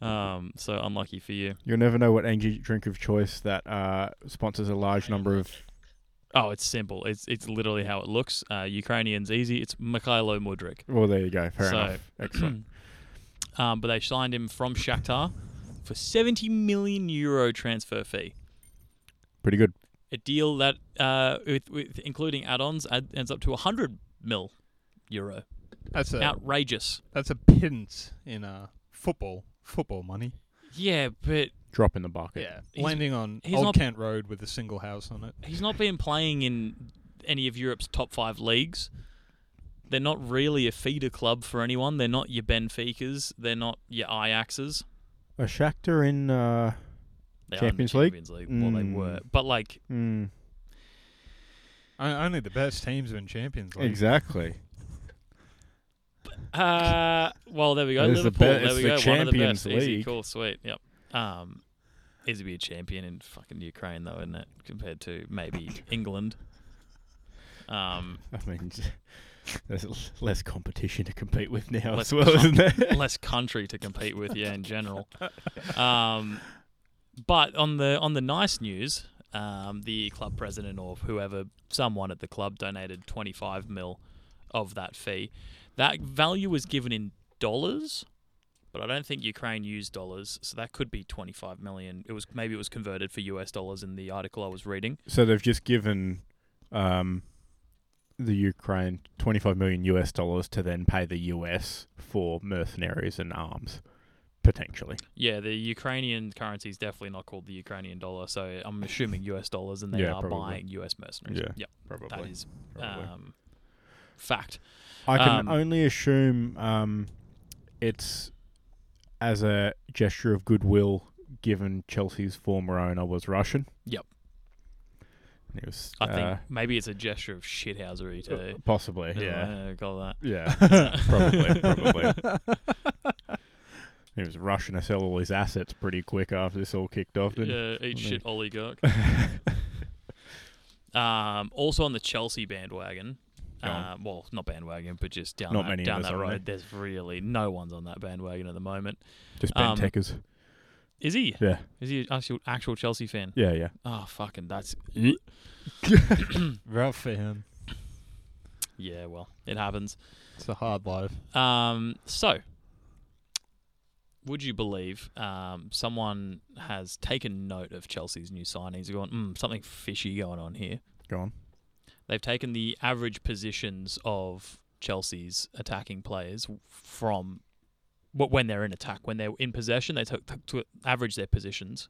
Speaker 3: Um, so unlucky for you.
Speaker 1: You'll never know what energy drink of choice that uh, sponsors a large number of.
Speaker 3: Oh, it's simple. It's it's literally how it looks. Uh, Ukrainian's easy. It's Mikhailo Mudrik.
Speaker 1: Well, there you go. Fair
Speaker 3: So-
Speaker 1: enough. Excellent.
Speaker 3: Um, but they signed him from Shakhtar for 70 million euro transfer fee.
Speaker 1: Pretty good.
Speaker 3: A deal that, uh, with, with including add-ons, ad- ends up to 100 mil euro.
Speaker 2: That's a
Speaker 3: Outrageous.
Speaker 2: that's a pittance in uh football football money.
Speaker 3: Yeah, but
Speaker 1: Drop in the bucket.
Speaker 3: He's-
Speaker 2: landing on
Speaker 3: he's
Speaker 2: Old
Speaker 3: not-
Speaker 2: Kent Road with a single house on it.
Speaker 3: he's not been playing in any of Europe's top five leagues. They're not really a feeder club for anyone. They're not your Benficas. They're not your Ajaxes.
Speaker 1: A Shakhtar in. Uh,
Speaker 3: They are in the
Speaker 1: Champions League?
Speaker 3: Champions League. Well, they
Speaker 1: Mm.
Speaker 3: were. But, like,
Speaker 1: mm,
Speaker 2: O- Only the best teams are in Champions League.
Speaker 1: exactly.
Speaker 3: Uh, well, there we go.
Speaker 1: It is the
Speaker 3: Liverpool.
Speaker 1: be-
Speaker 3: there
Speaker 1: it's
Speaker 3: we
Speaker 1: the
Speaker 3: go. One of the
Speaker 1: Champions
Speaker 3: best. Easy,
Speaker 1: League.
Speaker 3: cool, sweet. Yep. Um, easy to be a champion in fucking Ukraine, though, isn't it? Compared to maybe England. Um,
Speaker 1: I mean, there's l- less competition to compete with now
Speaker 3: Less
Speaker 1: as well, isn't there?
Speaker 3: less country to compete with, yeah, in general. Um, but on the on the nice news, um, the club president or whoever, someone at the club, donated 25 mil of that fee. That value was given in dollars, but I don't think Ukraine used dollars, so that could be 25 million. It was maybe it was converted for US dollars in the article I was reading.
Speaker 1: So they've just given um, the Ukraine 25 million US dollars to then pay the US for mercenaries and arms, potentially.
Speaker 3: Yeah, the Ukrainian currency is definitely not called the Ukrainian dollar, so I'm assuming US dollars, and they
Speaker 1: Yeah,
Speaker 3: are
Speaker 1: probably.
Speaker 3: buying US mercenaries.
Speaker 1: Yeah,
Speaker 3: yep, that
Speaker 1: Probably.
Speaker 3: is um, fact.
Speaker 1: I can
Speaker 3: um,
Speaker 1: only assume um, it's as a gesture of goodwill given Chelsea's former owner was Russian.
Speaker 3: Yep.
Speaker 1: And It was,
Speaker 3: I think
Speaker 1: uh,
Speaker 3: maybe it's a gesture of shithousery to
Speaker 1: possibly,
Speaker 3: uh,
Speaker 1: yeah.
Speaker 3: call that.
Speaker 1: Yeah, probably, probably. He was rushing to sell all his assets pretty quick after this all kicked off. Didn't he?
Speaker 3: Yeah, eat
Speaker 1: Maybe.
Speaker 3: shit, oligarch. um, also on the Chelsea bandwagon.
Speaker 1: Go on.
Speaker 3: Um, well, not bandwagon, but just down
Speaker 1: Not
Speaker 3: that,
Speaker 1: many of
Speaker 3: down
Speaker 1: us
Speaker 3: that
Speaker 1: are on
Speaker 3: road. There's really no one's on that bandwagon at the moment.
Speaker 1: Just
Speaker 3: Um,
Speaker 1: Benteckers.
Speaker 3: Is he?
Speaker 1: yeah,
Speaker 3: Is he an actual actual Chelsea fan?
Speaker 1: yeah, yeah.
Speaker 3: Oh fucking that's
Speaker 2: Rough for him.
Speaker 3: yeah. Well, it happens.
Speaker 2: It's a hard life.
Speaker 3: Um, so, would you believe um, someone has taken note of Chelsea's new signings and gone, mm, something fishy going on here?
Speaker 1: Go on.
Speaker 3: They've taken the average positions of Chelsea's attacking players from wh- when they're in attack, when they're in possession, they took took to average their positions,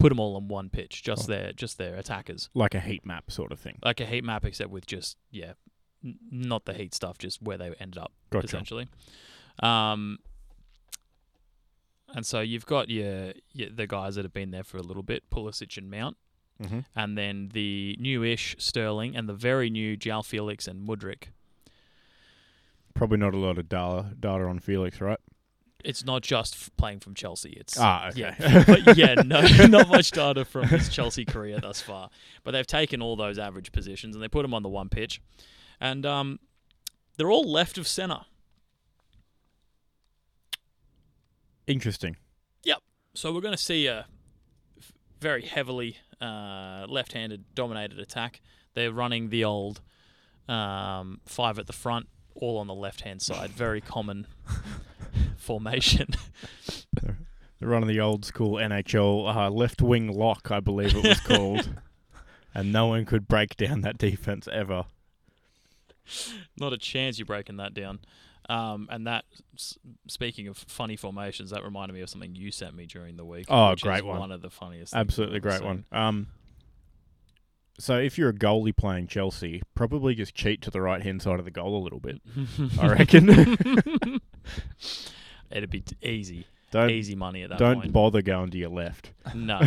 Speaker 3: put them all on one pitch, just
Speaker 1: Oh.
Speaker 3: their just their attackers,
Speaker 1: Like a heat map sort of thing.
Speaker 3: like a heat map, except with just yeah, n- not the heat stuff, just where they ended up
Speaker 1: Gotcha.
Speaker 3: essentially. Um, and so you've got your, your the guys that have been there for a little bit, Pulisic and Mount,
Speaker 1: Mm-hmm.
Speaker 3: and then the newish Sterling and the very new Jao Felix and Mudrick.
Speaker 1: Probably not a lot of data, data on Felix, right?
Speaker 3: It's not just f- playing from Chelsea. It's
Speaker 1: Ah, okay.
Speaker 3: yeah, but yeah, no, not much data from his Chelsea career thus far. But they've taken all those average positions and they put them on the one pitch, and um, they're all left of centre.
Speaker 1: Interesting.
Speaker 3: So we're going to see a f- very heavily uh, left-handed dominated attack. They're running the old um, five at the front, all on the left-hand side. Very common formation.
Speaker 1: They're running the old school NHL uh, left wing lock, I believe it was called. And no one could break down that defense ever.
Speaker 3: Not a chance you're breaking that down. Um, and that, s- speaking of funny formations, that reminded me of something you sent me during the week.
Speaker 1: Oh,
Speaker 3: which is
Speaker 1: great one.
Speaker 3: One of the funniest. things I've
Speaker 1: Absolutely
Speaker 3: ever
Speaker 1: great
Speaker 3: seen.
Speaker 1: one. Um, so if you're a goalie playing Chelsea, probably just cheat to the right hand side of the goal a little bit. I reckon.
Speaker 3: It'd be t- easy,
Speaker 1: don't
Speaker 3: easy money at that
Speaker 1: don't
Speaker 3: point.
Speaker 1: bother going to your left.
Speaker 3: No.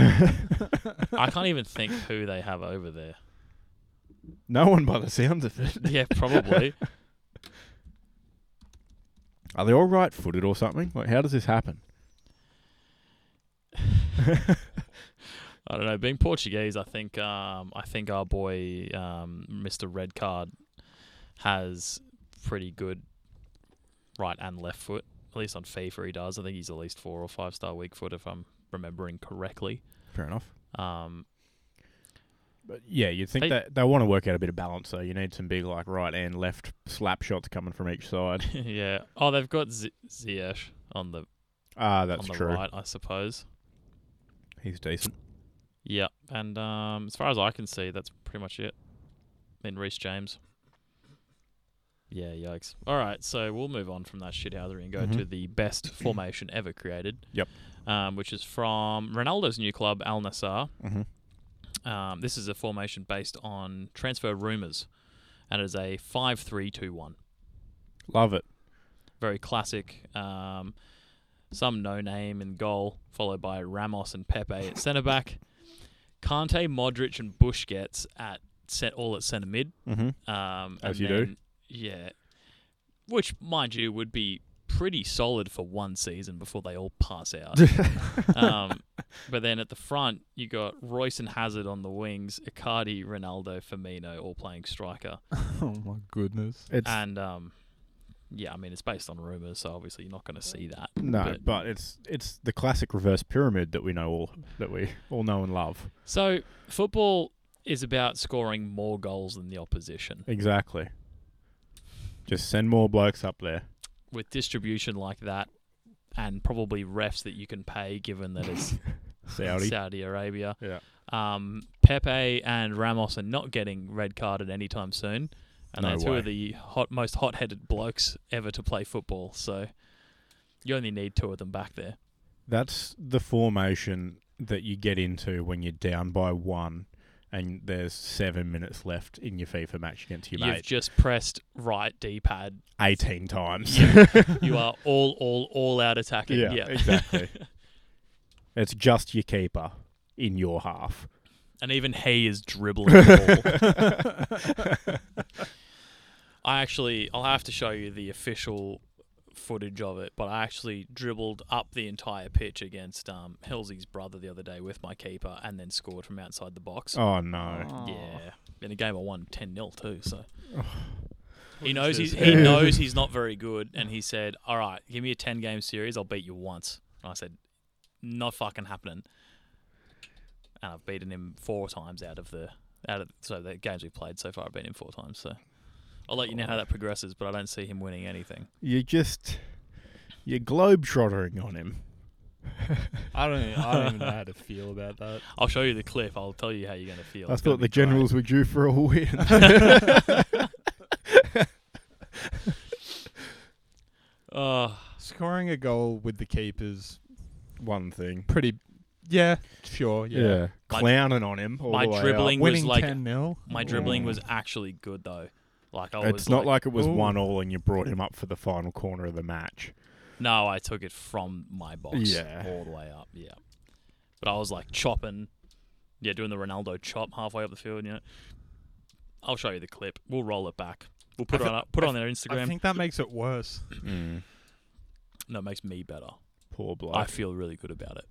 Speaker 3: I can't even think who they have over there.
Speaker 1: No one by the sounds of it.
Speaker 3: Yeah, probably.
Speaker 1: Are they all right footed or something? Like, how does this happen?
Speaker 3: I don't know. Being Portuguese, I think um, I think our boy um, Mr. Redcard has pretty good right and left foot. At least on FIFA, he does. I think he's at least four or five star weak foot, if I'm remembering correctly.
Speaker 1: Fair enough.
Speaker 3: Um,
Speaker 1: But yeah, you'd think
Speaker 3: Hey-
Speaker 1: that they want to work out a bit of balance, though. You need some big like right and left slap shots coming from each side.
Speaker 3: yeah. Oh, they've got Z- Ziyech on the
Speaker 1: Ah, that's
Speaker 3: on the
Speaker 1: true.
Speaker 3: right, I suppose.
Speaker 1: He's decent.
Speaker 3: Yeah, and um, as far as I can see, that's pretty much it. I mean, Reese James. Yeah, yikes. Mm-hmm. All right, so we'll move on from that shithousery and go
Speaker 1: Mhm.
Speaker 3: to the best formation ever created.
Speaker 1: Yep.
Speaker 3: Um, which is from Ronaldo's new club, Al Nassr.
Speaker 1: Mm-hmm.
Speaker 3: Um, this is a formation based on transfer rumours, and it is a 5 3 2 1
Speaker 1: Love it.
Speaker 3: very classic. Um, some no name in goal, followed by Ramos and Pepe at centre back. Kante, Modric, and Busquets at set all at centre mid.
Speaker 1: Mm-hmm.
Speaker 3: Um,
Speaker 1: As
Speaker 3: and
Speaker 1: you do.
Speaker 3: then- yeah. Which, mind you, would be pretty solid for one season before they all pass out. um, but then at the front, you got Royce and Hazard on the wings, Icardi, Ronaldo, Firmino, all playing striker.
Speaker 2: oh my goodness.
Speaker 1: It's
Speaker 3: And um, yeah, I mean it's based on rumors, so obviously you're not going to see that.
Speaker 1: no,
Speaker 3: but-
Speaker 1: but, it's it's the classic reverse pyramid that we know all that we all know and love.
Speaker 3: So football is about scoring more goals than the opposition.
Speaker 1: Exactly. Just send more blokes up there.
Speaker 3: With distribution like that, and probably refs that you can pay, given that it's
Speaker 1: Saudi.
Speaker 3: Saudi Arabia.
Speaker 1: Yeah.
Speaker 3: Um, Pepe and Ramos are not getting red carded anytime soon, and
Speaker 1: No
Speaker 3: they're two
Speaker 1: way.
Speaker 3: of the hot, most hot-headed blokes ever to play football. So you only need two of them back there.
Speaker 1: That's the formation that you get into when you're down by one, and there's seven minutes left in your FIFA match against your
Speaker 3: You've
Speaker 1: mate
Speaker 3: just pressed right D-pad
Speaker 1: eighteen times.
Speaker 3: you are all all all out attacking. Yeah,
Speaker 1: exactly. it's just your keeper in your half.
Speaker 3: and even he is dribbling. the ball. I actually, I'll have to show you the official footage of it, but I actually dribbled up the entire pitch against um, Hilsey's brother the other day with my keeper, and then scored from outside the box.
Speaker 1: Oh no!
Speaker 3: Yeah, in a game I won 10 0 too. So he
Speaker 2: What
Speaker 3: knows
Speaker 2: is
Speaker 3: he's,
Speaker 2: this?
Speaker 3: he knows he's not very good, and he said, "All right, give me a 10 game series, I'll beat you once." And I said, "Not fucking happening." And I've beaten him four times out of the out of so the games we've played so far. I've beaten him four times. So I'll let you know how that progresses, but I don't see him winning anything.
Speaker 1: You just you're globetrotting on him.
Speaker 2: I don't. Even, I don't even know how to feel about that.
Speaker 3: I'll show you the clip. I'll tell you how you're going to feel.
Speaker 1: I
Speaker 3: It's gonna
Speaker 1: thought the
Speaker 3: be great.
Speaker 1: generals were due for a win.
Speaker 3: Oh,
Speaker 2: Scoring a goal with the keepers,
Speaker 1: One thing.
Speaker 2: pretty. Yeah, sure.
Speaker 1: Yeah.
Speaker 2: Yeah.
Speaker 3: My-
Speaker 1: Clowning on him. All
Speaker 3: my
Speaker 1: the way up.
Speaker 3: dribbling was
Speaker 2: Winning
Speaker 3: like
Speaker 2: ten 0
Speaker 3: my dribbling was actually good though. Like I was
Speaker 1: It's not like it was
Speaker 2: Ooh.
Speaker 1: one all and you brought him up for the final corner of the match.
Speaker 3: No, I took it from my box
Speaker 1: Yeah.
Speaker 3: all the way up. Yeah. But I was like chopping, yeah, doing the Ronaldo chop halfway up the field. You know, I'll show you the clip. We'll roll it back. We'll put
Speaker 2: I
Speaker 3: it on put it
Speaker 2: I
Speaker 3: on their
Speaker 2: I
Speaker 3: Instagram.
Speaker 2: think that makes it worse.
Speaker 3: no, it makes me better.
Speaker 1: Poor bloke.
Speaker 3: Mm. I feel really good about it.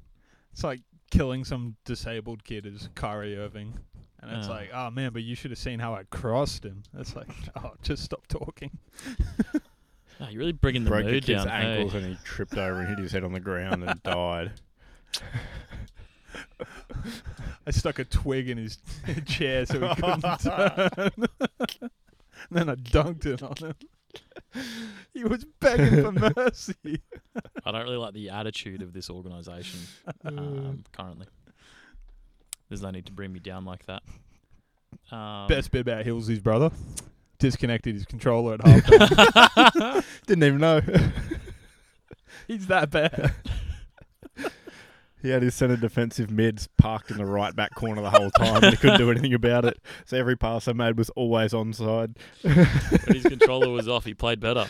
Speaker 2: It's like killing some disabled kid is Kyrie Irving. And it's
Speaker 3: Yeah.
Speaker 2: like, oh man, but you should have seen how I crossed him. It's like, oh, just stop talking.
Speaker 3: Oh, you're really bringing the
Speaker 1: Broke the
Speaker 3: mood
Speaker 1: kid's
Speaker 3: down. hey.
Speaker 1: ankles and he tripped over and hit his head on the ground and died.
Speaker 2: I stuck a twig in his chair so he couldn't turn. then I dunked it on him. he was begging for mercy.
Speaker 3: I don't really like the attitude of this organisation
Speaker 1: Mm.
Speaker 3: um, currently. There's no need to bring me down like that. Um,
Speaker 2: Best bit about Hillsy's brother. Disconnected his controller at half.
Speaker 1: Didn't even know.
Speaker 2: He's that bad.
Speaker 1: He had his centre defensive mids parked in the right back corner the whole time and he couldn't do anything about it. So every pass I made was always onside.
Speaker 3: when his controller was off, he played better.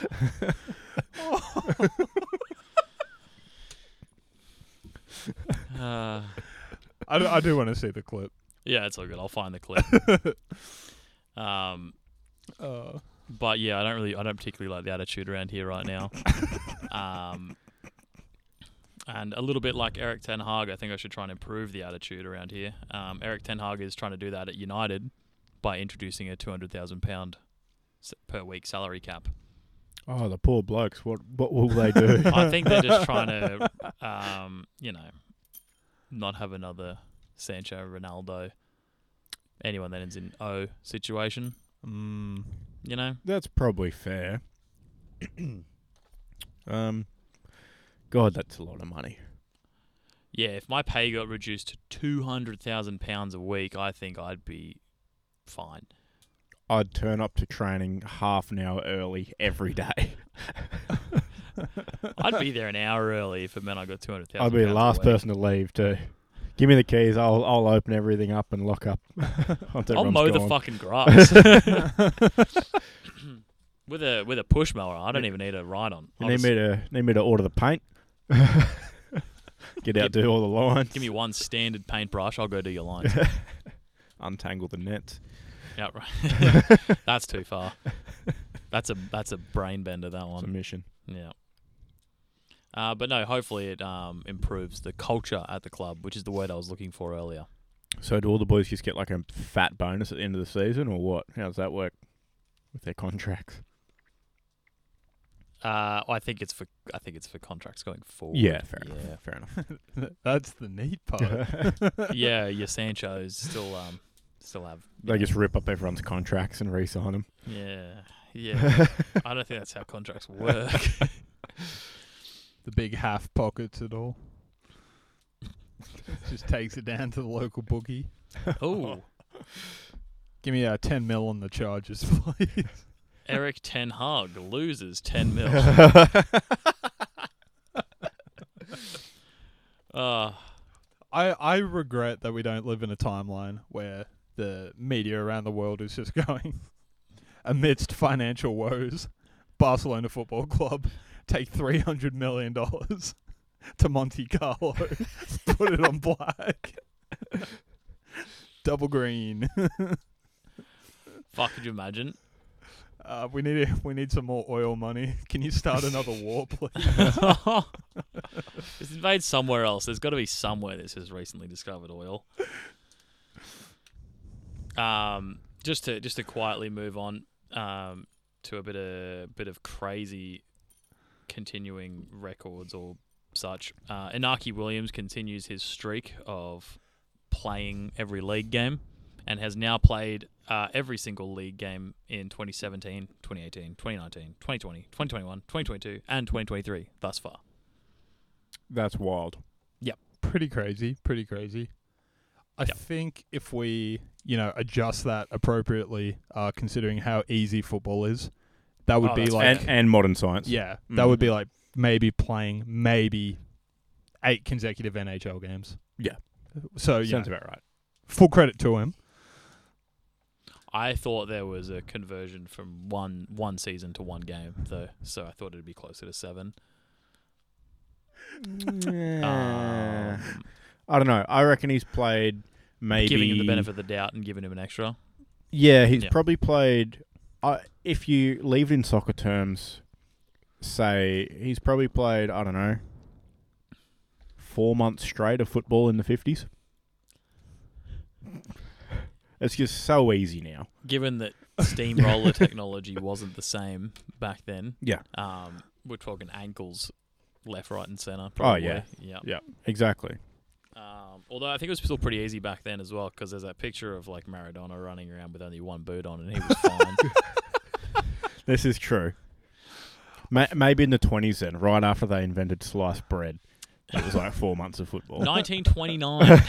Speaker 3: Uh,
Speaker 2: I do, I do want to see the clip.
Speaker 3: yeah, it's all good. I'll find the clip. Um,
Speaker 2: Uh,
Speaker 3: but yeah, I don't really, I don't particularly like the attitude around here right now. Um, And a little bit like Eric Ten Hag, I think I should try and improve the attitude around here. Um, Eric Ten Hag is trying to do that at United by introducing a two hundred thousand pound per week salary cap.
Speaker 1: Oh, the poor blokes. What what will they do?
Speaker 3: I think they're just trying to, um, you know, not have another Sancho, Ronaldo, anyone that ends in O situation.
Speaker 2: Mm.
Speaker 3: You know,
Speaker 1: That's probably fair. um, God, that's a lot of money.
Speaker 3: yeah. If my pay got reduced to two hundred thousand pounds a week, I think I'd be fine.
Speaker 1: I'd turn up to training half an hour early every day.
Speaker 3: I'd be there an hour early if it meant I got two hundred thousand.
Speaker 1: I'd be the last person to leave too. Give me the keys. I'll I'll open everything up and lock up. once
Speaker 3: I'll
Speaker 1: everyone's
Speaker 3: mow the
Speaker 1: gone.
Speaker 3: fucking grass with a with a push mower. I don't even need a ride on.
Speaker 1: You need me to need me to order the paint. Get out, do all the lines.
Speaker 3: Give me one standard paintbrush. I'll go do your lines.
Speaker 1: untangle the nets.
Speaker 3: Yeah, right. that's too far. That's a that's a brain bender. That
Speaker 1: It's a
Speaker 3: one.
Speaker 1: mission.
Speaker 3: Yeah. Uh, but no, hopefully it um, improves the culture at the club, which is the word I was looking for earlier.
Speaker 1: So do all the boys just get like a fat bonus at the end of the season, or what? How does that work with their contracts?
Speaker 3: Uh, I think it's for I think it's for contracts going forward.
Speaker 1: Yeah, fair
Speaker 3: yeah.
Speaker 1: enough. Fair enough.
Speaker 2: That's the neat part.
Speaker 3: yeah, your Sancho's still um still have. you
Speaker 1: they
Speaker 3: know,
Speaker 1: just rip up everyone's contracts and re-sign them.
Speaker 3: yeah yeah. I don't think that's how contracts work.
Speaker 2: the big half pockets and all. Just takes it down to the local bookie.
Speaker 3: oh,
Speaker 2: Give me a 10 mil on the charges, please.
Speaker 3: Eric Ten Hag loses ten mil. Uh,
Speaker 2: I, I regret that we don't live in a timeline where the media around the world is just going amidst financial woes. Barcelona Football Club take three hundred million dollars to Monte Carlo, put it on black, double green.
Speaker 3: fuck, could you imagine?
Speaker 2: Uh, we need we need some more oil money. Can you start another war, please?
Speaker 3: it's made somewhere else. There's got to be somewhere this has recently discovered oil. Um, just to just to quietly move on um, to a bit of bit of crazy continuing records or such. Uh, Inaki Williams continues his streak of playing every league game and has now played uh, every single league game in 2017, 2018, 2019, 2020, 2021, 2022, and 2023 thus far.
Speaker 1: That's wild.
Speaker 2: pretty crazy, pretty crazy. I
Speaker 3: Yep.
Speaker 2: think if we, you know, adjust that appropriately, uh, considering how easy football is, that would
Speaker 3: Oh,
Speaker 2: be
Speaker 3: that's
Speaker 2: like,
Speaker 1: And and modern science.
Speaker 2: yeah, that
Speaker 1: Mm.
Speaker 2: would be like maybe playing maybe eight consecutive NHL games.
Speaker 1: Yeah.
Speaker 2: So yeah,
Speaker 1: sounds about right.
Speaker 2: full credit to him.
Speaker 3: I thought there was a conversion from one one season to one game though, so I thought it'd be closer to seven.
Speaker 1: Eh.
Speaker 3: Um,
Speaker 1: Uh, I don't know. I reckon he's played maybe
Speaker 3: giving him the benefit of the doubt and giving him an extra.
Speaker 1: Yeah, he's
Speaker 3: Yeah.
Speaker 1: probably played. I if you leave it in soccer terms, say he's probably played. I don't know. Four months straight of football in the fifties. It's just so easy now.
Speaker 3: Given that steamroller technology wasn't the same back then.
Speaker 1: Yeah.
Speaker 3: Um, we're talking ankles, left, right, and center. Probably.
Speaker 1: Oh, yeah.
Speaker 3: Yeah.
Speaker 1: Exactly.
Speaker 3: Um, although I think it was still pretty easy back then as well, because there's that picture of like Maradona running around with only one boot on, and he was fine.
Speaker 1: This is true. Ma- maybe in the twenties then, right after they invented sliced bread, it was like four months of football.
Speaker 3: 1929.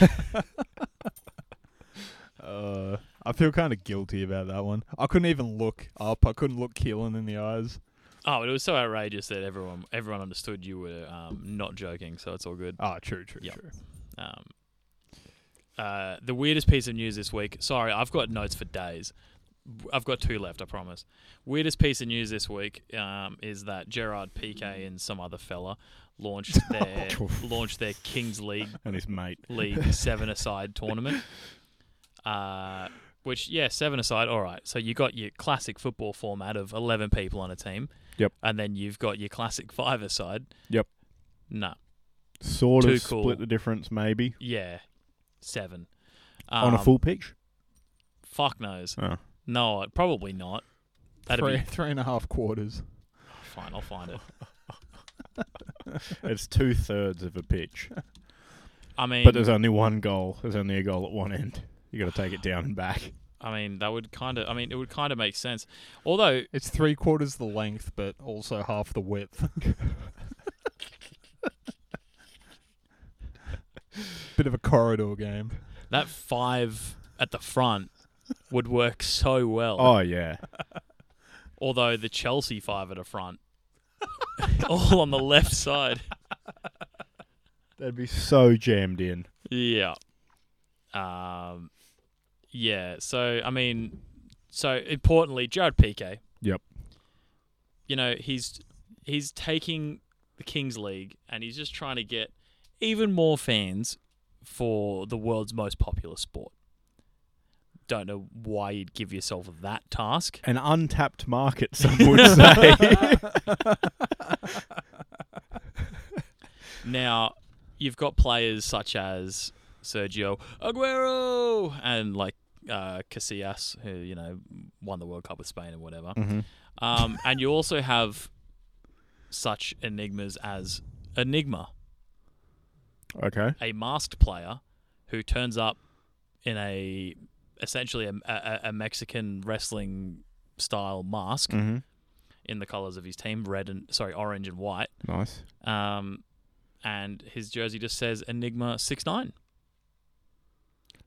Speaker 2: Uh, I feel kind of guilty about that one. I couldn't even look up. I couldn't look Keelan in the eyes.
Speaker 3: Oh, it was so outrageous that everyone everyone understood you were um, not joking, so it's all good.
Speaker 2: Ah, true, true,
Speaker 3: Yep.
Speaker 2: true.
Speaker 3: Um, uh, the weirdest piece of news this week. Sorry, I've got notes for days. I've got two left, I promise. Weirdest piece of news this week um, is that Gerard Piquet and some other fella launched their launched their Kings League
Speaker 1: and his mate.
Speaker 3: League Seven Aside tournament. Uh, which yeah, seven aside. All right, so you got your classic football format of eleven people on a team.
Speaker 1: Yep.
Speaker 3: And then you've got your classic five aside.
Speaker 1: Yep.
Speaker 3: No,
Speaker 1: Sort
Speaker 3: Too
Speaker 1: of
Speaker 3: cool.
Speaker 1: split the difference, maybe
Speaker 3: Yeah, seven.
Speaker 1: on a
Speaker 3: Um,
Speaker 1: full pitch.
Speaker 3: Fuck knows.
Speaker 1: Oh.
Speaker 3: No, probably not. That'd
Speaker 2: three,
Speaker 3: be
Speaker 2: three and a half quarters.
Speaker 3: fine. I'll find it.
Speaker 1: It's two thirds of a pitch,
Speaker 3: I mean,
Speaker 1: but there's only one goal. There's only a goal at one end. You got to take it down and back.
Speaker 3: I mean, that would kind of. I mean, it would kind of make sense. Although,
Speaker 2: It's three quarters the length, but also half the width. Bit of a corridor game.
Speaker 3: that five at the front would work so well.
Speaker 1: Oh yeah,
Speaker 3: Although the Chelsea five at the front, all on the left side.
Speaker 1: they'd be so jammed in.
Speaker 3: Yeah. Um, yeah. So I mean, so importantly, Jared Piquet.
Speaker 1: Yep.
Speaker 3: You know he's he's taking the Kings League and he's just trying to get even more fans for the world's most popular sport. Don't know why you'd give yourself that task.
Speaker 1: An untapped market, some would say.
Speaker 3: Now, you've got players such as Sergio Aguero and like uh, Casillas, who you know won the World Cup with Spain and whatever.
Speaker 1: Mm-hmm.
Speaker 3: Um, and you also have such enigmas as Enigma,
Speaker 1: Okay.
Speaker 3: a masked player who turns up in a essentially a, a, a Mexican wrestling style mask
Speaker 1: Mm-hmm.
Speaker 3: in the colors of his team, red and sorry, orange and white.
Speaker 1: Nice.
Speaker 3: Um, and his jersey just says Enigma six nine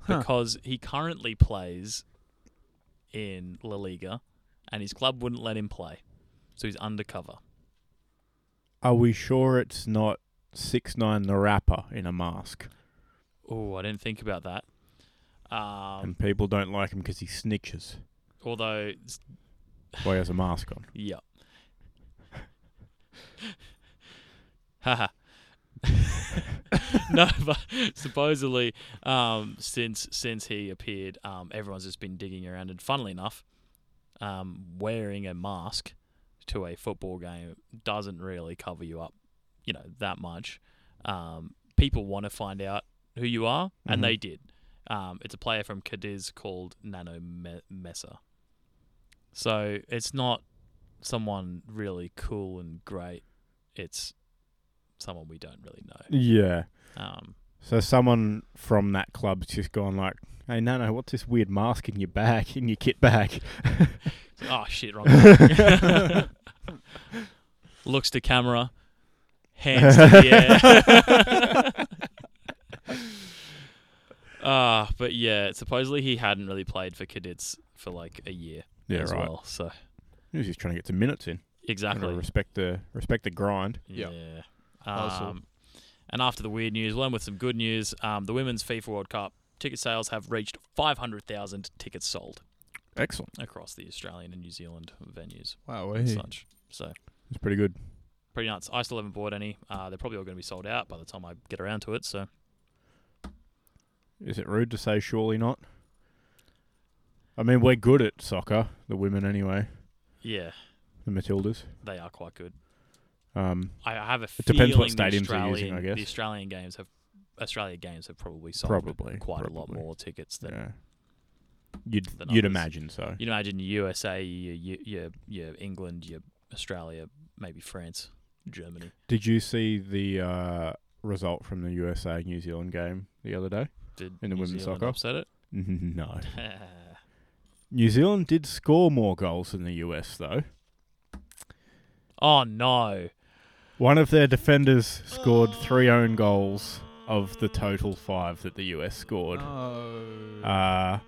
Speaker 2: Huh.
Speaker 3: because he currently plays in La Liga, and his club wouldn't let him play, so he's undercover.
Speaker 1: Are we sure it's not six nine the rapper in a mask,
Speaker 3: Oh, I didn't think about that. Um,
Speaker 1: and people don't like him because he snitches
Speaker 3: although, s-
Speaker 1: while he has a mask on?
Speaker 3: yeah. Haha. no, but supposedly, um, since since he appeared, um, everyone's just been digging around, and funnily enough, um, wearing a mask to a football game doesn't really cover you up, you know, that much. Um, people want to find out who you are,
Speaker 1: Mhm.
Speaker 3: and they did. Um, it's a player from Cadiz called Nano Me- Mesa, so it's not someone really cool and great. It's someone we don't really know.
Speaker 1: Yeah.
Speaker 3: Um,
Speaker 1: So someone from that club's just gone like, "Hey, no, no, what's this weird mask in your bag, in your kit bag?"
Speaker 3: oh shit, wrong. button. Looks to camera, hands to the air. Ah, but yeah, supposedly he hadn't really played for cadets for like a year
Speaker 1: Yeah,
Speaker 3: as
Speaker 1: right.
Speaker 3: well. So
Speaker 1: He was just trying to get some minutes in. Gotta
Speaker 3: exactly,
Speaker 1: respect the respect the grind.
Speaker 2: Yeah.
Speaker 3: yeah.
Speaker 2: Hustle.
Speaker 3: Um, and after the weird news, we'll end with some good news. Um, the women's FIFA World Cup ticket sales have reached five hundred thousand tickets sold
Speaker 1: Excellent.
Speaker 3: across the Australian and New Zealand venues
Speaker 2: Wow,
Speaker 3: and
Speaker 2: hey.
Speaker 3: such. So
Speaker 1: It's pretty good.
Speaker 3: pretty nuts. I still haven't bought any. Uh, they're probably all going to be sold out by the time I get around to it. So
Speaker 1: Is it rude to say surely not? I mean, we're good at soccer, the women anyway,
Speaker 3: yeah,
Speaker 1: the Matildas.
Speaker 3: they are quite good.
Speaker 1: Um,
Speaker 3: I I have a
Speaker 1: It depends
Speaker 3: feeling
Speaker 1: what stadiums
Speaker 3: the
Speaker 1: you're
Speaker 3: Australian,
Speaker 1: using, I guess.
Speaker 3: the Australian games have Australia games have probably sold
Speaker 1: Probably,
Speaker 3: quite a lot
Speaker 1: probably.
Speaker 3: more tickets than
Speaker 1: yeah. You'd
Speaker 3: the
Speaker 1: you'd
Speaker 3: numbers.
Speaker 1: imagine so.
Speaker 3: you imagine your USA, your, your your your England, your Australia, maybe France, Germany.
Speaker 1: Did you see the uh, result from the USA New Zealand game the other day?
Speaker 3: Did
Speaker 1: In the
Speaker 3: New
Speaker 1: women's
Speaker 3: Zealand
Speaker 1: soccer?
Speaker 3: upset it?
Speaker 1: No. New Zealand did score more goals than the US though.
Speaker 3: oh no!
Speaker 1: One of their defenders scored three own goals of the total five that the US
Speaker 2: Oh.
Speaker 1: scored.
Speaker 2: No.
Speaker 1: Uh,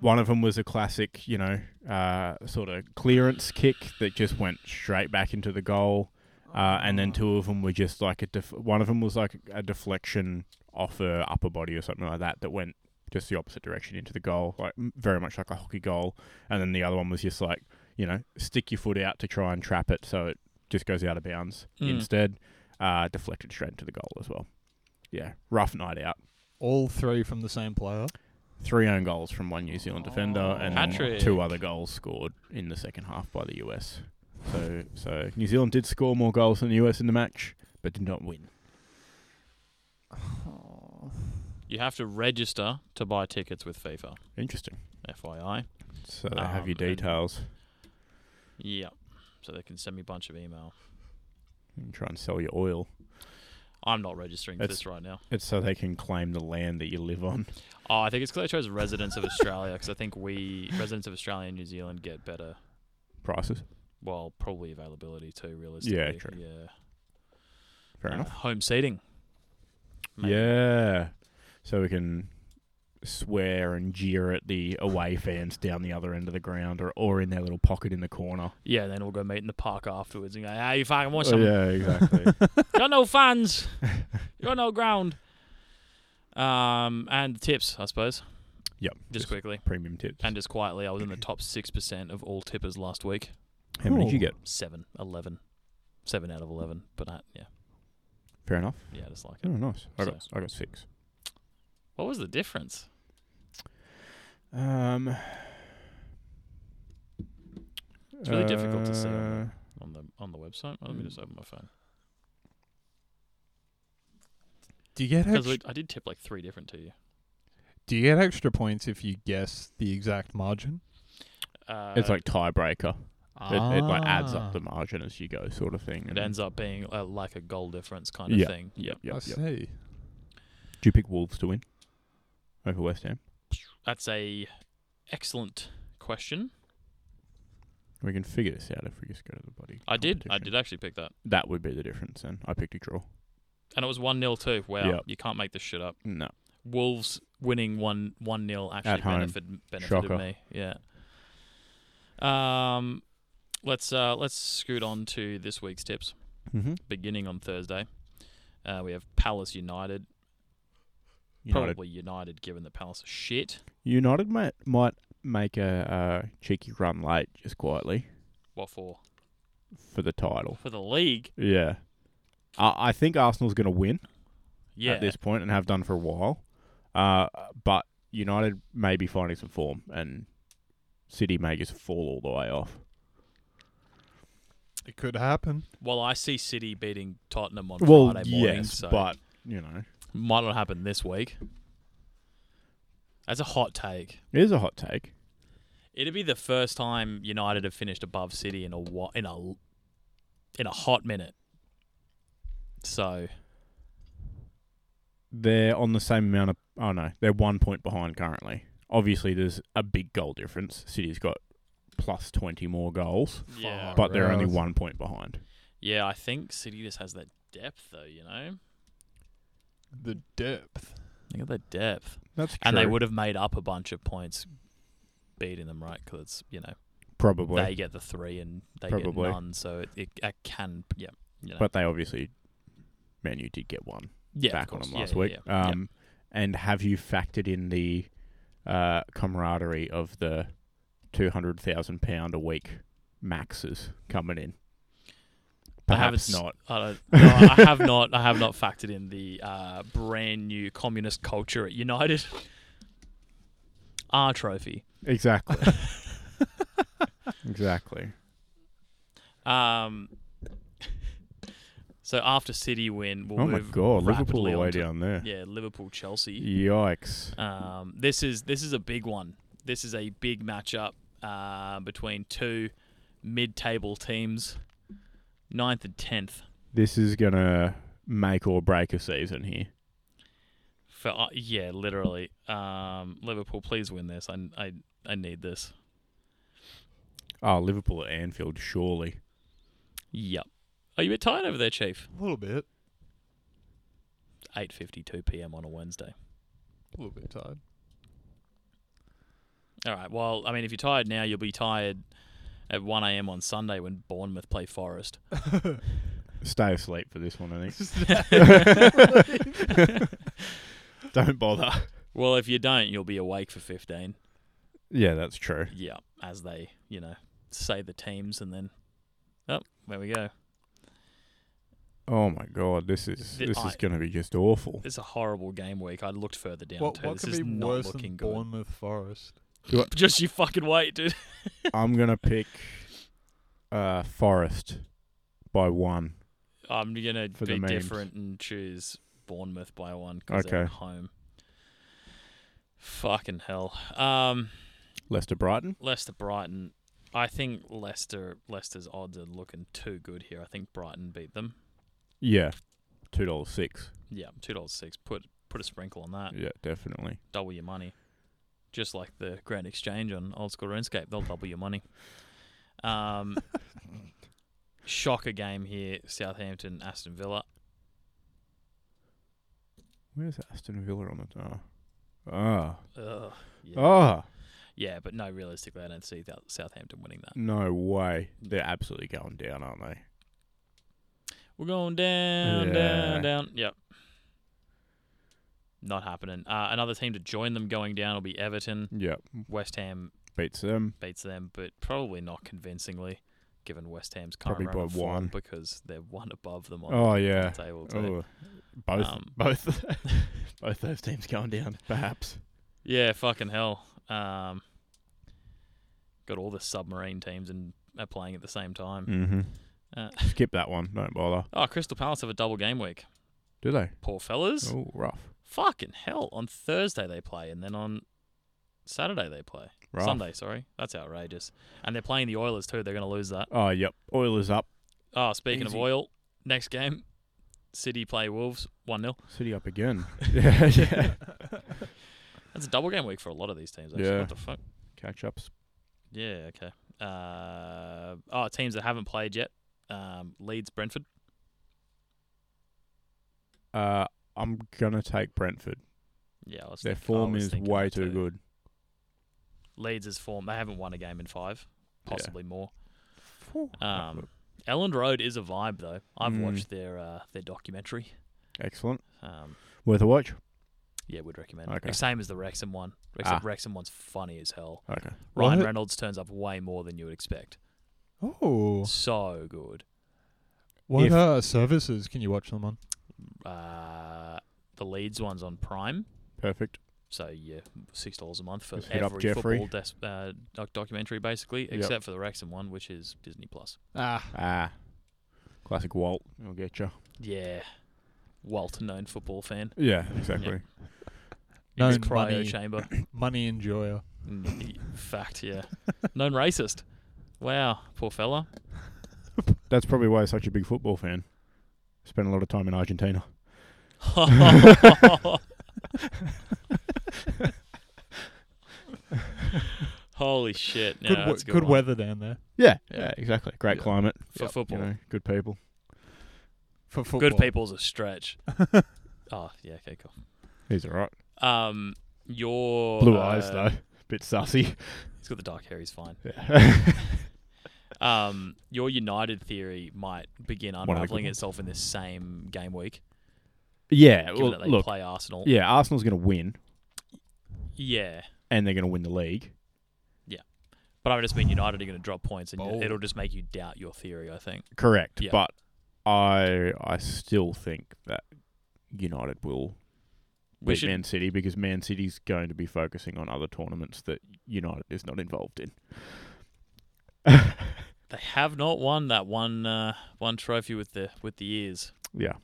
Speaker 1: one of them was a classic, you know, uh, sort of clearance kick that just went straight back into the goal. Uh, and then two of them were just like a def- one of them was like a deflection off her upper body or something like that that went just the opposite direction into the goal, like m- very much like a hockey goal. And then the other one was just like you know stick your foot out to try and trap it so it just goes out of bounds
Speaker 3: Mm.
Speaker 1: instead, uh, deflected straight into the goal as well. Yeah, rough night out.
Speaker 2: All three from the same player.
Speaker 1: Three own goals from one New Zealand defender and then
Speaker 3: Oh. Hat-trick.
Speaker 1: two other goals scored in the second half by the US. So so New Zealand did score more goals than the US in the match, but did not win.
Speaker 3: You have to register to buy tickets with FIFA.
Speaker 1: Interesting.
Speaker 3: FYI.
Speaker 1: So they have your
Speaker 3: Um, and-
Speaker 1: details
Speaker 3: Yeah. So they can send me a bunch of email.
Speaker 1: and try and sell your oil.
Speaker 3: I'm not registering for
Speaker 1: That's-
Speaker 3: this right now.
Speaker 1: It's so they can claim the land that you live on.
Speaker 3: Oh, I think it's because I chose residents of Australia because I think we residents of Australia and New Zealand get better,
Speaker 1: Prices.
Speaker 3: well, probably availability too. Realistically,
Speaker 1: true.
Speaker 3: Yeah.
Speaker 1: Fair
Speaker 3: Uh,
Speaker 1: enough.
Speaker 3: Home seating. Maybe.
Speaker 1: Yeah. So we can swear and jeer at the away fans down the other end of the ground or, or in their little pocket in the corner.
Speaker 3: Yeah, then we'll go meet in the park afterwards and go, hey, you fucking
Speaker 1: Oh,
Speaker 3: watch them.
Speaker 1: yeah, exactly.
Speaker 3: Got no fans. you got no ground. Um, and tips, I suppose.
Speaker 1: Yep,
Speaker 3: Just
Speaker 1: just-
Speaker 3: quickly
Speaker 1: Premium tips.
Speaker 3: and just quietly, I was in the top 6% of all tippers last week.
Speaker 1: How many did you
Speaker 2: Cool.
Speaker 1: get?
Speaker 3: 7, 11. 7 out of 11. But I, yeah,
Speaker 1: Fair enough.
Speaker 3: yeah, I just like
Speaker 1: Oh,
Speaker 3: it.
Speaker 1: nice. I
Speaker 3: So-
Speaker 1: got, I got six.
Speaker 3: What was the difference?
Speaker 1: Um,
Speaker 3: It's really difficult to see on
Speaker 1: uh,
Speaker 3: On the on the website? Let
Speaker 1: Hmm.
Speaker 3: me just open my phone.
Speaker 2: Do you get
Speaker 3: Because
Speaker 2: extra,
Speaker 3: I did tip like three different to you.
Speaker 2: do you get extra points if you guess the exact margin?
Speaker 3: Uh,
Speaker 1: It's like tiebreaker. It, it like adds
Speaker 2: Ah.
Speaker 1: up the margin as you go, sort of thing.
Speaker 3: It
Speaker 1: and-
Speaker 3: ends up being uh, like a goal difference kind of
Speaker 1: Yeah.
Speaker 3: thing. Yep.
Speaker 2: I
Speaker 1: Yep, yep.
Speaker 2: see.
Speaker 1: Do you pick Wolves to win over West Ham?
Speaker 3: That's a excellent question.
Speaker 1: We can figure this out if we just go to the body.
Speaker 3: I did. I
Speaker 1: competition.
Speaker 3: did actually pick that.
Speaker 1: That would be the difference. Then I picked a draw.
Speaker 3: And it was 1 0 too. Wow.
Speaker 1: Yeah.
Speaker 3: You can't make this shit up.
Speaker 1: No,
Speaker 3: Wolves winning 1 1 0 actually
Speaker 1: At home.
Speaker 3: benefited, benefited
Speaker 1: Shocker.
Speaker 3: me. Yeah. Um, let's uh, let's scoot on to this week's tips.
Speaker 1: mm-hmm.
Speaker 3: Beginning on Thursday, uh, we have Palace United.
Speaker 1: United.
Speaker 3: Probably United, given the Palace are shit.
Speaker 1: United might might make a uh, cheeky run late, just quietly
Speaker 3: What for?
Speaker 1: for the title.
Speaker 3: For the league?
Speaker 1: Yeah, I, I think Arsenal's going to win.
Speaker 3: Yeah.
Speaker 1: at this point and have done for a while. Uh, but United may be finding some form, and City may just fall all the way off.
Speaker 2: It could happen.
Speaker 3: Well, I see City beating Tottenham on
Speaker 1: well,
Speaker 3: Friday morning,
Speaker 1: yes,
Speaker 3: so
Speaker 1: but you know,
Speaker 3: might not happen this week. That's a hot take.
Speaker 1: it is a hot take.
Speaker 3: It'd be the first time United have finished above City in a wa- in a in a hot minute. So
Speaker 1: They're on the same amount of. Oh no, they're one point behind currently. Obviously, there's a big goal difference. City's got plus twenty more goals,
Speaker 3: yeah,
Speaker 1: but they're only
Speaker 2: Gross.
Speaker 1: one point behind.
Speaker 3: yeah, I think City just has that depth, though. You know,
Speaker 2: The depth.
Speaker 3: they got that depth,
Speaker 1: That's true.
Speaker 3: and they would have made up a bunch of points beating them, right? Because it's you know
Speaker 1: probably,
Speaker 3: they get the three and they
Speaker 1: Probably.
Speaker 3: get none, so it, it, it can yeah. You know.
Speaker 1: but they obviously, Man, you did get one.
Speaker 3: yeah, of
Speaker 1: back on
Speaker 3: course.
Speaker 1: them
Speaker 3: Yeah,
Speaker 1: last
Speaker 3: yeah,
Speaker 1: week.
Speaker 3: yeah, yeah.
Speaker 1: Um, And have you factored in the uh, camaraderie of the two hundred thousand pound a week maxes coming in? Perhaps
Speaker 3: I haven't s-
Speaker 1: not.
Speaker 3: I, don't, no, I have not. I have not factored in the uh, brand new communist culture at United. Our trophy.
Speaker 1: Exactly. exactly.
Speaker 3: Um, so after City win, we'll
Speaker 1: oh my
Speaker 3: move
Speaker 1: god, Liverpool
Speaker 3: rapidly
Speaker 1: away
Speaker 3: onto-
Speaker 1: down there.
Speaker 3: Yeah, Liverpool Chelsea.
Speaker 1: Yikes.
Speaker 3: Um, this is this is a big one. This is a big matchup uh, between two mid-table teams, ninth and tenth.
Speaker 1: This is gonna make or break a season here.
Speaker 3: For uh, yeah, literally. Um, Liverpool, please win this. I I I need this.
Speaker 1: Oh, Liverpool at Anfield, surely.
Speaker 3: Yep. Are you a bit tired over there, Chief?
Speaker 2: A little bit.
Speaker 3: Eight fifty-two p.m. on a Wednesday.
Speaker 2: A little bit tired.
Speaker 3: All right. Well, I mean, if you're tired now, you'll be tired at one a.m. on Sunday when Bournemouth play Forest.
Speaker 1: Stay asleep for this one, I think. Don't bother.
Speaker 3: Well, if you don't, you'll be awake for fifteen.
Speaker 1: Yeah, that's true.
Speaker 3: Yeah, as they you know say the teams and then oh there we go.
Speaker 1: Oh my god, this is
Speaker 3: Th-
Speaker 1: this
Speaker 3: I-
Speaker 1: is going to be just awful.
Speaker 3: It's a horrible game week. I looked further down
Speaker 2: What,
Speaker 3: too.
Speaker 2: what
Speaker 3: this
Speaker 2: could
Speaker 3: is
Speaker 2: be
Speaker 3: not
Speaker 2: worse
Speaker 3: looking
Speaker 2: than
Speaker 3: good.
Speaker 2: Bournemouth Forest?
Speaker 3: Just you fucking wait, dude.
Speaker 1: I'm going to pick uh Forest by one.
Speaker 3: I'm gonna
Speaker 1: For the
Speaker 3: be
Speaker 1: memes.
Speaker 3: different and choose Bournemouth by one because they're at
Speaker 1: Okay.
Speaker 3: home. Fucking hell. Um,
Speaker 1: Leicester Brighton.
Speaker 3: Leicester Brighton. I think Leicester Leicester's odds are looking too good here. I think Brighton beat them.
Speaker 1: Yeah. Two dollars six.
Speaker 3: Yeah, two dollars six. Put put a sprinkle on that.
Speaker 1: Yeah, definitely.
Speaker 3: Double your money. Just like the Grand Exchange on Old School RuneScape, they'll double your money. Um, shocker game here: Southampton, Aston Villa.
Speaker 1: Where's Aston Villa on the oh. Ah.
Speaker 3: Ugh, yeah.
Speaker 1: Ah.
Speaker 3: yeah, but no, realistically, I don't see Thou- Southampton winning that.
Speaker 1: No way. They're absolutely going down, aren't they?
Speaker 3: We're going down,
Speaker 1: Yeah.
Speaker 3: down, down. Yep. Not happening. Uh, another team to join them going down will be Everton.
Speaker 1: Yeah.
Speaker 3: West Ham
Speaker 1: Beats them.
Speaker 3: beats them, but probably not convincingly, given West Ham's current
Speaker 1: Probably
Speaker 3: run of
Speaker 1: by
Speaker 3: form,
Speaker 1: one.
Speaker 3: because they're one above them on
Speaker 1: Oh
Speaker 3: the
Speaker 1: yeah.
Speaker 3: table. too.
Speaker 1: Oh, both
Speaker 3: Um,
Speaker 1: both both those teams going down, perhaps.
Speaker 3: Yeah, fucking hell. Um, got all the submarine teams and are playing at the same time.
Speaker 1: Mm-hmm.
Speaker 3: Uh,
Speaker 1: Skip that one. Don't bother.
Speaker 3: oh, Crystal Palace have a double game week.
Speaker 1: Do they?
Speaker 3: Poor fellas.
Speaker 1: Oh, rough.
Speaker 3: Fucking hell. On Thursday they play, and then on Saturday they play.
Speaker 1: Rough.
Speaker 3: Sunday, sorry. That's outrageous. And they're playing the Oilers too. They're going to lose that.
Speaker 1: Oh, yep. Oil is up.
Speaker 3: Oh, speaking
Speaker 1: Easy.
Speaker 3: of oil, next game, City play Wolves 1 0.
Speaker 1: City up again. yeah, yeah.
Speaker 3: That's a double game week for a lot of these teams. Actually.
Speaker 1: Yeah.
Speaker 3: What the fuck?
Speaker 1: Catch ups.
Speaker 3: Yeah. Okay. Uh, oh, teams that haven't played yet. Um, Leeds, Brentford.
Speaker 1: Uh, I'm gonna take Brentford.
Speaker 3: Yeah, I was
Speaker 1: Their
Speaker 3: think- I
Speaker 1: form
Speaker 3: was
Speaker 1: is
Speaker 3: thinking
Speaker 1: way
Speaker 3: that
Speaker 1: too
Speaker 3: too.
Speaker 1: good.
Speaker 3: Leeds' is form. They haven't won a game in five, possibly more.
Speaker 1: Phew.
Speaker 3: Um, Elland Road is a vibe though. I've
Speaker 1: Mm.
Speaker 3: watched their uh, their documentary.
Speaker 1: Excellent.
Speaker 3: Um,
Speaker 1: Worth a watch.
Speaker 3: yeah, would recommend.
Speaker 1: Okay.
Speaker 3: It. Same as the Wrexham one. Except
Speaker 1: Ah.
Speaker 3: Wrexham one's funny as hell.
Speaker 1: Okay.
Speaker 3: Ryan
Speaker 2: What?
Speaker 3: Reynolds turns up way more than you would expect.
Speaker 2: Oh,
Speaker 3: So good.
Speaker 2: what
Speaker 1: If-
Speaker 2: uh, services can you watch them on?
Speaker 3: Uh, the Leeds one's on Prime.
Speaker 1: Perfect.
Speaker 3: So yeah, six dollars a month for
Speaker 1: Just hit up
Speaker 3: every
Speaker 1: Jeffrey.
Speaker 3: football des- uh, doc- documentary, basically,
Speaker 1: Yep.
Speaker 3: except for the Wrexham one, which is Disney Plus.
Speaker 2: Ah,
Speaker 1: Ah. Classic Walt. I'll get you.
Speaker 3: Yeah, Walt, known football fan,
Speaker 1: Yeah, exactly.
Speaker 3: in
Speaker 2: Known
Speaker 3: his cryo
Speaker 2: money.
Speaker 3: chamber.
Speaker 2: money enjoyer.
Speaker 3: Mm, y- Fact, yeah, known racist. Wow, poor fella.
Speaker 1: That's probably why he's such a big football fan. Spent a lot of time in Argentina.
Speaker 3: Holy shit! No,
Speaker 2: good we-
Speaker 3: that's a
Speaker 2: good,
Speaker 3: good, one.
Speaker 2: weather down there
Speaker 1: Yeah.
Speaker 3: Yeah.
Speaker 1: Yeah, exactly. Great
Speaker 3: Yeah.
Speaker 1: climate.
Speaker 3: For football.
Speaker 1: You know, good people.
Speaker 2: for football.
Speaker 3: Good people's a stretch. oh yeah, okay, cool.
Speaker 1: He's all right.
Speaker 3: Um, your
Speaker 1: Blue eyes
Speaker 3: uh,
Speaker 1: though. Bit sussy.
Speaker 3: He's got the dark hair. He's fine.
Speaker 1: Yeah.
Speaker 3: Um, your United theory might begin
Speaker 1: of the good
Speaker 3: unraveling
Speaker 1: ones.
Speaker 3: itself in this same game week.
Speaker 1: yeah.
Speaker 3: Given
Speaker 1: Well,
Speaker 3: that they
Speaker 1: look.
Speaker 3: play Arsenal.
Speaker 1: Yeah, Arsenal's going to win,
Speaker 3: Yeah.
Speaker 1: and they're going to win the league.
Speaker 3: But I just mean United are going to drop points, and
Speaker 1: Oh.
Speaker 2: Bold.
Speaker 3: it'll just make you doubt your theory. I think.
Speaker 1: Correct.
Speaker 3: Yeah.
Speaker 1: But I I still think that United will
Speaker 3: We
Speaker 1: beat
Speaker 3: should
Speaker 1: Man City because Man City's going to be focusing on other tournaments that United is not involved in.
Speaker 3: They have not won that one uh, one trophy with the with the ears.
Speaker 1: Yeah.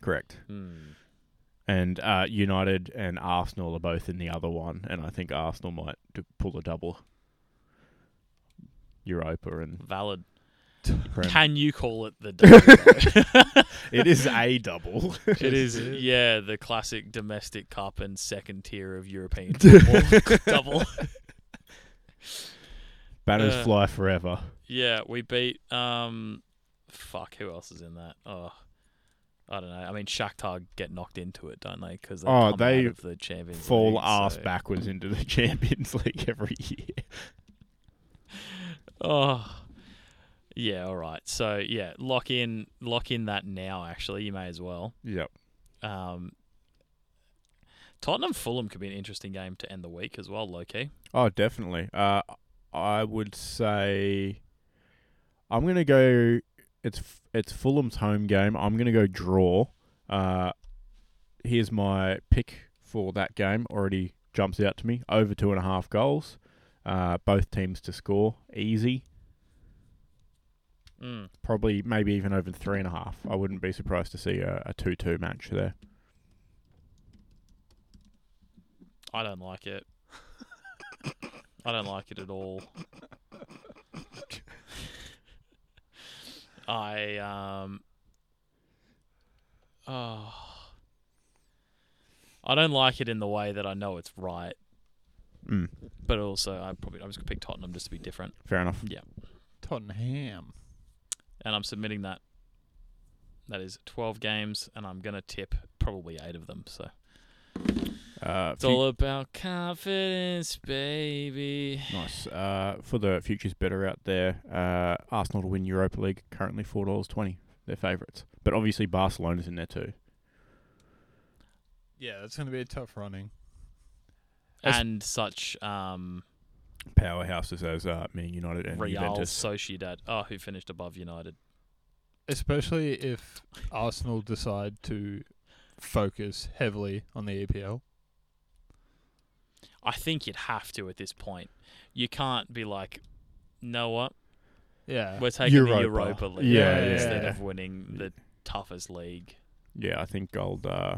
Speaker 1: Correct.
Speaker 3: Hmm.
Speaker 1: And uh, United and Arsenal are both in the other one, and I think Arsenal might d- pull a double. Europa and
Speaker 3: Valid.
Speaker 1: Prem.
Speaker 3: Can you call it the? double?
Speaker 1: it is a double.
Speaker 3: it is yeah the classic domestic cup and second tier of European football double.
Speaker 1: Banners
Speaker 3: Uh,
Speaker 1: fly forever.
Speaker 3: Yeah, we beat um fuck, who else is in that? Oh. I don't know. I mean, Shakhtar get knocked into it, don't they? Because they
Speaker 1: Oh,
Speaker 3: come
Speaker 1: they
Speaker 3: out of the Champions
Speaker 1: Fall
Speaker 3: League,
Speaker 1: ass
Speaker 3: so-
Speaker 1: backwards into the Champions League every year.
Speaker 3: Oh, yeah. All right. So yeah, lock in, lock in that now. Actually, you may as well.
Speaker 1: Yep.
Speaker 3: Um, Tottenham Fulham could be an interesting game to end the week as well. Low key.
Speaker 1: Oh, definitely. Uh, I would say I'm gonna go. It's it's Fulham's home game. I'm gonna go draw. Uh, here's my pick for that game. Already jumps out to me. Over two and a half goals. Uh, both teams to score easy.
Speaker 3: Mm.
Speaker 1: Probably maybe even over three and a half. I wouldn't be surprised to see a, a two-two match there.
Speaker 3: I don't like it. I don't like it at all. I um oh, I don't like it in the way that I know it's right,
Speaker 1: Mm,
Speaker 3: but also I probably I'm just gonna pick Tottenham just to be different,
Speaker 1: fair enough.
Speaker 2: Tottenham.
Speaker 3: and I'm submitting that. That is 12 games, and I'm gonna tip probably eight of them. So
Speaker 1: Uh,
Speaker 3: it's
Speaker 1: fu-
Speaker 3: all about confidence, baby.
Speaker 1: nice. Uh, for the futures better out there, uh, Arsenal to win Europa League currently four dollars twenty. They're favourites, but obviously Barcelona's in there too.
Speaker 2: Yeah, that's going to be a tough running.
Speaker 1: As-
Speaker 3: and such um,
Speaker 1: Powerhouses as uh, Man United and
Speaker 3: Real
Speaker 1: Juventus.
Speaker 3: Sociedad, oh, who finished above United.
Speaker 2: Especially if Arsenal decide to focus heavily on the E EPL.
Speaker 3: I think you'd have to at this point. You can't be like, know what?
Speaker 2: Yeah.
Speaker 3: We're taking
Speaker 1: Europa.
Speaker 3: the Europa League
Speaker 1: Yeah,
Speaker 2: yeah,
Speaker 3: instead
Speaker 2: yeah.
Speaker 3: of winning the toughest league.
Speaker 1: Yeah, I think old uh,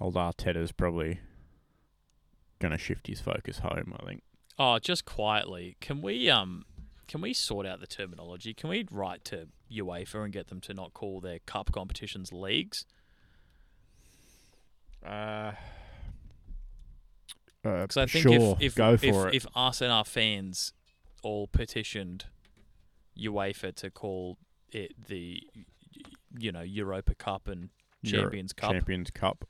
Speaker 1: old Arteta's probably gonna shift his focus home. I think.
Speaker 3: Oh, just quietly, can we um, can we sort out the terminology? Can we write to UEFA and get them to not call their cup competitions leagues?
Speaker 1: Uh,
Speaker 3: Because I think
Speaker 1: sure,
Speaker 3: if if
Speaker 1: go
Speaker 3: if,
Speaker 1: for it.
Speaker 3: if us and our fans all petitioned UEFA to call it the you know Europa Cup and
Speaker 1: Euro-
Speaker 3: Champions Cup
Speaker 1: Champions Cup.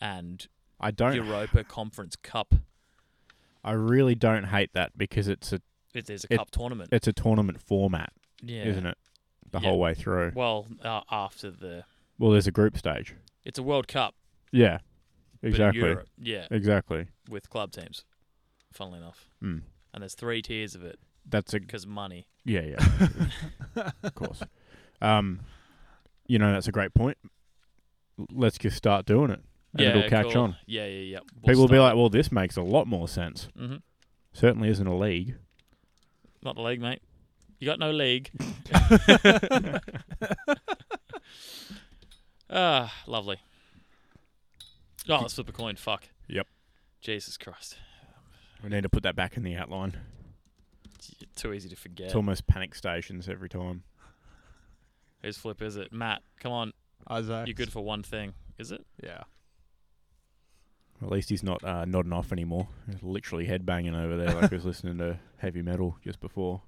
Speaker 3: and
Speaker 1: I don't.
Speaker 3: Europa Conference Cup.
Speaker 1: I really don't hate that because it's a
Speaker 3: If there's a
Speaker 1: It-
Speaker 3: cup tournament,
Speaker 1: it's a tournament format,
Speaker 3: yeah,
Speaker 1: isn't it? The
Speaker 3: Yeah.
Speaker 1: whole way through.
Speaker 3: Well, uh, after the
Speaker 1: Well, there's a group stage.
Speaker 3: it's a World Cup,
Speaker 1: Yeah,
Speaker 3: but in
Speaker 1: exactly,
Speaker 3: Europe, yeah,
Speaker 1: exactly.
Speaker 3: with club teams. Funnily enough,
Speaker 1: Mm.
Speaker 3: and there's three tiers of it
Speaker 1: That's a
Speaker 3: because money.
Speaker 1: yeah, yeah. of course. Um, you know that's a great point. L- Let's just start doing it, and
Speaker 3: yeah,
Speaker 1: it'll catch
Speaker 3: cool.
Speaker 1: on.
Speaker 3: Yeah, yeah, yeah. We'll
Speaker 1: People will be like, "Well, this makes a lot more sense."
Speaker 3: hmm
Speaker 1: Certainly isn't a league.
Speaker 3: "Not the league, mate. You got no league." Ah, lovely. Oh, let's flip a coin. Fuck.
Speaker 1: Yep.
Speaker 3: Jesus Christ.
Speaker 1: We need to put that back in the outline.
Speaker 3: It's too easy to forget.
Speaker 1: It's almost panic stations every time.
Speaker 3: Whose flip is it? Matt, come on.
Speaker 2: Isaac.
Speaker 3: You're good for one thing, is it?
Speaker 2: Yeah.
Speaker 1: At least he's not uh, nodding off anymore. He's literally headbanging over there like he was listening to heavy metal just before.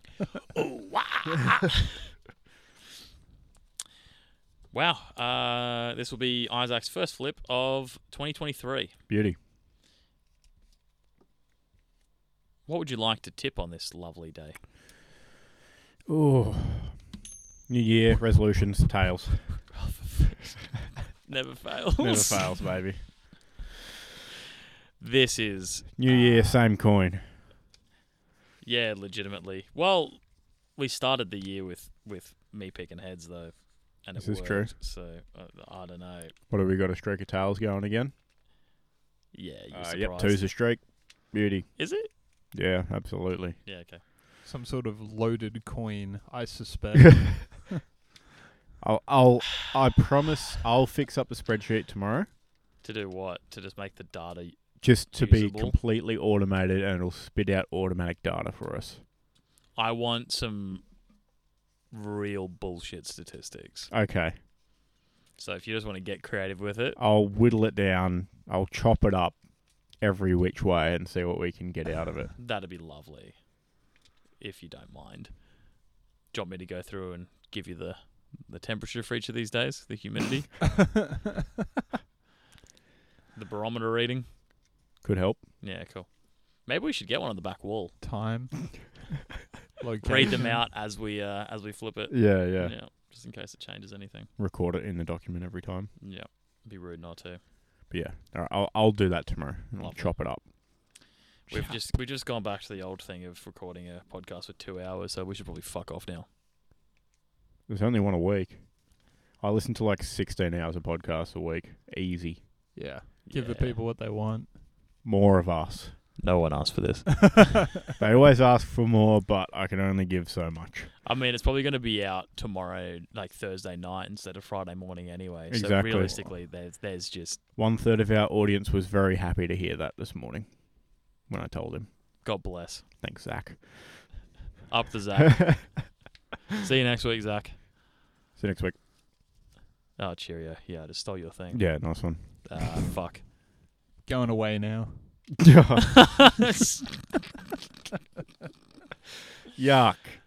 Speaker 3: Wow. Uh, this will be Isaac's first flip of 2023.
Speaker 1: Beauty.
Speaker 3: What would you like to tip on this lovely day?
Speaker 1: Oh, New Year resolutions, tails.
Speaker 3: Never fails.
Speaker 1: Never fails, baby.
Speaker 3: This is,
Speaker 1: New
Speaker 3: Ah.
Speaker 1: Year, same coin.
Speaker 3: yeah, legitimately. Well, we started the year with, with me picking heads, though. And it
Speaker 1: This is true.
Speaker 3: worked, So uh, I don't know.
Speaker 1: What have we got? A streak of tails going again?
Speaker 3: Yeah, you
Speaker 1: Uh,
Speaker 3: surprised.
Speaker 1: yep, two's a streak. Beauty.
Speaker 3: Is it?
Speaker 1: Yeah, absolutely.
Speaker 3: Yeah, okay.
Speaker 2: Some sort of loaded coin, I suspect.
Speaker 1: I'll, I'll, I promise I'll fix up the spreadsheet tomorrow.
Speaker 3: To do what? To just make the data.
Speaker 1: just to
Speaker 3: Usable.
Speaker 1: be completely automated and it'll spit out automatic data for us.
Speaker 3: I want some real bullshit statistics.
Speaker 1: Okay.
Speaker 3: So if you just want to get creative with it,
Speaker 1: I'll whittle it down. I'll chop it up every which way and see what we can get out of it.
Speaker 3: that'd be lovely. If you don't mind. Do you want me to go through and give you the the temperature for each of these days, the humidity, the barometer reading?
Speaker 1: Could help.
Speaker 3: Yeah, cool. Maybe we should get one on the back wall.
Speaker 2: Time.
Speaker 3: Read them
Speaker 2: location.
Speaker 3: out as we uh, as we flip it.
Speaker 1: Yeah, yeah.
Speaker 3: Just in case it changes anything.
Speaker 1: Record it in the document every time.
Speaker 3: Yeah. Be rude not to.
Speaker 1: But yeah, all right, I'll, I'll do that tomorrow. And I'll
Speaker 3: Lovely.
Speaker 1: chop it up.
Speaker 3: We've just we've just gone back to the old thing of recording a podcast for two hours, so we should probably fuck off now.
Speaker 1: There's only one a week. I listen to like 16 hours of podcasts a week. Easy.
Speaker 2: Yeah. Give the
Speaker 3: Yeah.
Speaker 2: people what they want.
Speaker 1: More of us.
Speaker 3: No one asked for this.
Speaker 1: They always ask for more, but I can only give so much.
Speaker 3: I mean, it's probably going to be out tomorrow, like Thursday night instead of Friday morning, anyway. So
Speaker 1: Exactly.
Speaker 3: realistically, there's there's just
Speaker 1: One third of our audience was very happy to hear that this morning. when I told him.
Speaker 3: God bless.
Speaker 1: Thanks, Zach.
Speaker 3: Up to Zach.
Speaker 1: See
Speaker 3: See you next week, Zach.
Speaker 1: you next week.
Speaker 3: Oh, cheerio. Yeah, I just stole your thing.
Speaker 1: Yeah, nice one.
Speaker 3: Ah, fuck.
Speaker 2: Going away now.
Speaker 1: Yuck.